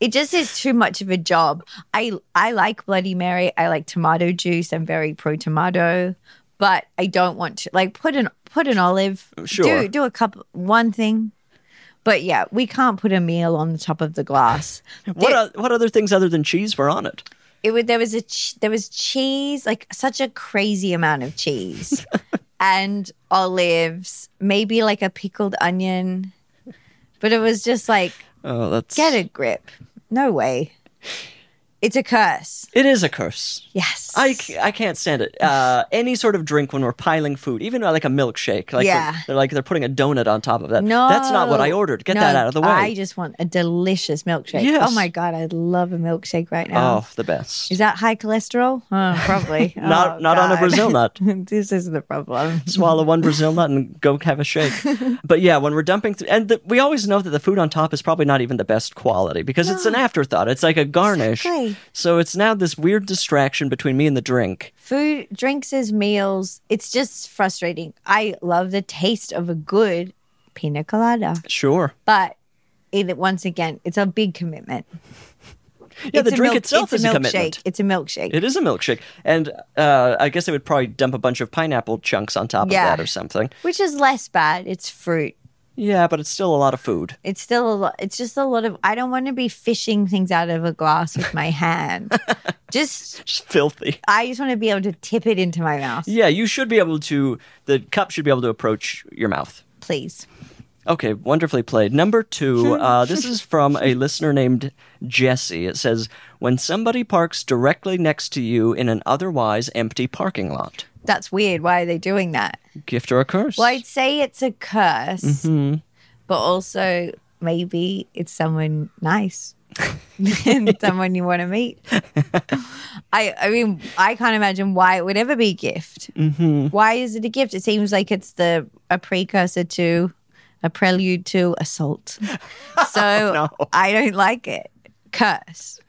[SPEAKER 3] It just is too much of a job. I I like Bloody Mary. I like tomato juice. I'm very pro tomato, but I don't want to like put an put an olive.
[SPEAKER 2] Sure.
[SPEAKER 3] Do do a couple one thing, but yeah, we can't put a meal on the top of the glass.
[SPEAKER 2] what,
[SPEAKER 3] There-
[SPEAKER 2] o- what other things other than cheese were on it?
[SPEAKER 3] it would there was a ch- there was cheese like such a crazy amount of cheese and olives maybe like a pickled onion but it was just like
[SPEAKER 2] Oh, that's.
[SPEAKER 3] get a grip no way it's a curse
[SPEAKER 2] It is a curse.
[SPEAKER 3] yes
[SPEAKER 2] I, c- I can't stand it. Uh, any sort of drink when we're piling food, even uh, like a milkshake. Like
[SPEAKER 3] Yeah.
[SPEAKER 2] they're, they're like they're putting a donut on top of that.
[SPEAKER 3] no
[SPEAKER 2] that's not what I ordered. Get
[SPEAKER 3] No,
[SPEAKER 2] that out of the way.
[SPEAKER 3] i just want a delicious milkshake
[SPEAKER 2] Yes.
[SPEAKER 3] oh my god i'd love a milkshake right now
[SPEAKER 2] oh, the best.
[SPEAKER 3] Is that high cholesterol? Oh, probably.
[SPEAKER 2] Not-
[SPEAKER 3] Oh,
[SPEAKER 2] not on a
[SPEAKER 3] God.
[SPEAKER 2] Brazil nut.
[SPEAKER 3] this is the problem.
[SPEAKER 2] Swallow one Brazil nut and go have a shake. but yeah, when we're dumping, th- and the, we always know that the food on top is probably not even the best quality because it's an afterthought. It's like a garnish.
[SPEAKER 3] Exactly.
[SPEAKER 2] So it's now this weird distraction between me and the drink.
[SPEAKER 3] food drinks as meals it's just frustrating i love the taste of a good pina colada
[SPEAKER 2] Sure.
[SPEAKER 3] but it once again it's a big commitment
[SPEAKER 2] Yeah, the
[SPEAKER 3] It's a
[SPEAKER 2] drink
[SPEAKER 3] milk-
[SPEAKER 2] itself
[SPEAKER 3] it's
[SPEAKER 2] is
[SPEAKER 3] a
[SPEAKER 2] a
[SPEAKER 3] milkshake
[SPEAKER 2] commitment.
[SPEAKER 3] it's a milkshake
[SPEAKER 2] It is a milkshake, and uh, I guess I would probably dump a bunch of pineapple chunks on top
[SPEAKER 3] Yeah.
[SPEAKER 2] of that or something.
[SPEAKER 3] which is less bad it's fruit
[SPEAKER 2] Yeah, but it's still a lot of food.
[SPEAKER 3] it's still a lot it's just a lot of i don't want to be fishing things out of a glass with my hand just
[SPEAKER 2] Just filthy.
[SPEAKER 3] i just want to be able to tip it into my mouth
[SPEAKER 2] Yeah, you should be able to. The cup should be able to approach your mouth.
[SPEAKER 3] please
[SPEAKER 2] Okay, wonderfully played. Number two, uh, this is from a listener named Jesse. It says, "When somebody parks directly next to you in an otherwise empty parking lot,
[SPEAKER 3] that's weird why are they doing that
[SPEAKER 2] gift or a curse?
[SPEAKER 3] Well, I'd say it's a curse, but also maybe it's someone nice and someone you want to meet. I, I mean, I can't imagine why it would ever be a gift. Why is it a gift? It seems like it's the a precursor to, a prelude to assault. So I don't like it. Curse,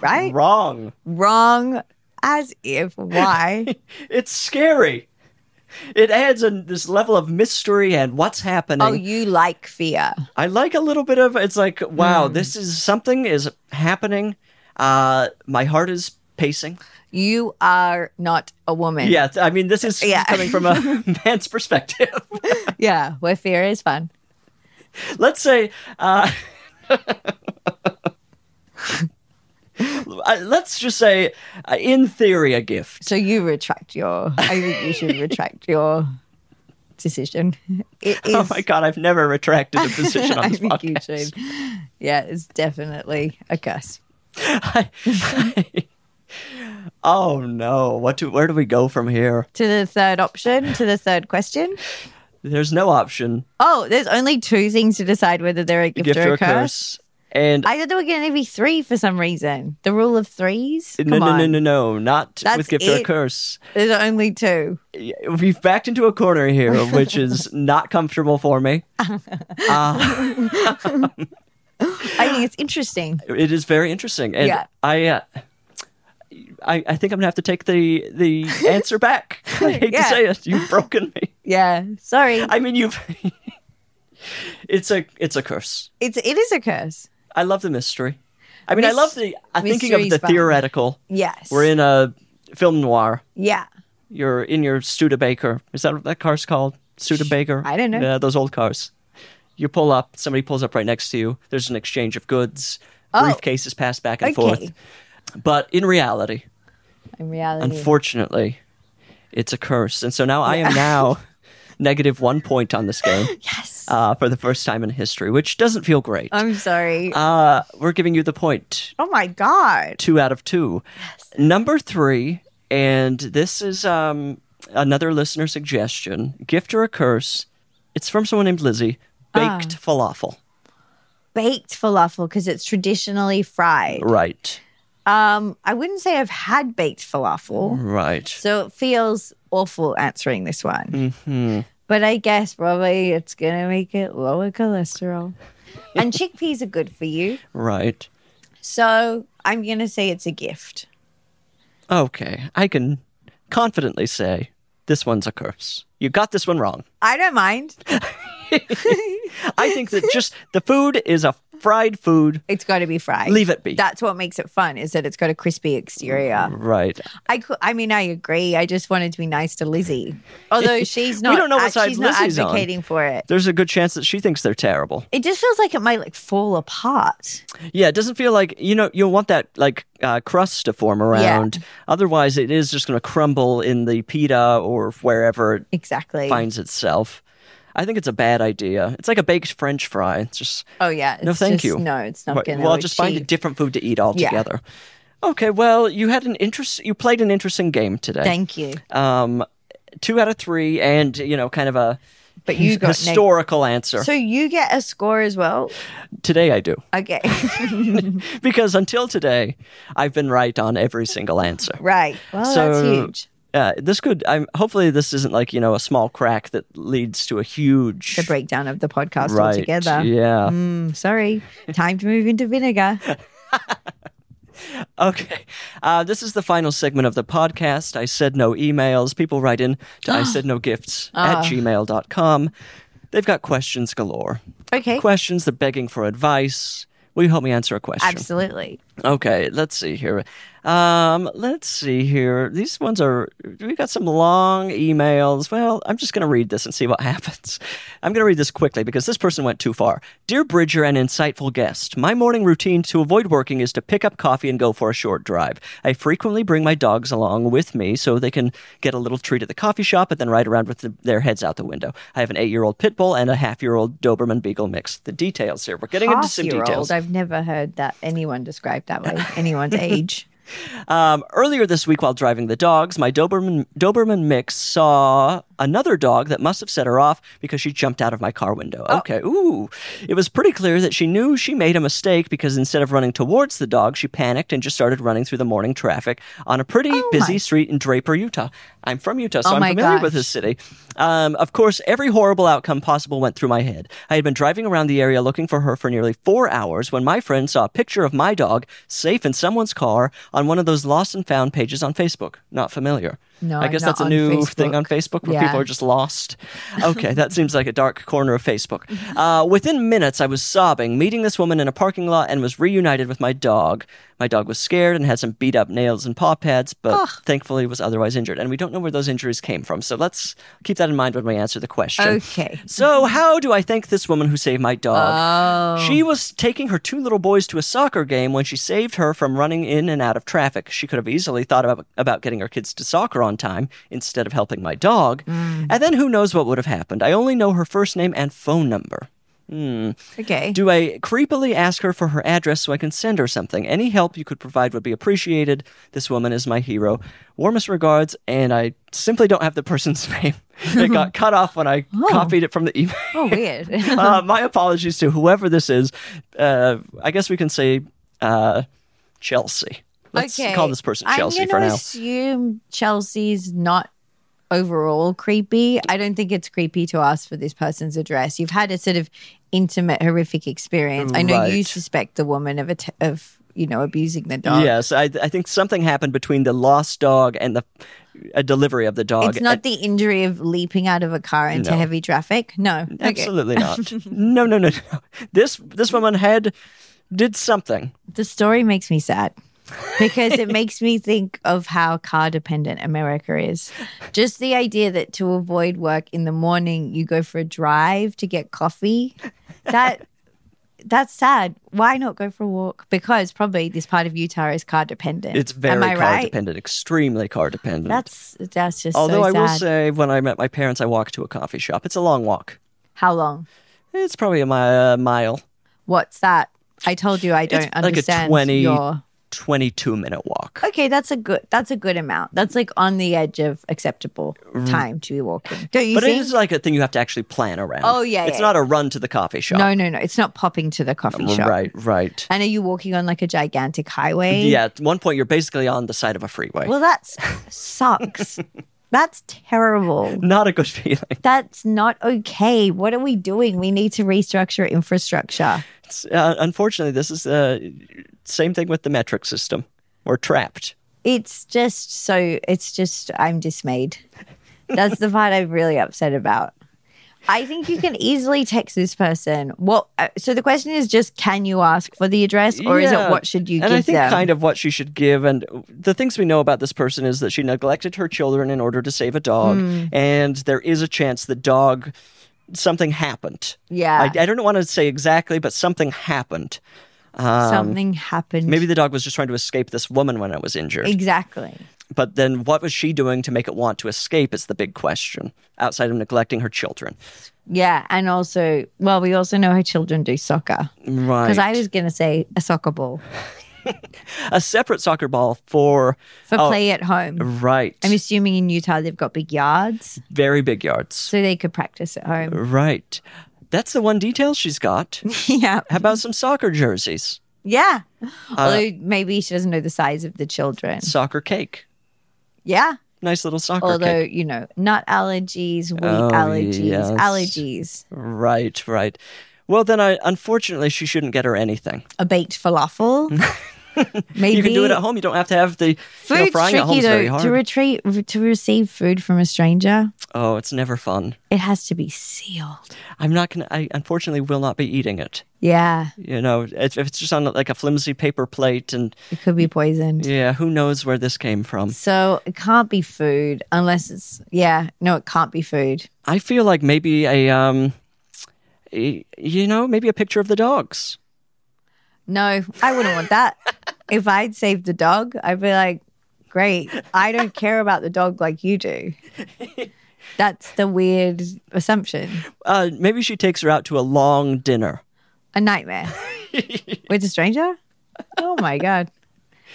[SPEAKER 3] right?
[SPEAKER 2] Wrong.
[SPEAKER 3] Wrong, as if. Why?
[SPEAKER 2] It's scary. It adds a, this level of mystery and what's happening.
[SPEAKER 3] oh, you like fear.
[SPEAKER 2] I like a little bit of it's like
[SPEAKER 3] Hmm.
[SPEAKER 2] wow, this is something is happening. Uh, my heart is pacing.
[SPEAKER 3] You are not a woman.
[SPEAKER 2] Yeah, I mean this is
[SPEAKER 3] Yeah.
[SPEAKER 2] coming from a man's perspective.
[SPEAKER 3] Yeah, where fear is fun.
[SPEAKER 2] Let's say, uh, I- let's just say, uh, in theory, a gift.
[SPEAKER 3] So you retract your. I think you should retract your decision. It is.
[SPEAKER 2] Oh my god, I've never retracted a position on
[SPEAKER 3] I
[SPEAKER 2] this
[SPEAKER 3] think
[SPEAKER 2] podcast.
[SPEAKER 3] you should. Yeah, it's definitely a curse.
[SPEAKER 2] Oh no, what do, where do we go from here?
[SPEAKER 3] To the third option, to the third question.
[SPEAKER 2] There's no option,
[SPEAKER 3] Oh, there's only two things to decide whether they're a gift,
[SPEAKER 2] gift
[SPEAKER 3] or a curse.
[SPEAKER 2] curse. And
[SPEAKER 3] I thought there were going to be three for some reason. The rule of threes? Come
[SPEAKER 2] no, no,
[SPEAKER 3] on.
[SPEAKER 2] no, no, no, not with
[SPEAKER 3] That's
[SPEAKER 2] gift or
[SPEAKER 3] it.
[SPEAKER 2] curse.
[SPEAKER 3] There's only two.
[SPEAKER 2] We've backed into a corner here, which is not comfortable for me.
[SPEAKER 3] I think it's interesting.
[SPEAKER 2] It is very interesting, and
[SPEAKER 3] Yeah.
[SPEAKER 2] I, uh, I, I think I'm gonna have to take the the answer back. I hate to
[SPEAKER 3] Yeah.
[SPEAKER 2] say it, you've broken me.
[SPEAKER 3] Yeah, sorry.
[SPEAKER 2] I mean, you've. it's a it's a curse.
[SPEAKER 3] It's it is a curse.
[SPEAKER 2] I love the mystery. I mean, I
[SPEAKER 3] Mys-
[SPEAKER 2] love the. I'm thinking of
[SPEAKER 3] mystery's
[SPEAKER 2] the
[SPEAKER 3] fun.
[SPEAKER 2] theoretical.
[SPEAKER 3] Yes.
[SPEAKER 2] We're in a film noir.
[SPEAKER 3] Yeah.
[SPEAKER 2] You're in your Studebaker. Is that what that car's called? Studebaker.
[SPEAKER 3] I don't know.
[SPEAKER 2] Yeah, those old cars. You pull up. Somebody pulls up right next to you. There's an exchange of goods.
[SPEAKER 3] Oh.
[SPEAKER 2] Briefcases pass back and
[SPEAKER 3] Okay.
[SPEAKER 2] forth. But in reality,
[SPEAKER 3] In reality.
[SPEAKER 2] unfortunately, it's a curse. And so now I am now negative one point on this game
[SPEAKER 3] yes.
[SPEAKER 2] uh, for the first time in history, which doesn't feel great.
[SPEAKER 3] I'm sorry.
[SPEAKER 2] Uh, we're giving you the point.
[SPEAKER 3] oh my god.
[SPEAKER 2] Two out of two. Number three, and this is um, another listener suggestion gift or a curse. It's from someone named Lizzie. Baked falafel.
[SPEAKER 3] Baked falafel because it's traditionally fried.
[SPEAKER 2] Right.
[SPEAKER 3] Um, I wouldn't say I've had baked
[SPEAKER 2] Mm-hmm.
[SPEAKER 3] falafel,
[SPEAKER 2] Right.
[SPEAKER 3] so it feels awful answering this one.
[SPEAKER 2] Mm-hmm.
[SPEAKER 3] But I guess probably it's gonna make it lower cholesterol. and chickpeas are good for you,
[SPEAKER 2] Right.
[SPEAKER 3] so I'm gonna say it's a gift.
[SPEAKER 2] Okay. I can confidently say this one's a curse. You got this one wrong.
[SPEAKER 3] I don't mind.
[SPEAKER 2] I think that just the food is a fried food.
[SPEAKER 3] It's got to be fried.
[SPEAKER 2] Leave it be.
[SPEAKER 3] That's what makes it fun is that it's got a crispy exterior.
[SPEAKER 2] Right.
[SPEAKER 3] I, cou- I mean, I agree. I just wanted to be nice to Lizzie, although she's not.
[SPEAKER 2] don't know what
[SPEAKER 3] ad-
[SPEAKER 2] side
[SPEAKER 3] she's not
[SPEAKER 2] Lizzie's on.
[SPEAKER 3] advocating for it.
[SPEAKER 2] There's a good chance that she thinks they're terrible.
[SPEAKER 3] It just feels like it might like fall apart.
[SPEAKER 2] Yeah, it doesn't feel like you know you'll want that like uh, crust to form around. Otherwise, it is just going to crumble in the pita or wherever it
[SPEAKER 3] Exactly.
[SPEAKER 2] finds itself. I think it's a bad idea. It's like a baked French fry. It's just
[SPEAKER 3] Oh yeah. It's
[SPEAKER 2] no, thank
[SPEAKER 3] just-
[SPEAKER 2] you.
[SPEAKER 3] No, it's
[SPEAKER 2] Right,
[SPEAKER 3] not going to.
[SPEAKER 2] Well, I'll just find a different food to eat altogether. Okay, well, you had an interest. You played an interesting game today.
[SPEAKER 3] Thank you.
[SPEAKER 2] um, two out of three, and you know, kind of a
[SPEAKER 3] But you got neg-
[SPEAKER 2] historical answer.
[SPEAKER 3] So you get a score as well.
[SPEAKER 2] today, I do.
[SPEAKER 3] Okay.
[SPEAKER 2] because until today, I've been right on every single answer.
[SPEAKER 3] right. Well, Oh, that's
[SPEAKER 2] So-
[SPEAKER 3] huge.
[SPEAKER 2] Uh, this could, I'm hopefully, this isn't like you know a small crack that leads to a huge
[SPEAKER 3] The breakdown of the podcast
[SPEAKER 2] right.
[SPEAKER 3] altogether.
[SPEAKER 2] Yeah.
[SPEAKER 3] Mm, sorry. Time to move into vinegar.
[SPEAKER 2] Okay. Uh, this is the final segment of the podcast. I said no emails. People write in to I said no gifts
[SPEAKER 3] Ah.
[SPEAKER 2] at gmail.com. They've got questions galore.
[SPEAKER 3] Okay.
[SPEAKER 2] Questions, they're begging for advice. Will you help me answer a question?
[SPEAKER 3] Absolutely.
[SPEAKER 2] Okay, let's see here. Um, let's see here. These ones are we got some long emails. Well, I'm just going to read this and see what happens. I'm going to read this quickly because this person went too far. Dear Bridger and insightful guest, my morning routine to avoid working is to pick up coffee and go for a short drive. I frequently bring my dogs along with me so they can get a little treat at the coffee shop and then ride around with the, their heads out the window. I have an 8-year-old pit bull and a half-year-old Doberman beagle mix. The details here. We're getting into
[SPEAKER 3] Half
[SPEAKER 2] some
[SPEAKER 3] year
[SPEAKER 2] details.
[SPEAKER 3] old. I've never heard that anyone described that way. Anyone's age.
[SPEAKER 2] Um, earlier this week, while driving the dogs, my Doberman, Doberman mix saw another dog that must have set her off because she jumped out of my car window. Okay, ooh. It was pretty clear that she knew she made a mistake because instead of running towards the dog, she panicked and just started running through the morning traffic on a pretty busy street in Draper, Utah. I'm from Utah, so
[SPEAKER 3] Oh
[SPEAKER 2] I'm
[SPEAKER 3] my
[SPEAKER 2] familiar with
[SPEAKER 3] gosh.
[SPEAKER 2] this city. Um, of course, every horrible outcome possible went through my head. I had been driving around the area looking for her for nearly four hours when my friend saw a picture of my dog safe in someone's car on one of those lost and found pages on Facebook. Not familiar.
[SPEAKER 3] No,
[SPEAKER 2] I
[SPEAKER 3] I'm
[SPEAKER 2] guess
[SPEAKER 3] not
[SPEAKER 2] that's a
[SPEAKER 3] on
[SPEAKER 2] new thing on Facebook
[SPEAKER 3] Facebook.
[SPEAKER 2] where
[SPEAKER 3] Yeah.
[SPEAKER 2] people are just lost. Okay, that seems like a dark corner of Facebook. Uh, within minutes, I was sobbing, meeting this woman in a parking lot, and was reunited with my dog. My dog was scared and had some beat up nails and paw pads, but
[SPEAKER 3] Ugh.
[SPEAKER 2] thankfully was otherwise injured. And we don't know where those injuries came from. So let's keep that in mind when we answer the question.
[SPEAKER 3] Okay.
[SPEAKER 2] So, how do I thank this woman who saved my dog?
[SPEAKER 3] Oh.
[SPEAKER 2] She was taking her two little boys to a soccer game when she saved her from running in and out of traffic. She could have easily thought about, about getting her kids to soccer on time instead of helping my dog. And then who knows what would have happened. I only know her first name and phone number.
[SPEAKER 3] okay.
[SPEAKER 2] Do I creepily ask her for her address so I can send her something? Any help you could provide would be appreciated. This woman is my hero. Warmest regards, and I simply don't have the person's name. It got cut off when I copied it from the email.
[SPEAKER 3] oh, weird.
[SPEAKER 2] uh, my apologies to whoever this is. Uh, I guess we can say uh, Chelsea. Let's
[SPEAKER 3] okay.
[SPEAKER 2] call this person Chelsea
[SPEAKER 3] I'm
[SPEAKER 2] for
[SPEAKER 3] gonna
[SPEAKER 2] now.
[SPEAKER 3] assume Chelsea's not overall creepy. I don't think it's creepy to ask for this person's address. You've had a sort of intimate, horrific experience. I know you
[SPEAKER 2] Right.
[SPEAKER 3] suspect the woman of a t- of you know abusing the dog.
[SPEAKER 2] Yes, I, I think something happened between the lost dog and the uh, delivery of the dog.
[SPEAKER 3] It's not the injury of leaping out of a car into
[SPEAKER 2] No.
[SPEAKER 3] heavy traffic. No. Okay.
[SPEAKER 2] Absolutely not. no, no, no, no. This this woman had did something.
[SPEAKER 3] The story makes me sad because it makes me think of how car dependent America is. Just the idea that to avoid work in the morning, you go for a drive to get coffee. That that's sad. Why not go for a walk? Because probably this part of Utah is car dependent.
[SPEAKER 2] It's very
[SPEAKER 3] Am I
[SPEAKER 2] car
[SPEAKER 3] right?
[SPEAKER 2] dependent, extremely car dependent.
[SPEAKER 3] That's that's just
[SPEAKER 2] Although
[SPEAKER 3] so
[SPEAKER 2] I will
[SPEAKER 3] sad.
[SPEAKER 2] say, when I met my parents, I walked to a coffee shop. It's a long walk.
[SPEAKER 3] how long?
[SPEAKER 2] It's probably a mi- uh, mile,
[SPEAKER 3] What's that? I told you I don't
[SPEAKER 2] It's like a
[SPEAKER 3] understand
[SPEAKER 2] 20
[SPEAKER 3] your
[SPEAKER 2] twenty-two minute walk.
[SPEAKER 3] Okay, that's a good that's a good amount. That's like on the edge of acceptable time to be walking. Don't you
[SPEAKER 2] Mm. But
[SPEAKER 3] think?
[SPEAKER 2] it is like a thing you have to actually plan around.
[SPEAKER 3] Oh, yeah,
[SPEAKER 2] it's
[SPEAKER 3] yeah,
[SPEAKER 2] not a run to the coffee shop.
[SPEAKER 3] no, no, no. It's not popping to the coffee shop.
[SPEAKER 2] right, right.
[SPEAKER 3] And are you walking on like a gigantic highway?
[SPEAKER 2] Yeah, at one point you're basically on the side of a freeway.
[SPEAKER 3] Well, that sucks. that's terrible.
[SPEAKER 2] not a good feeling.
[SPEAKER 3] That's not okay. What are we doing? We need to restructure infrastructure.
[SPEAKER 2] It's, uh, unfortunately, this is the same thing with the metric system. We're trapped.
[SPEAKER 3] It's just so, it's just, I'm dismayed. That's the part I'm really upset about. I think you can easily text this person. Well, uh, so the question is just can you ask for the address or is
[SPEAKER 2] Yeah.
[SPEAKER 3] it what should you
[SPEAKER 2] and
[SPEAKER 3] give
[SPEAKER 2] I think
[SPEAKER 3] them?
[SPEAKER 2] kind of what she should give. And the things we know about this person is that she neglected her children in order to save a dog,
[SPEAKER 3] Hmm.
[SPEAKER 2] and there is a chance the dog something happened.
[SPEAKER 3] Yeah.
[SPEAKER 2] I, I don't want to say exactly, but something happened.
[SPEAKER 3] Something happened.
[SPEAKER 2] um, Maybe the dog was just trying to escape this woman when I was injured.
[SPEAKER 3] Exactly.
[SPEAKER 2] But then, what was she doing to make it want to escape? Is the big question. Outside of neglecting her children,
[SPEAKER 3] Yeah, and also, well, we also know her children do soccer.
[SPEAKER 2] right?
[SPEAKER 3] Because I was going to say a soccer ball
[SPEAKER 2] a separate soccer ball for
[SPEAKER 3] for
[SPEAKER 2] oh,
[SPEAKER 3] play at home.
[SPEAKER 2] Right,
[SPEAKER 3] I'm assuming in Utah they've got big yards,
[SPEAKER 2] very big yards.
[SPEAKER 3] so they could practice at home.
[SPEAKER 2] Right, that's the one detail she's got.
[SPEAKER 3] yeah,
[SPEAKER 2] How about some soccer jerseys?
[SPEAKER 3] yeah.
[SPEAKER 2] Uh,
[SPEAKER 3] Although maybe she doesn't know the size of the children.
[SPEAKER 2] Soccer cake.
[SPEAKER 3] Yeah.
[SPEAKER 2] Nice little soccer
[SPEAKER 3] Although
[SPEAKER 2] cake.
[SPEAKER 3] you know, nut allergies, wheat
[SPEAKER 2] Oh,
[SPEAKER 3] allergies,
[SPEAKER 2] yes.
[SPEAKER 3] allergies,
[SPEAKER 2] Right, right. Well, then I unfortunately she shouldn't get her anything.
[SPEAKER 3] a baked falafel. maybe
[SPEAKER 2] You can do it at home. You don't have to have the you know,
[SPEAKER 3] Food's
[SPEAKER 2] frying at home
[SPEAKER 3] tricky
[SPEAKER 2] is very
[SPEAKER 3] though.
[SPEAKER 2] hard.
[SPEAKER 3] To retreat to receive food from a stranger,
[SPEAKER 2] oh, it's never fun.
[SPEAKER 3] it has to be sealed.
[SPEAKER 2] I'm not gonna. I unfortunately will not be eating it.
[SPEAKER 3] Yeah.
[SPEAKER 2] You know, if, if it's just on like a flimsy paper plate, and
[SPEAKER 3] It could be poisoned.
[SPEAKER 2] yeah, who knows where this came from?
[SPEAKER 3] So it can't be food unless it's yeah. No, it can't be food.
[SPEAKER 2] I feel like maybe a um, y- you know, maybe a picture of the dogs.
[SPEAKER 3] No, I wouldn't want that. if I'd saved the dog, I'd be like, great. I don't care about the dog like you do. That's the weird assumption.
[SPEAKER 2] Uh, maybe she takes her out to a long dinner.
[SPEAKER 3] A nightmare with a stranger. Oh my god.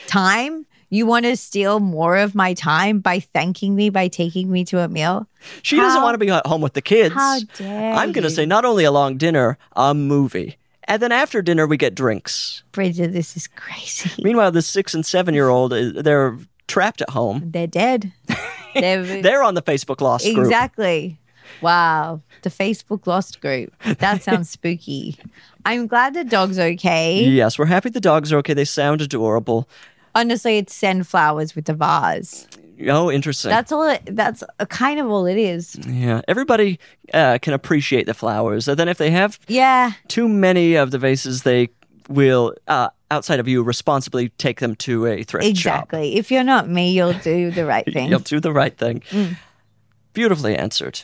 [SPEAKER 3] Time. You want to steal more of my time by thanking me by taking me to a meal?
[SPEAKER 2] She doesn't
[SPEAKER 3] How-
[SPEAKER 2] want to be at home with the kids.
[SPEAKER 3] How dare
[SPEAKER 2] I'm going to
[SPEAKER 3] you.
[SPEAKER 2] say not only a long dinner, a movie. And then after dinner, we get drinks.
[SPEAKER 3] Bridget, this is crazy.
[SPEAKER 2] Meanwhile, the six and seven year old, uh, they're trapped at home.
[SPEAKER 3] They're dead. They're,
[SPEAKER 2] They're on the Facebook Lost group.
[SPEAKER 3] Exactly. Wow. The Facebook Lost group. That sounds spooky. I'm glad the dog's okay.
[SPEAKER 2] Yes, we're happy the dogs are okay. They sound adorable.
[SPEAKER 3] Honestly, it's send flowers with the vase.
[SPEAKER 2] Oh, interesting.
[SPEAKER 3] That's all it, that's uh, kind of all it is.
[SPEAKER 2] yeah, everybody uh, can appreciate the flowers. And then if they have
[SPEAKER 3] Yeah.
[SPEAKER 2] too many of the vases, they will uh, outside of you responsibly take them to a thrift shop.
[SPEAKER 3] Exactly. If you're not me, you'll do the right thing.
[SPEAKER 2] You'll do the right thing.
[SPEAKER 3] Mm.
[SPEAKER 2] Beautifully answered.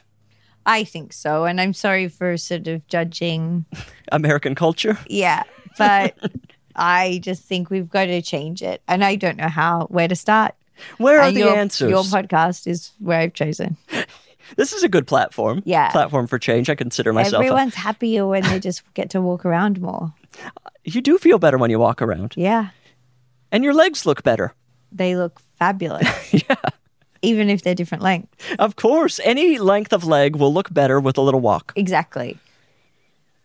[SPEAKER 3] I think so. And I'm sorry for sort of judging.
[SPEAKER 2] American culture.
[SPEAKER 3] Yeah. But I just think we've got to change it. And I don't know how, where to start.
[SPEAKER 2] Where are
[SPEAKER 3] And
[SPEAKER 2] the
[SPEAKER 3] your,
[SPEAKER 2] answers?
[SPEAKER 3] Your podcast is where I've chosen.
[SPEAKER 2] this is a good platform.
[SPEAKER 3] Yeah.
[SPEAKER 2] Platform for change. I consider myself. a-
[SPEAKER 3] Everyone's happier when they just get to walk around more.
[SPEAKER 2] you do feel better when you walk around,
[SPEAKER 3] Yeah.
[SPEAKER 2] and your legs look better.
[SPEAKER 3] They look fabulous. yeah. Even if they're different length.
[SPEAKER 2] Of course, any length of leg will look better with a little walk.
[SPEAKER 3] Exactly.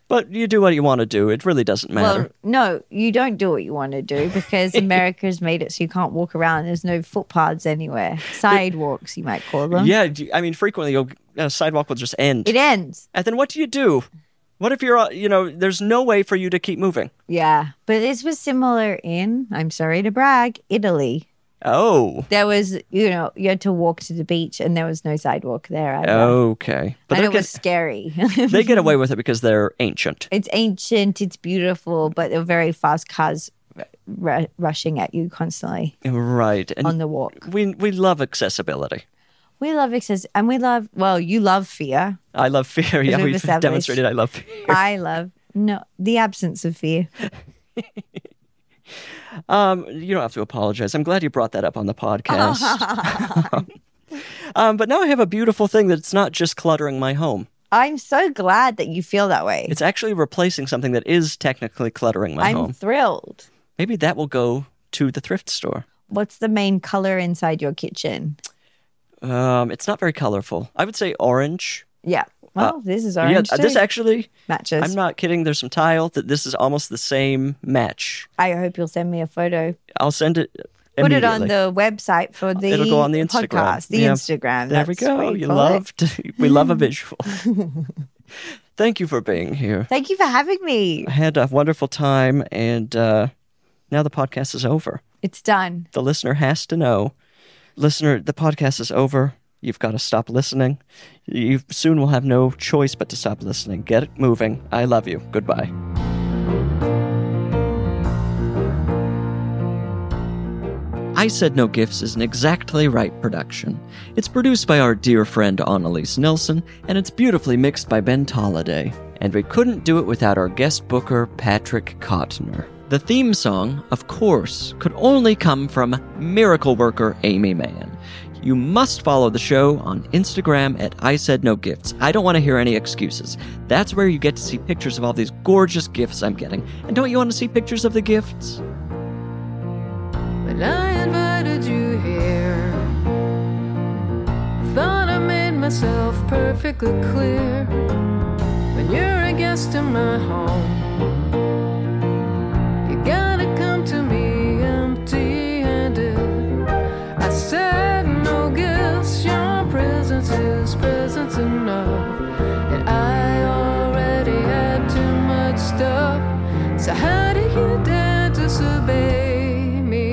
[SPEAKER 2] But you do what you want to do. It really doesn't matter.
[SPEAKER 3] Well, no, you don't do what you want to do because America's made it so you can't walk around. There's no footpaths anywhere, sidewalks, you might call them.
[SPEAKER 2] yeah. do- I mean, frequently you'll, a sidewalk will just end.
[SPEAKER 3] It ends.
[SPEAKER 2] and then what do you do? What if you're, uh, you know, there's no way for you to keep moving?
[SPEAKER 3] Yeah. But this was similar in, I'm sorry to brag, Italy.
[SPEAKER 2] Oh.
[SPEAKER 3] There was, you know, you had to walk to the beach and there was no sidewalk there. Either.
[SPEAKER 2] Okay. Oh, But
[SPEAKER 3] and
[SPEAKER 2] they're
[SPEAKER 3] it was
[SPEAKER 2] get-
[SPEAKER 3] scary.
[SPEAKER 2] they get away with it because they're ancient.
[SPEAKER 3] it's ancient, it's beautiful, but there were very fast cars r- rushing at you constantly
[SPEAKER 2] Right. And
[SPEAKER 3] on the walk.
[SPEAKER 2] we, we love accessibility.
[SPEAKER 3] We love excess, and we love, well, you love fear.
[SPEAKER 2] I love fear. Yeah,
[SPEAKER 3] we've
[SPEAKER 2] we've
[SPEAKER 3] established-
[SPEAKER 2] demonstrated I love fear.
[SPEAKER 3] I love no the absence of fear.
[SPEAKER 2] Um, you don't have to apologize. I'm glad you brought that up on the podcast. um, but now I have a beautiful thing that's not just cluttering my home.
[SPEAKER 3] I'm so glad that you feel that way.
[SPEAKER 2] It's actually replacing something that is technically cluttering my
[SPEAKER 3] I'm
[SPEAKER 2] home.
[SPEAKER 3] thrilled.
[SPEAKER 2] Maybe that will go to the thrift store.
[SPEAKER 3] What's the main color inside your kitchen?
[SPEAKER 2] Um, it's not very colorful. I would say orange.
[SPEAKER 3] Yeah. Well, this is orange
[SPEAKER 2] Uh, yeah, uh, this
[SPEAKER 3] too.
[SPEAKER 2] actually,
[SPEAKER 3] matches.
[SPEAKER 2] I'm not kidding. There's some tile that this is almost the same match.
[SPEAKER 3] I hope you'll send me a photo.
[SPEAKER 2] I'll send it.
[SPEAKER 3] Put it on
[SPEAKER 2] immediately.
[SPEAKER 3] the website for the
[SPEAKER 2] It'll go on the Instagram.
[SPEAKER 3] podcast, the
[SPEAKER 2] Yeah.
[SPEAKER 3] Instagram.
[SPEAKER 2] There we
[SPEAKER 3] that's what
[SPEAKER 2] go.
[SPEAKER 3] you
[SPEAKER 2] You
[SPEAKER 3] call it.
[SPEAKER 2] loved. we love a visual. Thank you for being here.
[SPEAKER 3] Thank you for having me.
[SPEAKER 2] I had a wonderful time, and uh, now the podcast is over.
[SPEAKER 3] It's done.
[SPEAKER 2] The listener has to know, listener, the podcast is over. You've got to stop listening. You soon will have no choice but to stop listening. Get it moving. I love you. Goodbye. I Said No Gifts is an exactly right production. It's produced by our dear friend Annalise Nelson, and it's beautifully mixed by Ben Tolliday. And we couldn't do it without our guest booker, Patrick Kottner. The theme song, of course, could only come from miracle worker Amy Mann. You must follow the show on Instagram at I Said No Gifts. I don't want to hear any excuses. That's where you get to see pictures of all these gorgeous gifts I'm getting. And don't you want to see pictures of the gifts?
[SPEAKER 1] When I invited you here, I thought I made myself perfectly clear. When you're a guest in my home, you gotta come to me empty handed. I said no gifts, your presence is presence enough. And I already had too much stuff. So how do you dare disobey me?